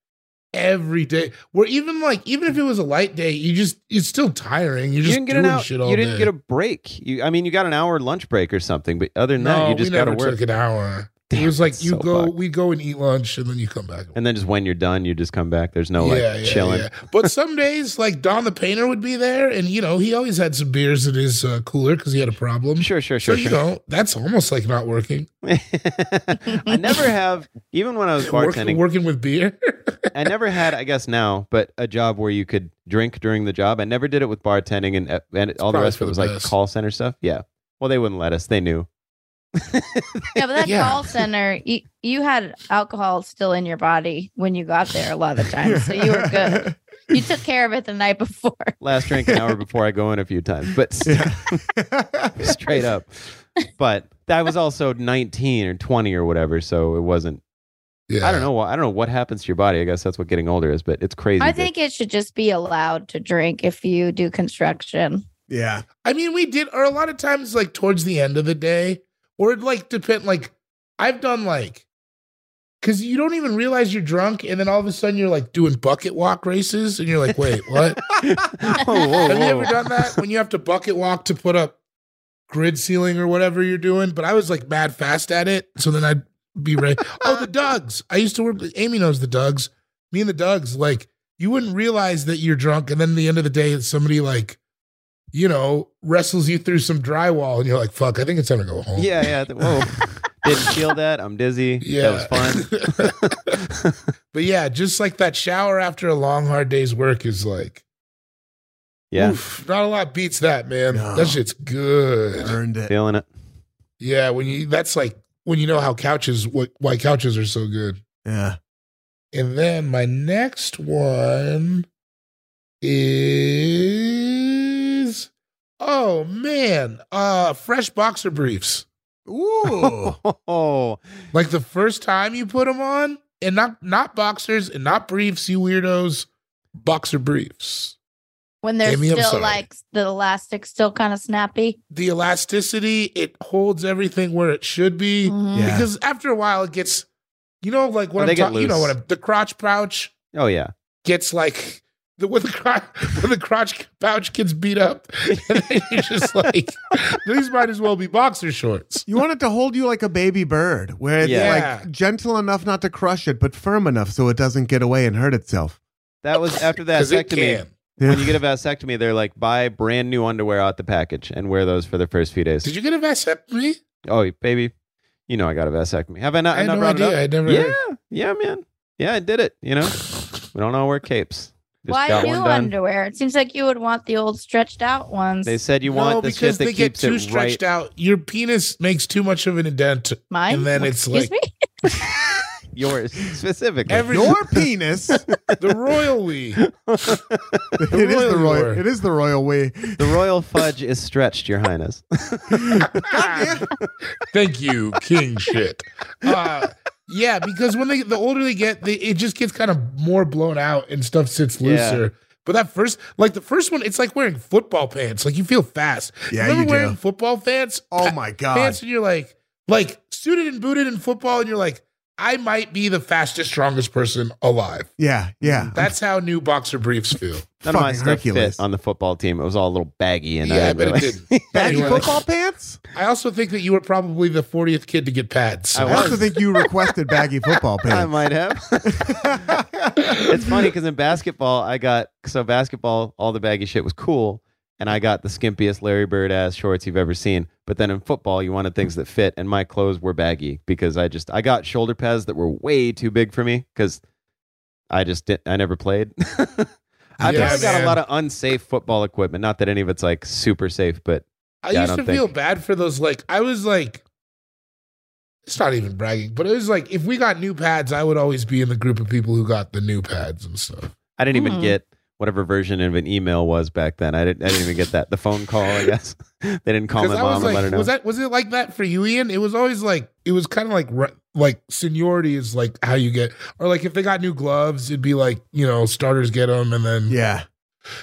[SPEAKER 4] every day. Where even like even if it was a light day, you just it's still tiring. You're
[SPEAKER 3] You
[SPEAKER 4] just
[SPEAKER 3] didn't get
[SPEAKER 4] doing
[SPEAKER 3] an hour.
[SPEAKER 4] shit all
[SPEAKER 3] You didn't
[SPEAKER 4] day.
[SPEAKER 3] get a break. You, I mean, you got an hour lunch break or something, but other than
[SPEAKER 4] no,
[SPEAKER 3] that, you just
[SPEAKER 4] we
[SPEAKER 3] got to
[SPEAKER 4] never
[SPEAKER 3] work.
[SPEAKER 4] took an hour.
[SPEAKER 3] Damn,
[SPEAKER 4] it was like
[SPEAKER 3] it's
[SPEAKER 4] you
[SPEAKER 3] so
[SPEAKER 4] go,
[SPEAKER 3] fucked.
[SPEAKER 4] we go and eat lunch, and then you come back.
[SPEAKER 3] and then just when you're done, you just come back. There's no like chilling.
[SPEAKER 4] But some days, like Don the painter would be there, and you know he always had some beers in his uh, cooler because he had a problem.
[SPEAKER 3] Sure, sure,
[SPEAKER 4] So
[SPEAKER 3] sure,
[SPEAKER 4] you
[SPEAKER 3] sure.
[SPEAKER 4] know that's almost like not working.
[SPEAKER 3] I never have, even when I was
[SPEAKER 4] Work-
[SPEAKER 3] bartending,
[SPEAKER 4] working with beer.
[SPEAKER 3] I never had, I guess now, but a job where you could drink during the job. I never did it with bartending and, uh, and all the
[SPEAKER 4] probably
[SPEAKER 3] rest
[SPEAKER 4] for
[SPEAKER 3] of it was
[SPEAKER 4] the
[SPEAKER 3] like
[SPEAKER 4] best.
[SPEAKER 3] call center stuff. Yeah. Well, they wouldn't let us. They knew.
[SPEAKER 2] yeah. But that
[SPEAKER 4] Yeah.
[SPEAKER 2] call center, you, you had alcohol still in your body when you got there a lot of the time, so you were good. You took care of it the night before.
[SPEAKER 3] Last drink an hour before I go in a few times, but
[SPEAKER 1] Yeah.
[SPEAKER 3] straight up. But that was also 19 or 20 or whatever. So it wasn't,
[SPEAKER 4] yeah,
[SPEAKER 3] I don't know. why- I don't know what happens to your body. I guess that's what getting older is, but it's crazy.
[SPEAKER 2] I
[SPEAKER 3] that-
[SPEAKER 2] think it should just be allowed to drink if you do construction.
[SPEAKER 1] yeah.
[SPEAKER 4] I mean, we did, or a lot of times, like towards the end of the day, or it like depend. Like I've done like, because you don't even realize you're drunk, and then all of a sudden you're like doing bucket walk races, and you're like, wait, what?
[SPEAKER 3] Whoa, whoa,
[SPEAKER 4] have you ever
[SPEAKER 3] whoa.
[SPEAKER 4] done that when you have to bucket walk to put up grid ceiling or whatever you're doing? But I was like mad fast at it, so then I'd be ready. oh, the Dugs! I used to work. with Amy knows the Dugs. Me and the Dugs, like you wouldn't realize that you're drunk, and then at the end of the day, it's somebody like, you know, wrestles you through some drywall, and you're like, "Fuck, I think it's time to go home."
[SPEAKER 3] Yeah, yeah. th- Whoa. Didn't feel that. I'm dizzy.
[SPEAKER 4] Yeah.
[SPEAKER 3] That was fun.
[SPEAKER 4] fun. but yeah, just like that shower after a long, hard day's work is like,
[SPEAKER 3] Yeah.
[SPEAKER 4] oof, not a lot beats that, man.
[SPEAKER 1] No.
[SPEAKER 4] That shit's good.
[SPEAKER 1] Earned it.
[SPEAKER 3] Feeling it.
[SPEAKER 4] Yeah, when you that's like when you know how couches what why couches are so good.
[SPEAKER 1] Yeah.
[SPEAKER 4] And then my next one is oh man, uh fresh boxer briefs.
[SPEAKER 1] Ooh.
[SPEAKER 3] Oh,
[SPEAKER 4] Like the first time you put them on and not not boxers and not briefs, you weirdos, boxer briefs.
[SPEAKER 2] when they're
[SPEAKER 4] Amy, I'm
[SPEAKER 2] still
[SPEAKER 4] sorry.
[SPEAKER 2] like the elastic's still kind of snappy.
[SPEAKER 4] The elasticity, it holds everything where it should be.
[SPEAKER 2] Mhm.
[SPEAKER 1] Yeah.
[SPEAKER 4] Because after a while it gets you know like
[SPEAKER 3] Oh,
[SPEAKER 4] when
[SPEAKER 3] Mm. they
[SPEAKER 4] I'm
[SPEAKER 3] get
[SPEAKER 4] talking you know
[SPEAKER 3] loose.
[SPEAKER 4] when I'm, the crotch pouch
[SPEAKER 3] oh yeah.
[SPEAKER 4] gets like the when the crotch when the crotch pouch gets beat up, and then you're just like, these might as well be boxer shorts.
[SPEAKER 1] You want it to hold you like a baby bird, where it's
[SPEAKER 4] Yeah.
[SPEAKER 1] like gentle enough not to crush it, but firm enough so it doesn't get away and hurt itself.
[SPEAKER 3] That was after the
[SPEAKER 4] 'Cause it
[SPEAKER 3] vasectomy.
[SPEAKER 4] can.
[SPEAKER 3] When you get a vasectomy, they're like buy brand new underwear out the package and wear those for the first few days.
[SPEAKER 4] Did you get a vasectomy?
[SPEAKER 3] oh, baby, you know I got a vasectomy. Have I not?
[SPEAKER 4] I had
[SPEAKER 3] not
[SPEAKER 4] no
[SPEAKER 3] brought
[SPEAKER 4] idea. I
[SPEAKER 3] It
[SPEAKER 4] never.
[SPEAKER 3] up? Yeah, yeah, man. Yeah, I did it. You know, we don't all wear capes. Just
[SPEAKER 2] Why
[SPEAKER 3] got
[SPEAKER 2] new
[SPEAKER 3] one done.
[SPEAKER 2] underwear? It seems like you would want the old stretched out ones.
[SPEAKER 3] They said you
[SPEAKER 4] no,
[SPEAKER 3] want the shit
[SPEAKER 4] because
[SPEAKER 3] that
[SPEAKER 4] they get
[SPEAKER 3] keeps
[SPEAKER 4] too
[SPEAKER 3] it
[SPEAKER 4] stretched
[SPEAKER 3] right.
[SPEAKER 4] out. Your penis makes too much of an indent.
[SPEAKER 2] Mine.
[SPEAKER 4] and then it's
[SPEAKER 2] Excuse
[SPEAKER 4] like
[SPEAKER 2] me.
[SPEAKER 3] Yours specifically.
[SPEAKER 4] every
[SPEAKER 1] Your penis. it
[SPEAKER 4] the royal we.
[SPEAKER 1] is the
[SPEAKER 4] royal
[SPEAKER 1] royal.
[SPEAKER 4] word.
[SPEAKER 1] It is the royal we.
[SPEAKER 3] the royal fudge is stretched, Your Highness.
[SPEAKER 4] Thank you, king shit. Uh, yeah, because when they the older they get, they, it just gets kind of more blown out and stuff sits
[SPEAKER 3] Yeah.
[SPEAKER 4] looser. But that first, like the first one, it's like wearing football pants. Like you feel fast.
[SPEAKER 1] Yeah,
[SPEAKER 4] Remember
[SPEAKER 1] you do.
[SPEAKER 4] wearing football pants?
[SPEAKER 1] Oh my god.
[SPEAKER 4] Pants, and you're like, like suited and booted in football, and you're like, I might be the fastest, strongest person alive.
[SPEAKER 1] Yeah, yeah.
[SPEAKER 4] That's how new boxer briefs feel.
[SPEAKER 3] None of my
[SPEAKER 1] Fucking
[SPEAKER 3] stuff
[SPEAKER 1] Hercules.
[SPEAKER 3] fit on the football team. It was all a little baggy, and
[SPEAKER 4] Yeah,
[SPEAKER 3] I
[SPEAKER 4] but
[SPEAKER 3] didn't
[SPEAKER 4] it
[SPEAKER 3] really-
[SPEAKER 4] didn't.
[SPEAKER 1] Baggy
[SPEAKER 4] Anyway,
[SPEAKER 1] football pants?
[SPEAKER 4] I also think that you were probably the 40th kid to get pads.
[SPEAKER 3] I
[SPEAKER 1] I also
[SPEAKER 3] was.
[SPEAKER 1] think you requested baggy football
[SPEAKER 3] I
[SPEAKER 1] pants.
[SPEAKER 3] might have. it's funny because in basketball, I got so basketball, all the baggy shit was cool, and I got the skimpiest Larry Bird ass shorts you've ever seen. But then in football, you wanted things that fit, and my clothes were baggy because I just I got shoulder pads that were way too big for me because I just didn't. I never played. I
[SPEAKER 4] Yeah,
[SPEAKER 3] probably got a
[SPEAKER 4] man.
[SPEAKER 3] lot of unsafe football equipment. Not that any of it's like super safe, but
[SPEAKER 4] I
[SPEAKER 3] Yeah, I
[SPEAKER 4] used
[SPEAKER 3] don't
[SPEAKER 4] to feel
[SPEAKER 3] think-
[SPEAKER 4] bad for those. Like I was like, it's not even bragging, but it was like if we got new pads, I would always be in the group of people who got the new pads and stuff.
[SPEAKER 3] I didn't
[SPEAKER 4] Mm-hmm.
[SPEAKER 3] even
[SPEAKER 2] Mm.
[SPEAKER 3] get whatever version of an email was back then. I didn't. I didn't even get that. The phone call, I guess. they didn't call my
[SPEAKER 4] I was
[SPEAKER 3] mom and let her
[SPEAKER 4] like,
[SPEAKER 3] know.
[SPEAKER 4] was that was it like that for you, Ian? It was always like it was kind of like re- like seniority is like how you get, or like if they got new gloves, it'd be like you know starters get them, and then
[SPEAKER 1] yeah.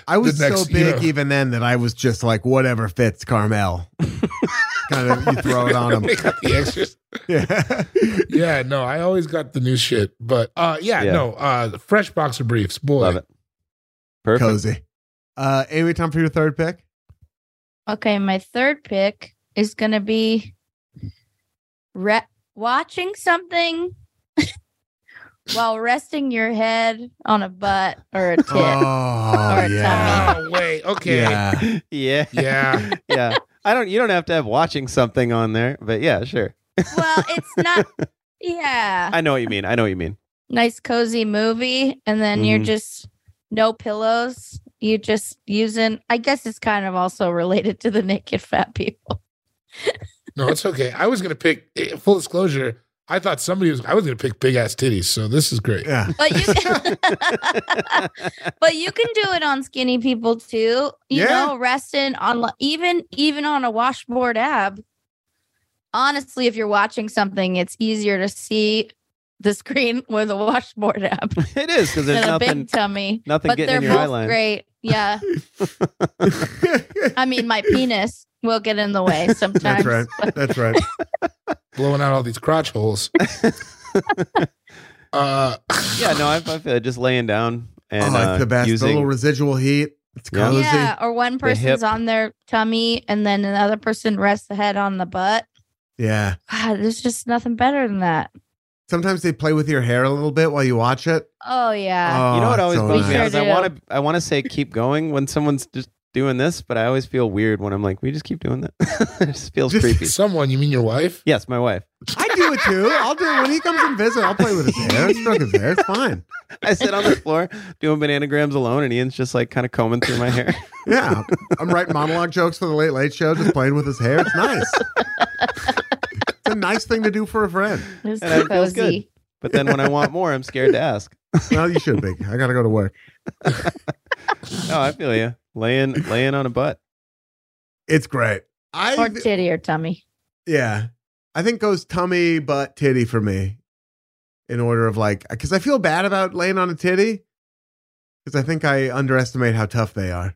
[SPEAKER 1] I was
[SPEAKER 4] The next-
[SPEAKER 1] so big
[SPEAKER 4] yeah.
[SPEAKER 1] even then that I was just like, whatever fits Carmel. kind of, you throw it on him.
[SPEAKER 4] They got the extras.
[SPEAKER 1] Yeah.
[SPEAKER 4] yeah, no, I always got the new shit, but uh, yeah,
[SPEAKER 3] Yeah.
[SPEAKER 4] no, uh, fresh boxer briefs, boy,
[SPEAKER 3] Love it. Perfect.
[SPEAKER 1] Cozy. Uh, Amy, time for your third pick.
[SPEAKER 2] Okay, my third pick is gonna be re- watching something while resting your head on a butt or a tit.
[SPEAKER 1] Oh,
[SPEAKER 2] Or
[SPEAKER 1] yeah.
[SPEAKER 4] Oh wait, okay.
[SPEAKER 1] Yeah.
[SPEAKER 3] Yeah.
[SPEAKER 4] Yeah.
[SPEAKER 3] yeah. I don't. You don't have to have watching something on there, but yeah, sure.
[SPEAKER 2] well, it's not. Yeah,
[SPEAKER 3] I know what you mean. I know what you mean.
[SPEAKER 2] nice cozy movie, and then you're
[SPEAKER 3] Mhm.
[SPEAKER 2] just no pillows. You just using. I guess it's kind of also related to the naked fat people.
[SPEAKER 4] No, it's okay. I was gonna pick eh, full disclosure. I thought somebody was. I was gonna pick big ass titties. So this is great.
[SPEAKER 1] Yeah.
[SPEAKER 2] But you, but you can do it on skinny people too. You
[SPEAKER 1] Yeah.
[SPEAKER 2] know, resting on li- even even on a washboard ab. Honestly, if you're watching something, it's easier to see the screen with a washboard ab
[SPEAKER 3] It is because there's
[SPEAKER 2] than a
[SPEAKER 3] nothing.
[SPEAKER 2] big tummy.
[SPEAKER 3] nothing
[SPEAKER 2] but
[SPEAKER 3] getting in
[SPEAKER 2] they're
[SPEAKER 3] your eye
[SPEAKER 2] both
[SPEAKER 3] line.
[SPEAKER 2] great. Yeah. I mean, my penis will get in the way sometimes.
[SPEAKER 1] That's right. That's right.
[SPEAKER 4] Blowing out all these crotch holes. uh,
[SPEAKER 3] Yeah. No, I, I feel it. just laying down and
[SPEAKER 1] oh,
[SPEAKER 3] uh,
[SPEAKER 1] it's the best. The
[SPEAKER 3] using
[SPEAKER 1] little residual heat. It's
[SPEAKER 3] Yeah.
[SPEAKER 1] cozy.
[SPEAKER 2] Yeah, or one person's
[SPEAKER 3] hip.
[SPEAKER 2] on their tummy and then another person rests the head on the butt.
[SPEAKER 1] yeah.
[SPEAKER 2] God, there's just nothing better than that.
[SPEAKER 1] Sometimes they play with your hair a little bit while you watch it.
[SPEAKER 2] Oh yeah.
[SPEAKER 3] you know what
[SPEAKER 1] Oh,
[SPEAKER 3] always
[SPEAKER 1] so
[SPEAKER 3] bugs me
[SPEAKER 2] nice.
[SPEAKER 3] out is I
[SPEAKER 2] Sure
[SPEAKER 3] want to I want to say keep going when someone's just doing this, but I always feel weird when I'm like, we just keep doing that. it just feels
[SPEAKER 1] Just-
[SPEAKER 3] creepy.
[SPEAKER 4] someone, you mean your wife?
[SPEAKER 3] Yes, my wife.
[SPEAKER 1] I do it too. I'll do it when he comes and visits. I'll play with his hair. It's his hair. It's fine.
[SPEAKER 3] I sit on the floor doing bananagrams alone, and Ian's just like kind of combing through my hair.
[SPEAKER 1] Yeah, I'm writing monologue jokes for the Late Late Show, just playing with his hair. It's nice. It's a nice thing to do for a friend.
[SPEAKER 2] It's
[SPEAKER 3] Oh, And it feels good.
[SPEAKER 2] cozy.
[SPEAKER 3] But then when I want more, I'm scared to ask.
[SPEAKER 1] Well, you should be. I gotta go to work.
[SPEAKER 3] Oh, I feel you. Laying laying on a butt.
[SPEAKER 1] It's great. I
[SPEAKER 2] Or titty or tummy.
[SPEAKER 1] Yeah. I think goes tummy, butt, titty for me in order of like, because I feel bad about laying on a titty because I think I underestimate how tough they are.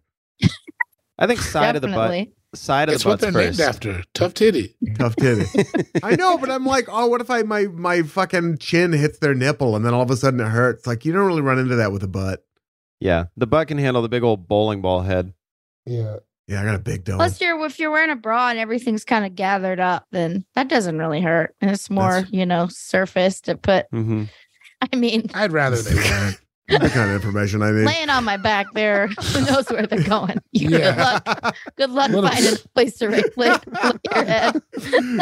[SPEAKER 3] I think side of the
[SPEAKER 2] Definitely.
[SPEAKER 3] butt. Side of
[SPEAKER 4] That's
[SPEAKER 3] the
[SPEAKER 4] what
[SPEAKER 3] butt
[SPEAKER 4] they're named
[SPEAKER 3] first.
[SPEAKER 4] after. Tough titty.
[SPEAKER 1] Tough titty. I know, but I'm like, oh, what if I my my fucking chin hits their nipple and then all of a sudden it hurts? Like you don't really run into that with a butt.
[SPEAKER 3] Yeah, the butt can handle the big old bowling ball head.
[SPEAKER 4] Yeah.
[SPEAKER 1] Yeah, I got a big
[SPEAKER 3] Oh.
[SPEAKER 1] dome.
[SPEAKER 2] Plus, you're if you're wearing a bra and everything's kind of gathered up, then that doesn't really hurt. And it's more,
[SPEAKER 1] That's-
[SPEAKER 2] you know, surface to put.
[SPEAKER 3] Mm-hmm.
[SPEAKER 2] I mean,
[SPEAKER 4] I'd rather they weren't.
[SPEAKER 1] That's the kind of information I need.
[SPEAKER 2] laying on my back there, who knows where they're going? You- Good
[SPEAKER 4] Yeah.
[SPEAKER 2] luck. Good luck
[SPEAKER 4] Little-
[SPEAKER 2] finding a place to lay, lay, lay your head.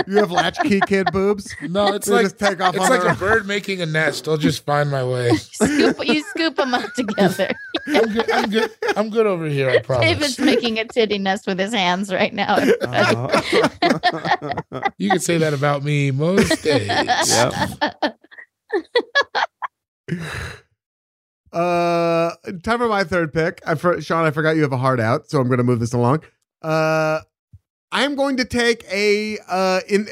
[SPEAKER 1] you have latchkey kid boobs.
[SPEAKER 4] No, it's
[SPEAKER 1] They
[SPEAKER 4] like
[SPEAKER 1] just take off
[SPEAKER 4] it's
[SPEAKER 1] on
[SPEAKER 4] like
[SPEAKER 1] their
[SPEAKER 4] a bird making a nest. I'll just find my way.
[SPEAKER 2] Scoop, you scoop them up together.
[SPEAKER 4] I'm good. I'm good. I'm good over here. I promise.
[SPEAKER 2] David's making a titty nest with his hands right now.
[SPEAKER 1] Uh-huh.
[SPEAKER 2] everybody.
[SPEAKER 4] You can say that about me most days.
[SPEAKER 3] Yep.
[SPEAKER 1] Uh, time for my third pick. I for, Sean, I forgot you have a heart out, so I'm going to move this along. Uh, I'm going to take a uh in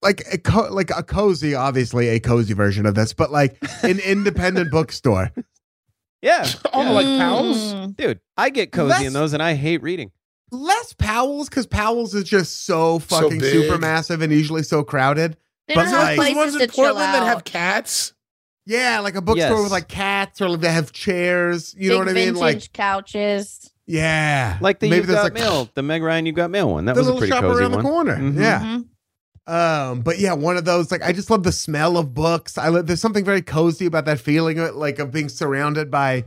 [SPEAKER 1] like a co- like a cozy, obviously a cozy version of this, but like an independent bookstore.
[SPEAKER 3] yeah.
[SPEAKER 4] Oh,
[SPEAKER 3] yeah.
[SPEAKER 4] like pals?
[SPEAKER 2] Mm.
[SPEAKER 3] Dude, I get cozy
[SPEAKER 1] Less-
[SPEAKER 3] in those and I hate reading.
[SPEAKER 1] Less Powell's because Powell's is just so fucking
[SPEAKER 4] big.
[SPEAKER 1] super massive and usually so crowded.
[SPEAKER 2] They
[SPEAKER 1] But
[SPEAKER 2] don't have
[SPEAKER 1] like-
[SPEAKER 4] Those
[SPEAKER 2] places
[SPEAKER 4] ones
[SPEAKER 2] to
[SPEAKER 4] in
[SPEAKER 2] chill
[SPEAKER 4] Portland that have
[SPEAKER 2] out.
[SPEAKER 4] cats.
[SPEAKER 1] Yeah, like a bookstore
[SPEAKER 3] Yes.
[SPEAKER 1] with like cats or like they have chairs. You know
[SPEAKER 2] Big
[SPEAKER 1] what I mean?
[SPEAKER 2] Vintage
[SPEAKER 1] Like
[SPEAKER 2] couches.
[SPEAKER 1] yeah,
[SPEAKER 3] Like the You've
[SPEAKER 1] there's,
[SPEAKER 3] Got Mail, the Meg Ryan You've Got Mail one. That
[SPEAKER 1] the
[SPEAKER 3] was a
[SPEAKER 1] little
[SPEAKER 3] pretty
[SPEAKER 1] shop
[SPEAKER 3] cozy
[SPEAKER 1] around
[SPEAKER 3] one.
[SPEAKER 1] the corner.
[SPEAKER 3] Mhm.
[SPEAKER 1] Yeah.
[SPEAKER 2] Mhm.
[SPEAKER 1] Um, but yeah, one of those like I just love the smell of books. I love there's something very cozy about that feeling of, like of being surrounded by.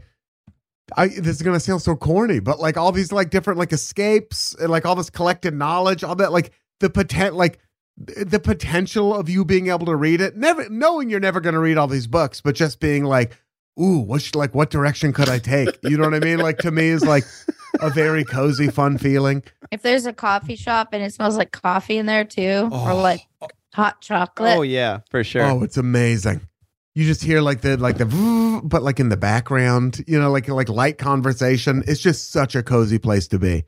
[SPEAKER 1] I this is gonna sound so corny, but like all these like different like escapes and like all this collected knowledge, all that like the potent like th- the potential of you being able to read it, never knowing you're never gonna read all these books, but just being like, ooh, what should, like what direction could I take? You know what I mean? Like to me is like a very cozy, fun feeling.
[SPEAKER 2] If there's a coffee shop and it smells like coffee in there too, or like hot chocolate.
[SPEAKER 3] Oh yeah, for sure.
[SPEAKER 1] Oh, it's amazing. You just hear like the like the vroom, but like in the background, you know, like like light conversation. It's just such a cozy place to be.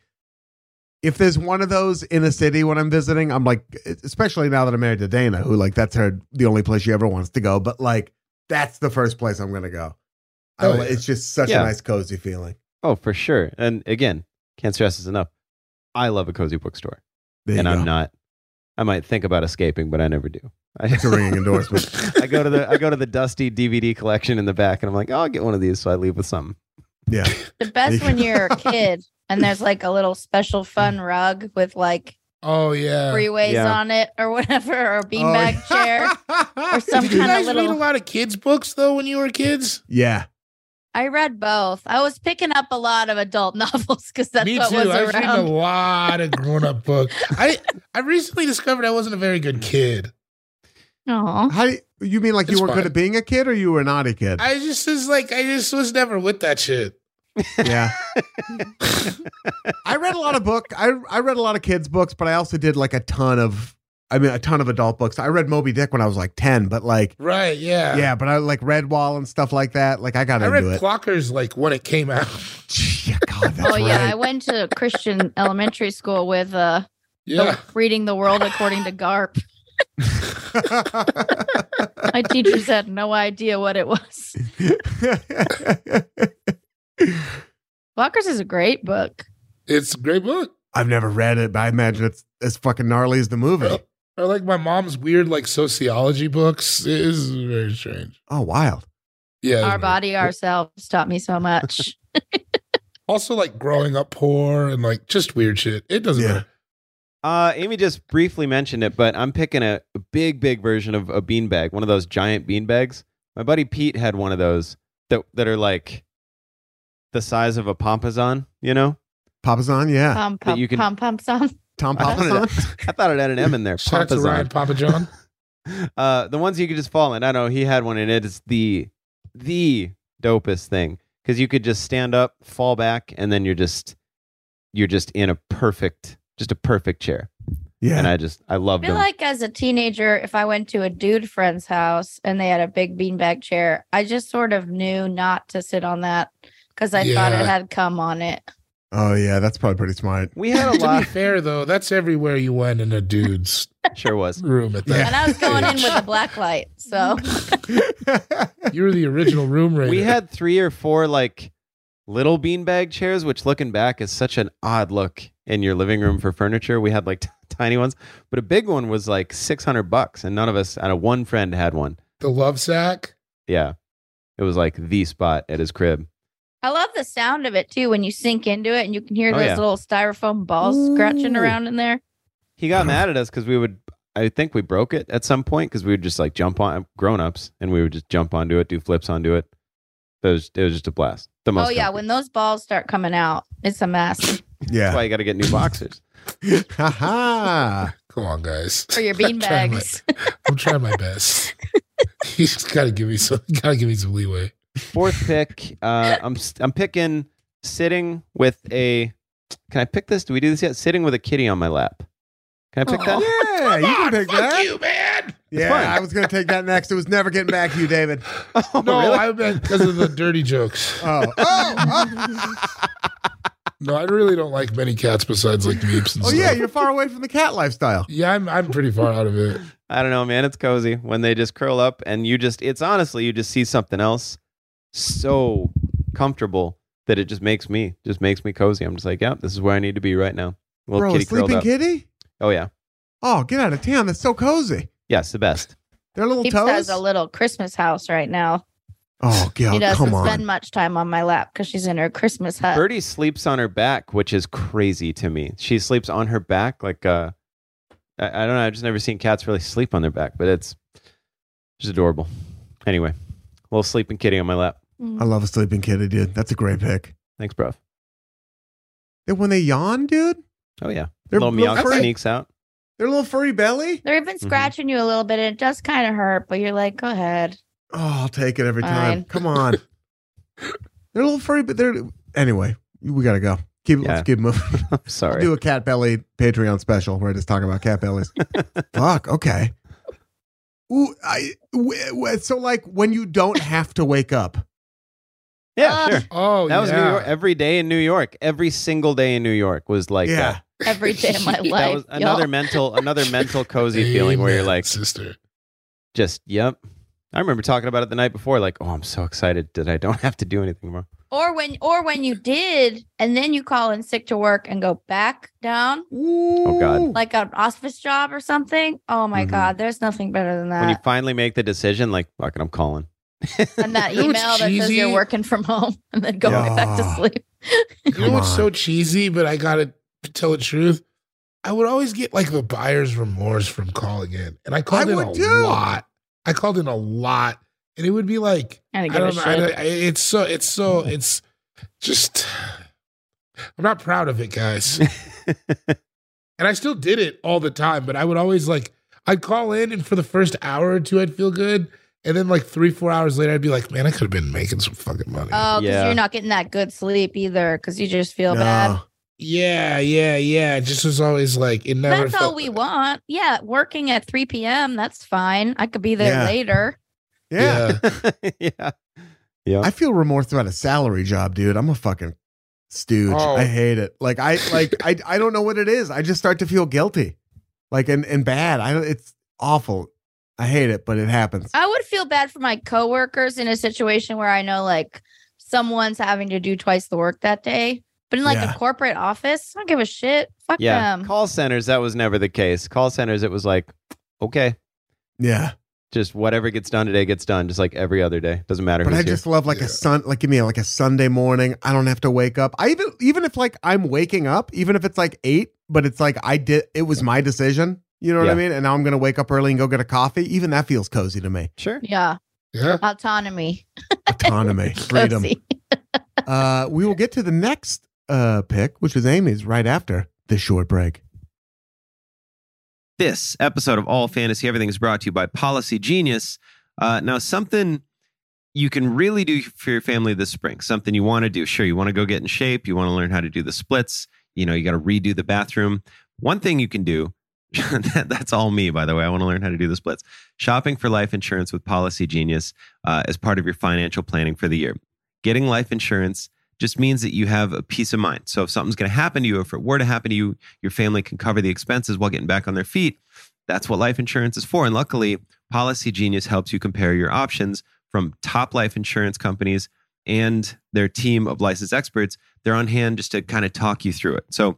[SPEAKER 1] If there's one of those in a city when I'm visiting, I'm like, e, especially now that I'm married to Dana, who like that's her the only place she ever wants to go. But like that's the first place I'm gonna go. I
[SPEAKER 4] Oh,
[SPEAKER 1] li-
[SPEAKER 4] yeah.
[SPEAKER 1] It's just such
[SPEAKER 3] Yeah.
[SPEAKER 1] a nice cozy feeling.
[SPEAKER 3] Oh, for sure. And again, can't stress this enough. I love a cozy bookstore,
[SPEAKER 1] There
[SPEAKER 3] and
[SPEAKER 1] you
[SPEAKER 3] I'm
[SPEAKER 1] go.
[SPEAKER 3] not. I might think about escaping, but I never do. I,
[SPEAKER 1] It's a ringing endorsement.
[SPEAKER 3] I go to the I go to the dusty DVD collection in the back, and I'm like, oh, I'll get one of these, so I leave with something.
[SPEAKER 1] Yeah.
[SPEAKER 2] The best when you're a kid and there's like a little special fun rug with like
[SPEAKER 4] Oh yeah.
[SPEAKER 2] freeways ways
[SPEAKER 3] Yeah.
[SPEAKER 2] on it or whatever, or a beanbag
[SPEAKER 1] Oh,
[SPEAKER 2] chair.
[SPEAKER 1] chair
[SPEAKER 2] or some
[SPEAKER 4] Did you
[SPEAKER 2] kind of
[SPEAKER 4] guys read a
[SPEAKER 2] little.
[SPEAKER 4] lot of kids' books though when you were kids?
[SPEAKER 1] Yeah.
[SPEAKER 2] I read both. I was picking up a lot of adult novels because that's
[SPEAKER 4] Me
[SPEAKER 2] what
[SPEAKER 4] too.
[SPEAKER 2] was
[SPEAKER 4] I was reading a
[SPEAKER 2] around.
[SPEAKER 4] lot of grown-up books. I I recently discovered I wasn't a very good kid.
[SPEAKER 2] Aw.
[SPEAKER 1] How do you, you mean like you
[SPEAKER 4] It's
[SPEAKER 1] were good
[SPEAKER 4] fine.
[SPEAKER 1] at being a kid or you were a naughty kid?
[SPEAKER 4] I just was like I just was never with that shit.
[SPEAKER 1] Yeah. I read a lot of book. I I read a lot of kids books, but I also did like a ton of I mean a ton of adult books. I read Moby Dick when I was like 10, but like
[SPEAKER 4] Right? Yeah.
[SPEAKER 1] yeah, but I like Redwall and stuff like that. Like I got
[SPEAKER 4] I
[SPEAKER 1] into
[SPEAKER 4] read
[SPEAKER 1] it.
[SPEAKER 4] Clockers like when it came out.
[SPEAKER 1] yeah, God, that's
[SPEAKER 2] Oh yeah, I
[SPEAKER 1] right.
[SPEAKER 2] went to Christian elementary school with uh the-
[SPEAKER 4] Yeah.
[SPEAKER 2] reading the world according to Garp. My teachers had no idea what it was. Walkers is a great book.
[SPEAKER 4] It's a great book.
[SPEAKER 1] I've never read it, but I imagine it's as fucking gnarly as the movie.
[SPEAKER 4] Or like my mom's weird like sociology books. It is very strange.
[SPEAKER 1] Oh, wild.
[SPEAKER 4] Yeah.
[SPEAKER 2] Our body ourselves taught me so much.
[SPEAKER 4] Also like growing up poor and like just weird shit. It doesn't
[SPEAKER 1] Yeah.
[SPEAKER 4] matter.
[SPEAKER 3] Uh, Amy just briefly mentioned it, but I'm picking a, a big, big version of a beanbag, one of those giant beanbags. My buddy Pete had one of those that that are like the size of a pompazon, you know?
[SPEAKER 1] Papa's on, yeah.
[SPEAKER 2] Pom
[SPEAKER 3] That
[SPEAKER 2] pom
[SPEAKER 3] you can-
[SPEAKER 2] pom pom song.
[SPEAKER 1] Tom
[SPEAKER 3] I
[SPEAKER 1] Papa's on.
[SPEAKER 3] thought it had an M in there.
[SPEAKER 4] Shout out to Ryan
[SPEAKER 3] Pompazon.
[SPEAKER 4] Papa John.
[SPEAKER 3] Uh, the ones you could just fall in. I know he had one, and it is the the dopest thing because you could just stand up, fall back, and then you're just you're just in a perfect, just a perfect chair. And I just I
[SPEAKER 2] I
[SPEAKER 3] loved
[SPEAKER 2] feel
[SPEAKER 3] them.
[SPEAKER 2] like as a teenager, if I went to a dude friend's house and they had a big beanbag chair, I just sort of knew not to sit on that because I thought
[SPEAKER 4] Yeah.
[SPEAKER 2] it had cum on it.
[SPEAKER 1] Oh yeah, that's probably pretty smart.
[SPEAKER 3] we had a
[SPEAKER 4] to be
[SPEAKER 3] lot.
[SPEAKER 4] fair though, that's everywhere you went in a dude's
[SPEAKER 3] sure was.
[SPEAKER 4] room at
[SPEAKER 1] Yeah.
[SPEAKER 4] that.
[SPEAKER 2] And I was going in
[SPEAKER 4] age.
[SPEAKER 2] with a black light. So
[SPEAKER 4] You were the original room raider.
[SPEAKER 3] We had three or four like little beanbag chairs, which looking back is such an odd look in your living room for furniture. We had like t- tiny ones, but a big one was like six hundred bucks, and none of us. I know one friend had one.
[SPEAKER 4] the love sack.
[SPEAKER 3] Yeah, it was like the spot at his crib.
[SPEAKER 2] I love the sound of it too when you sink into it and you can hear
[SPEAKER 3] Oh,
[SPEAKER 2] those
[SPEAKER 3] yeah.
[SPEAKER 2] little styrofoam balls scratching
[SPEAKER 3] Ooh.
[SPEAKER 2] around in there.
[SPEAKER 3] He got mad at us because we would. I think we broke it at some point because we would just like jump on grown ups and we would just jump onto it, do flips onto it. It was, it was just a blast. The most.
[SPEAKER 2] oh, yeah.
[SPEAKER 3] comfy.
[SPEAKER 2] When those balls start coming out, it's a mess
[SPEAKER 3] That's
[SPEAKER 1] Yeah.
[SPEAKER 3] why you got to get new boxers.
[SPEAKER 1] Ha ha.
[SPEAKER 4] Come on, guys.
[SPEAKER 2] for your
[SPEAKER 4] I'm trying my-
[SPEAKER 2] beanbags.
[SPEAKER 4] I'm trying my best. You just gotta give me some. Gotta give me some leeway.
[SPEAKER 3] Fourth pick. Uh, I'm s- I'm picking sitting with a. Can I pick this? Do we do this yet? Sitting with a kitty on my lap. Can I pick
[SPEAKER 1] Yeah,
[SPEAKER 3] that?
[SPEAKER 1] you can pick that.
[SPEAKER 4] man.
[SPEAKER 1] Yeah,
[SPEAKER 3] fine.
[SPEAKER 1] I was gonna take that next. It was never getting back to you, David.
[SPEAKER 3] Oh,
[SPEAKER 4] No,
[SPEAKER 3] really?
[SPEAKER 4] I meant because of the dirty jokes.
[SPEAKER 1] Oh, oh, oh,
[SPEAKER 4] No, I really don't like many cats besides like meeps and
[SPEAKER 1] oh
[SPEAKER 4] stuff.
[SPEAKER 1] yeah, you're far away from the cat lifestyle.
[SPEAKER 4] yeah, I'm I'm pretty far out of it.
[SPEAKER 3] I don't know, man. It's cozy when they just curl up and you just, it's honestly, you just see something else so comfortable that it just makes me, just makes me cozy. I'm just like, yeah, this is where I need to be right now. Little
[SPEAKER 1] Bro, a
[SPEAKER 3] kitty curled
[SPEAKER 1] sleeping
[SPEAKER 3] up.
[SPEAKER 1] kitty?
[SPEAKER 3] Oh, yeah.
[SPEAKER 1] Oh, get out of town. That's so cozy.
[SPEAKER 3] Yes, the best.
[SPEAKER 1] Their little
[SPEAKER 2] Peeps
[SPEAKER 1] toes.
[SPEAKER 2] has a little Christmas house right now.
[SPEAKER 1] oh,
[SPEAKER 2] she
[SPEAKER 1] God,
[SPEAKER 2] doesn't
[SPEAKER 1] come on.
[SPEAKER 2] spend much time on my lap because she's in her Christmas hut.
[SPEAKER 3] Birdie sleeps on her back, which is crazy to me. She sleeps on her back like, uh, I, I don't know. I've just never seen cats really sleep on their back, but it's just adorable. Anyway, little sleeping kitty on my lap.
[SPEAKER 1] I
[SPEAKER 2] Mm.
[SPEAKER 1] love a sleeping kitty, dude. That's a great pick.
[SPEAKER 3] Thanks, bruv.
[SPEAKER 1] And when they yawn, dude,
[SPEAKER 3] Oh, yeah.
[SPEAKER 1] They're
[SPEAKER 3] little
[SPEAKER 1] little
[SPEAKER 3] meow
[SPEAKER 1] furry.
[SPEAKER 3] sneaks out.
[SPEAKER 1] their little furry belly.
[SPEAKER 2] They're
[SPEAKER 3] Mm-hmm.
[SPEAKER 2] even scratching you a little bit and it does kind of hurt, but you're like, go ahead.
[SPEAKER 1] Oh, I'll take it every time.
[SPEAKER 2] Fine.
[SPEAKER 1] Come on. they're little furry, but they're anyway. We gotta go. Keep
[SPEAKER 3] Yeah.
[SPEAKER 1] let's keep moving.
[SPEAKER 3] I'm
[SPEAKER 1] I'll
[SPEAKER 3] sorry.
[SPEAKER 1] do a cat belly Patreon special where I just talk about cat bellies. Fuck. Okay. Ooh, I w- w- so like when you don't have to wake up.
[SPEAKER 3] Yeah, sure.
[SPEAKER 4] Oh,
[SPEAKER 3] That was
[SPEAKER 4] yeah.
[SPEAKER 3] New York. Every day in New York, every single day in New York was like
[SPEAKER 1] yeah.
[SPEAKER 3] that.
[SPEAKER 2] Every day of my
[SPEAKER 4] That
[SPEAKER 2] life.
[SPEAKER 3] That was another
[SPEAKER 2] y'all.
[SPEAKER 3] mental, another mental cozy feeling where you're
[SPEAKER 4] Amen,
[SPEAKER 3] like,
[SPEAKER 4] sister.
[SPEAKER 3] just yep. I remember talking about it the night before, like, oh, I'm so excited that I don't have to do anything tomorrow.
[SPEAKER 2] or when or when you did and then you call in sick to work and go back down
[SPEAKER 1] Ooh.
[SPEAKER 3] Oh, God.
[SPEAKER 2] like an office job or something oh my
[SPEAKER 3] Mhm.
[SPEAKER 2] god there's nothing better than
[SPEAKER 3] When you
[SPEAKER 2] that
[SPEAKER 3] finally make the decision, like, fuck it, I'm calling.
[SPEAKER 2] and that
[SPEAKER 4] You know
[SPEAKER 2] email
[SPEAKER 4] what's
[SPEAKER 2] that says
[SPEAKER 4] cheesy?
[SPEAKER 2] you're working from home and then going back to
[SPEAKER 1] Yeah.
[SPEAKER 2] sleep
[SPEAKER 4] You know
[SPEAKER 1] Come
[SPEAKER 4] what's so
[SPEAKER 1] on.
[SPEAKER 4] cheesy, but I gotta tell the truth. I would always get like the buyer's remorse from calling in, and I called
[SPEAKER 1] I
[SPEAKER 4] in
[SPEAKER 1] would
[SPEAKER 4] a
[SPEAKER 1] too.
[SPEAKER 4] lot. I called in a lot, and it would be like
[SPEAKER 2] and
[SPEAKER 4] I
[SPEAKER 2] give a
[SPEAKER 4] don't know.
[SPEAKER 2] shit
[SPEAKER 4] I don't- I- it's so it's so it's just. I'm not proud of it, guys. and I still did it all the time, but I would always like I'd call in, and for the first hour or two, I'd feel good, and then like three four hours later, I'd be like, man, I could have been making some fucking money.
[SPEAKER 2] oh because
[SPEAKER 3] Yeah.
[SPEAKER 2] you're not getting that good sleep either because you just feel
[SPEAKER 1] No.
[SPEAKER 2] bad
[SPEAKER 4] Yeah, yeah, yeah. It just was always like it never.
[SPEAKER 2] that's all
[SPEAKER 4] felt-
[SPEAKER 2] we want yeah working at 3 p.m that's fine i could be there
[SPEAKER 1] Yeah.
[SPEAKER 2] later
[SPEAKER 1] yeah.
[SPEAKER 3] yeah. Yeah.
[SPEAKER 1] I feel remorse about a salary job, dude. I'm a fucking stooge.
[SPEAKER 4] Oh.
[SPEAKER 1] I hate it. Like I like I I don't know what it is. I just start to feel guilty. Like and and bad. I don't it's awful. I hate it, but it happens.
[SPEAKER 2] I would feel bad for my coworkers in a situation where I know like someone's having to do twice the work that day. But in like
[SPEAKER 1] Yeah.
[SPEAKER 2] a corporate office, I don't give a shit. Fuck
[SPEAKER 3] yeah.
[SPEAKER 2] them.
[SPEAKER 3] Call centers, that was never the case. Call centers, it was like, okay,
[SPEAKER 1] Yeah.
[SPEAKER 3] just whatever gets done today gets done, just like every other day. Doesn't matter
[SPEAKER 1] But
[SPEAKER 3] who's
[SPEAKER 1] I
[SPEAKER 3] here.
[SPEAKER 1] just love like
[SPEAKER 4] Yeah.
[SPEAKER 1] a sun like give me like a Sunday morning. I don't have to wake up. I even even if like I'm waking up, even if it's like eight, but it's like I did it was my decision. You know what I
[SPEAKER 3] Yeah.
[SPEAKER 1] mean? And now I'm gonna wake up early and go get a coffee. Even that feels cozy to me.
[SPEAKER 3] Sure.
[SPEAKER 2] Yeah.
[SPEAKER 4] Yeah.
[SPEAKER 2] Autonomy.
[SPEAKER 1] Autonomy, freedom.
[SPEAKER 2] Cozy.
[SPEAKER 1] uh, we will get to the next uh, pick, which was Amy's right after this short break.
[SPEAKER 3] This episode of All Fantasy Everything is brought to you by Policy Genius. Uh, now, something you can really do for your family this spring, something you want to do. Sure, you want to go get in shape, you want to learn how to do the splits, you know, you got to redo the bathroom. One thing you can do, that, that's all me, by the way. I want to learn how to do the splits. Shopping for life insurance with Policy Genius uh, as part of your financial planning for the year. Getting life insurance just means that you have a peace of mind. So if something's going to happen to you, if it were to happen to you, your family can cover the expenses while getting back on their feet. That's what life insurance is for. And luckily, Policy Genius helps you compare your options from top life insurance companies and their team of licensed experts. They're on hand just to kind of talk you through it. So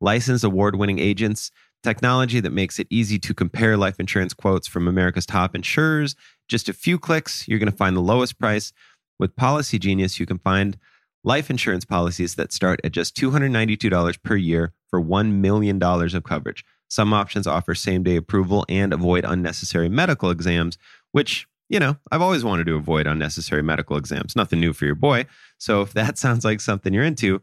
[SPEAKER 3] licensed award winning agents, technology that makes it easy to compare life insurance quotes from America's top insurers just a few clicks, you're going to find the lowest price. With Policy Genius, you can find life insurance policies that start at just $292 per year for $1 million of coverage. Some options offer same day approval and avoid unnecessary medical exams, which, you know, I've always wanted to avoid unnecessary medical exams. Nothing new for your boy. So if that sounds like something you're into,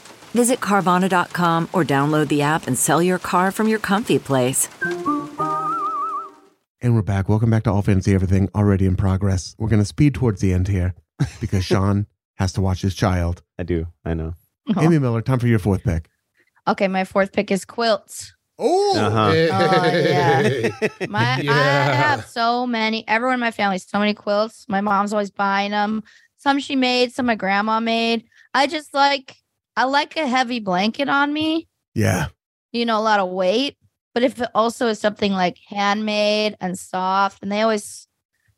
[SPEAKER 8] Visit Carvana.com or download the app and sell your car from your comfy place.
[SPEAKER 1] And we're back. Welcome back to All Fantasy Everything, already in progress. We're going to speed towards the end here because Sean has to watch his child.
[SPEAKER 3] I do. I know.
[SPEAKER 2] Aw.
[SPEAKER 1] Amy Miller, time for your fourth pick.
[SPEAKER 2] Okay, my fourth pick is quilts.
[SPEAKER 4] Oh,
[SPEAKER 3] Uh-huh.
[SPEAKER 2] Oh, yeah. My I
[SPEAKER 4] Yeah.
[SPEAKER 2] have so many. Everyone in my family, so many quilts. My mom's always buying them. Some she made, some my grandma made. I just like I like a heavy blanket on me.
[SPEAKER 1] Yeah.
[SPEAKER 2] you know, a lot of weight. But if it also is something like handmade and soft, and they always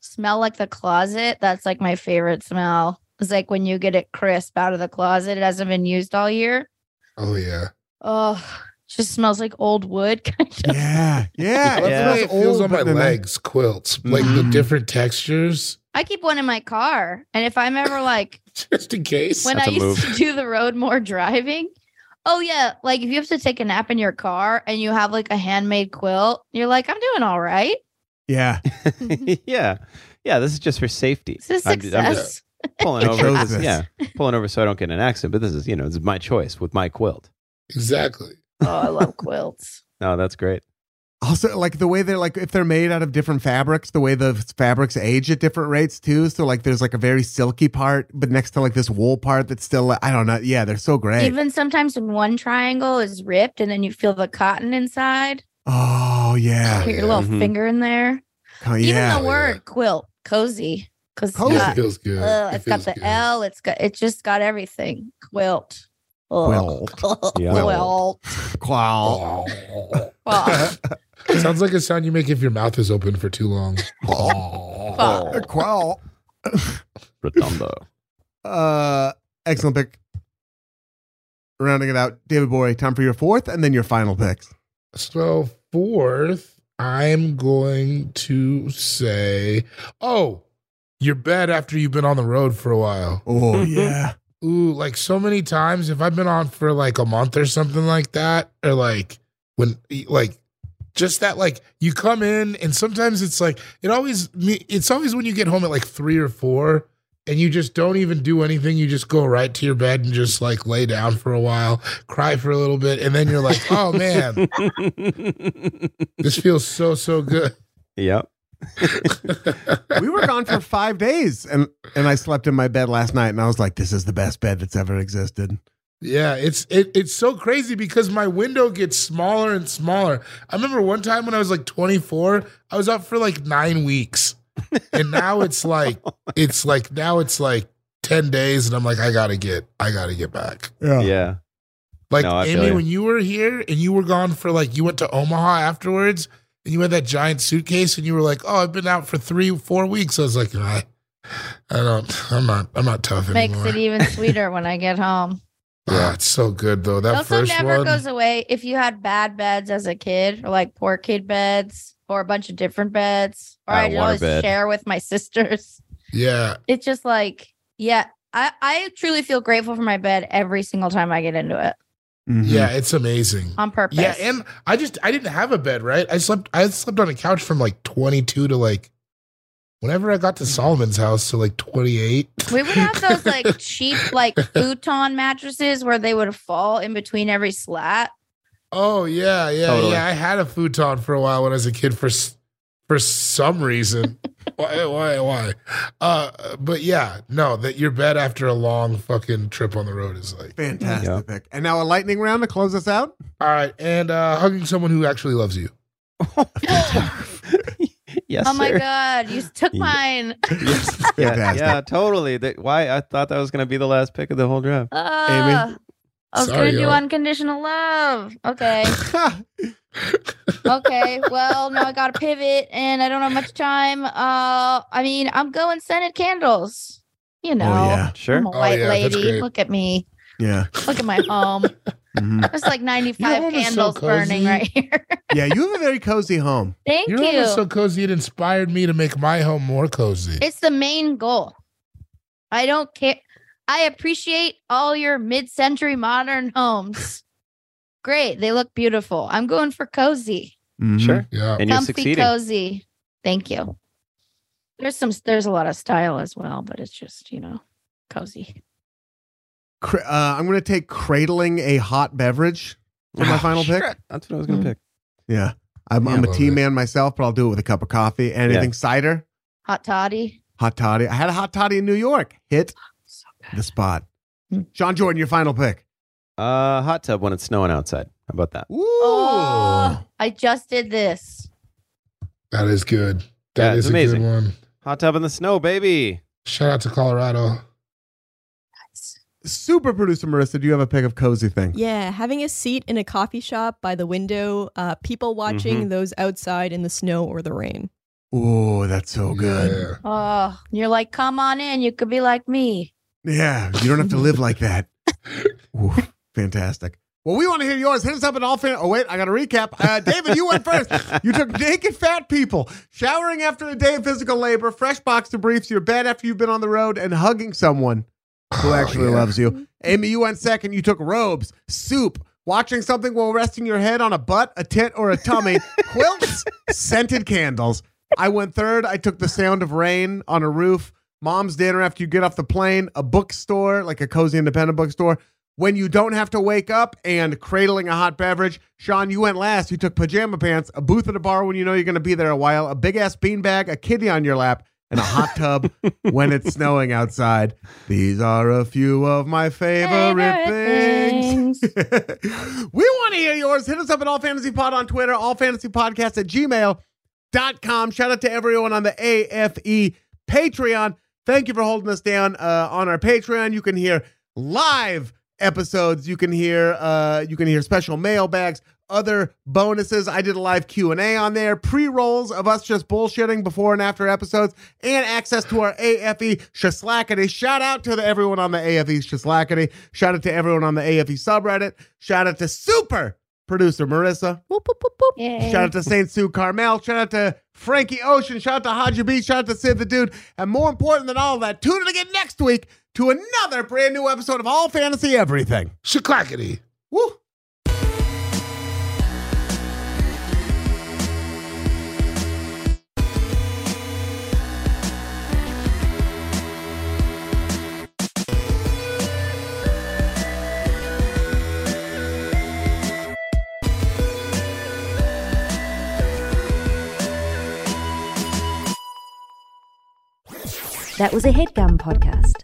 [SPEAKER 2] smell like the closet, that's like my favorite smell. It's like when you get it crisp out of the closet, it hasn't been used all year.
[SPEAKER 4] Oh yeah.
[SPEAKER 2] Oh, it just smells like old wood, kind of.
[SPEAKER 1] Yeah. Yeah.
[SPEAKER 4] I love the way it Mm-hmm. feels on my
[SPEAKER 1] but then-
[SPEAKER 4] legs, quilts, like the
[SPEAKER 1] Mm.
[SPEAKER 4] different textures,
[SPEAKER 2] I keep one in my car. And if I'm ever like,
[SPEAKER 4] just in case.
[SPEAKER 2] when
[SPEAKER 3] That's
[SPEAKER 2] I
[SPEAKER 3] a
[SPEAKER 2] used
[SPEAKER 3] move.
[SPEAKER 2] to do the road more driving, oh, yeah, like if you have to take a nap in your car and you have like a handmade quilt, you're like, I'm doing all right.
[SPEAKER 1] Yeah.
[SPEAKER 3] yeah. Yeah, this is just for safety.
[SPEAKER 2] This is
[SPEAKER 3] I'm- I'm just-
[SPEAKER 2] success.
[SPEAKER 3] pulling
[SPEAKER 1] I
[SPEAKER 3] over.
[SPEAKER 1] chose this.
[SPEAKER 3] Yeah, pulling over so I don't get in an accident. But this is, you know, this is my choice with my quilt.
[SPEAKER 4] Exactly.
[SPEAKER 2] oh, I love quilts.
[SPEAKER 3] No, Oh, that's great.
[SPEAKER 1] Also, like the way they're like, if they're made out of different fabrics, the way the fabrics age at different rates too. So, like, there's like a very silky part, but next to like this wool part that's still, like, I don't know. Yeah. They're so great.
[SPEAKER 2] Even sometimes when one triangle is ripped and then you feel the cotton inside,
[SPEAKER 1] oh, yeah.
[SPEAKER 4] Oh,
[SPEAKER 2] put your
[SPEAKER 4] yeah.
[SPEAKER 2] little
[SPEAKER 3] Mhm.
[SPEAKER 2] finger in there.
[SPEAKER 1] Oh, yeah.
[SPEAKER 2] Even the
[SPEAKER 4] yeah.
[SPEAKER 2] word quilt, cozy, because it's,
[SPEAKER 1] Cozy.
[SPEAKER 4] Yeah,
[SPEAKER 2] got,
[SPEAKER 4] it feels good.
[SPEAKER 2] ugh,
[SPEAKER 4] It
[SPEAKER 2] it's Uh, got
[SPEAKER 4] feels
[SPEAKER 2] the
[SPEAKER 4] good.
[SPEAKER 2] L, it's got it's just got everything. Quilt. Ugh. Quilt.
[SPEAKER 3] Yeah.
[SPEAKER 2] Quilt.
[SPEAKER 1] Qual.
[SPEAKER 2] Quilt.
[SPEAKER 4] Sounds like a sound you make if your mouth is open for too long.
[SPEAKER 1] Oh,
[SPEAKER 2] Quilt.
[SPEAKER 1] Qual.
[SPEAKER 3] Redondo.
[SPEAKER 1] Uh, excellent pick. Rounding it out, David Bory. Time for your fourth, and then your final picks.
[SPEAKER 4] So fourth, I'm going to say, oh, your bed after you've been on the road for a while.
[SPEAKER 1] Oh yeah,
[SPEAKER 4] Ooh, like so many times if I've been on for like a month or something like that, or like when e, like just that like you come in and sometimes it's like it always me it's always when you get home at like three or four and you just don't even do anything. You just go right to your bed and just like lay down for a while, cry for a little bit, and then you're like, oh man, this feels so, so good.
[SPEAKER 3] Yep.
[SPEAKER 1] we were gone for five days, and and I slept in my bed last night, and I was like, "This is the best bed that's ever existed."
[SPEAKER 4] Yeah, it's it, it's so crazy because my window gets smaller and smaller. I remember one time when I was like 24, I was up for like nine weeks, and now it's like it's like now it's like 10 days, and I'm like, I gotta get I gotta get back.
[SPEAKER 1] uh,
[SPEAKER 3] Yeah.
[SPEAKER 4] Like
[SPEAKER 3] No, I feel
[SPEAKER 4] Amy,
[SPEAKER 3] you.
[SPEAKER 4] when you were here and you were gone for like you went to Omaha afterwards, and you had that giant suitcase, and you were like, oh, I've been out for three four weeks. I was like, I, I don't, I'm not I'm not tough
[SPEAKER 2] Makes
[SPEAKER 4] anymore.
[SPEAKER 2] it even sweeter when I get home.
[SPEAKER 4] Ah, it's so good though. That
[SPEAKER 2] it also
[SPEAKER 4] first
[SPEAKER 2] never
[SPEAKER 4] one.
[SPEAKER 2] goes away. If you had bad beds as a kid, or like poor kid beds, or a bunch of different beds, or
[SPEAKER 3] Ah,
[SPEAKER 2] I'd
[SPEAKER 3] water
[SPEAKER 2] always
[SPEAKER 3] bed.
[SPEAKER 2] share with my sisters.
[SPEAKER 4] yeah.
[SPEAKER 2] It's just like, yeah, I, I truly feel grateful for my bed every single time I get into it
[SPEAKER 1] Mm-hmm.
[SPEAKER 4] Yeah, it's amazing.
[SPEAKER 2] on purpose.
[SPEAKER 4] Yeah, and I just I didn't have a bed, right? I slept I slept on a couch from like 22 to like whenever I got to Solomon's house to like 28.
[SPEAKER 2] Mm-hmm. we would have those like cheap, like futon mattresses where they would fall in between every slat.
[SPEAKER 4] Oh yeah, yeah,
[SPEAKER 3] Totally.
[SPEAKER 4] yeah. I had a futon for a while when I was a kid for s- for some reason. why why why? Uh but yeah, no, that your bed after a long fucking trip on the road is like
[SPEAKER 1] Fantastic pick. And now a lightning round to close us out.
[SPEAKER 4] all right, and uh hugging someone who actually loves you.
[SPEAKER 3] Yes,
[SPEAKER 2] oh my
[SPEAKER 3] sir.
[SPEAKER 2] god, you took
[SPEAKER 3] Yeah.
[SPEAKER 2] mine.
[SPEAKER 3] Yeah,
[SPEAKER 1] Fantastic.
[SPEAKER 3] yeah, totally. That, why I thought that was going to be the last pick of the whole draft.
[SPEAKER 2] Ugh. I was
[SPEAKER 4] Sorry,
[SPEAKER 2] gonna do
[SPEAKER 4] y'all.
[SPEAKER 2] unconditional love. Okay. okay. Well, now I gotta pivot and I don't have much time. Uh I mean, I'm going scented candles. You know.
[SPEAKER 1] yeah.
[SPEAKER 3] Sure.
[SPEAKER 2] I'm a
[SPEAKER 4] Oh,
[SPEAKER 2] white
[SPEAKER 4] yeah, that's
[SPEAKER 2] lady.
[SPEAKER 4] great.
[SPEAKER 2] Look at me.
[SPEAKER 1] Yeah.
[SPEAKER 2] Look at my home.
[SPEAKER 1] Mhm.
[SPEAKER 2] There's like 95
[SPEAKER 4] home is so
[SPEAKER 2] candles burning
[SPEAKER 4] cozy.
[SPEAKER 2] right here.
[SPEAKER 1] Yeah, you have a very cozy home.
[SPEAKER 2] Thank
[SPEAKER 4] Your
[SPEAKER 2] you.
[SPEAKER 4] home is so cozy. It inspired me to make my home more cozy.
[SPEAKER 2] It's the main goal. I don't care. I appreciate all your mid century modern homes. Great. They look beautiful. I'm going for cozy.
[SPEAKER 1] Mhm.
[SPEAKER 3] Sure.
[SPEAKER 4] yeah.
[SPEAKER 3] And you're
[SPEAKER 2] comfy,
[SPEAKER 3] succeeding.
[SPEAKER 2] cozy. Thank you. There's some, there's a lot of style as well, but it's just, you know, cozy.
[SPEAKER 1] Cr- uh, I'm going to take cradling a hot beverage for my
[SPEAKER 3] Ah,
[SPEAKER 1] final
[SPEAKER 3] shit.
[SPEAKER 1] pick. Mm-hmm.
[SPEAKER 3] That's what I was going
[SPEAKER 2] Mm.
[SPEAKER 3] to pick.
[SPEAKER 1] Yeah. I'm,
[SPEAKER 3] Yeah,
[SPEAKER 1] I'm a
[SPEAKER 4] love
[SPEAKER 1] tea
[SPEAKER 4] it.
[SPEAKER 1] man myself, but I'll do it with a cup of coffee. Anything cider,
[SPEAKER 2] Hot toddy.
[SPEAKER 1] hot toddy. I had a hot toddy in New York. Hit
[SPEAKER 2] So
[SPEAKER 1] the spot.
[SPEAKER 3] Hmm.
[SPEAKER 2] Mm.
[SPEAKER 1] John Jordan, your final pick.
[SPEAKER 3] Uh, hot tub when it's snowing outside. How about that?
[SPEAKER 1] Ooh.
[SPEAKER 2] Oh, I just did this.
[SPEAKER 4] That is good.
[SPEAKER 3] Yeah,
[SPEAKER 4] That
[SPEAKER 3] it's
[SPEAKER 4] is
[SPEAKER 3] amazing.
[SPEAKER 4] a good one.
[SPEAKER 3] Hot tub in the snow, baby.
[SPEAKER 4] Shout out to Colorado.
[SPEAKER 1] Super producer Marissa, do you have a pick of cozy thing?
[SPEAKER 5] Yeah, having a seat in a coffee shop by the window, uh, people watching
[SPEAKER 3] Mm-hmm.
[SPEAKER 5] those outside in the snow or the rain.
[SPEAKER 1] Ooh, that's so good.
[SPEAKER 4] Yeah.
[SPEAKER 2] Oh, you're like, come on in. You could be like me.
[SPEAKER 1] Yeah. you don't have to live like that. Ooh, fantastic. Well, we want to hear yours. Hit us up at all. Fan- oh wait, I got to recap. Uh, David, you went first. You took naked fat people, showering after a day of physical labor, fresh box to briefs, your bed after you've been on the road, and hugging someone who
[SPEAKER 4] Oh,
[SPEAKER 1] actually
[SPEAKER 4] yeah.
[SPEAKER 1] loves you. Amy, you went second. You took robes, soup, watching something while resting your head on a butt, a tit, or a tummy, quilts, scented candles. I went third. I took the sound of rain on a roof, mom's dinner after you get off the plane, a bookstore, like a cozy independent bookstore, when you don't have to wake up and cradling a hot beverage. Sean, you went last. You took pajama pants, a booth at a bar when you know you're going to be there a while, a big ass beanbag, a kitty on your lap, and a hot tub when it's snowing outside. These are a few of my favorite, things. we want to hear yours. Hit us up at All Fantasy Pod on Twitter, All Fantasy Podcast at gmail.com. Shout out to everyone on the AFE Patreon. Thank you for holding us down uh, on our Patreon. You can hear live episodes. You can hear uh, you can hear special mailbags, other bonuses. I did a live Q and A on there, pre rolls of us just bullshitting before and after episodes, and access to our AFE Shislackity. Shout out to the, everyone on the AFE Shislackity. Shout out to everyone on the AFE subreddit. Shout out to Super Producer Marissa.
[SPEAKER 5] Whoop, whoop, whoop, whoop.
[SPEAKER 2] Yay.
[SPEAKER 1] Shout out to Saint Sue Carmel. Shout out to Frankie Ocean. Shout out to Haji B. Shout out to Sid the Dude. And more important than all of that, tune in again next week to another brand new episode of All Fantasy Everything.
[SPEAKER 4] Shaklackety.
[SPEAKER 1] Woo!
[SPEAKER 2] That was a headgum podcast.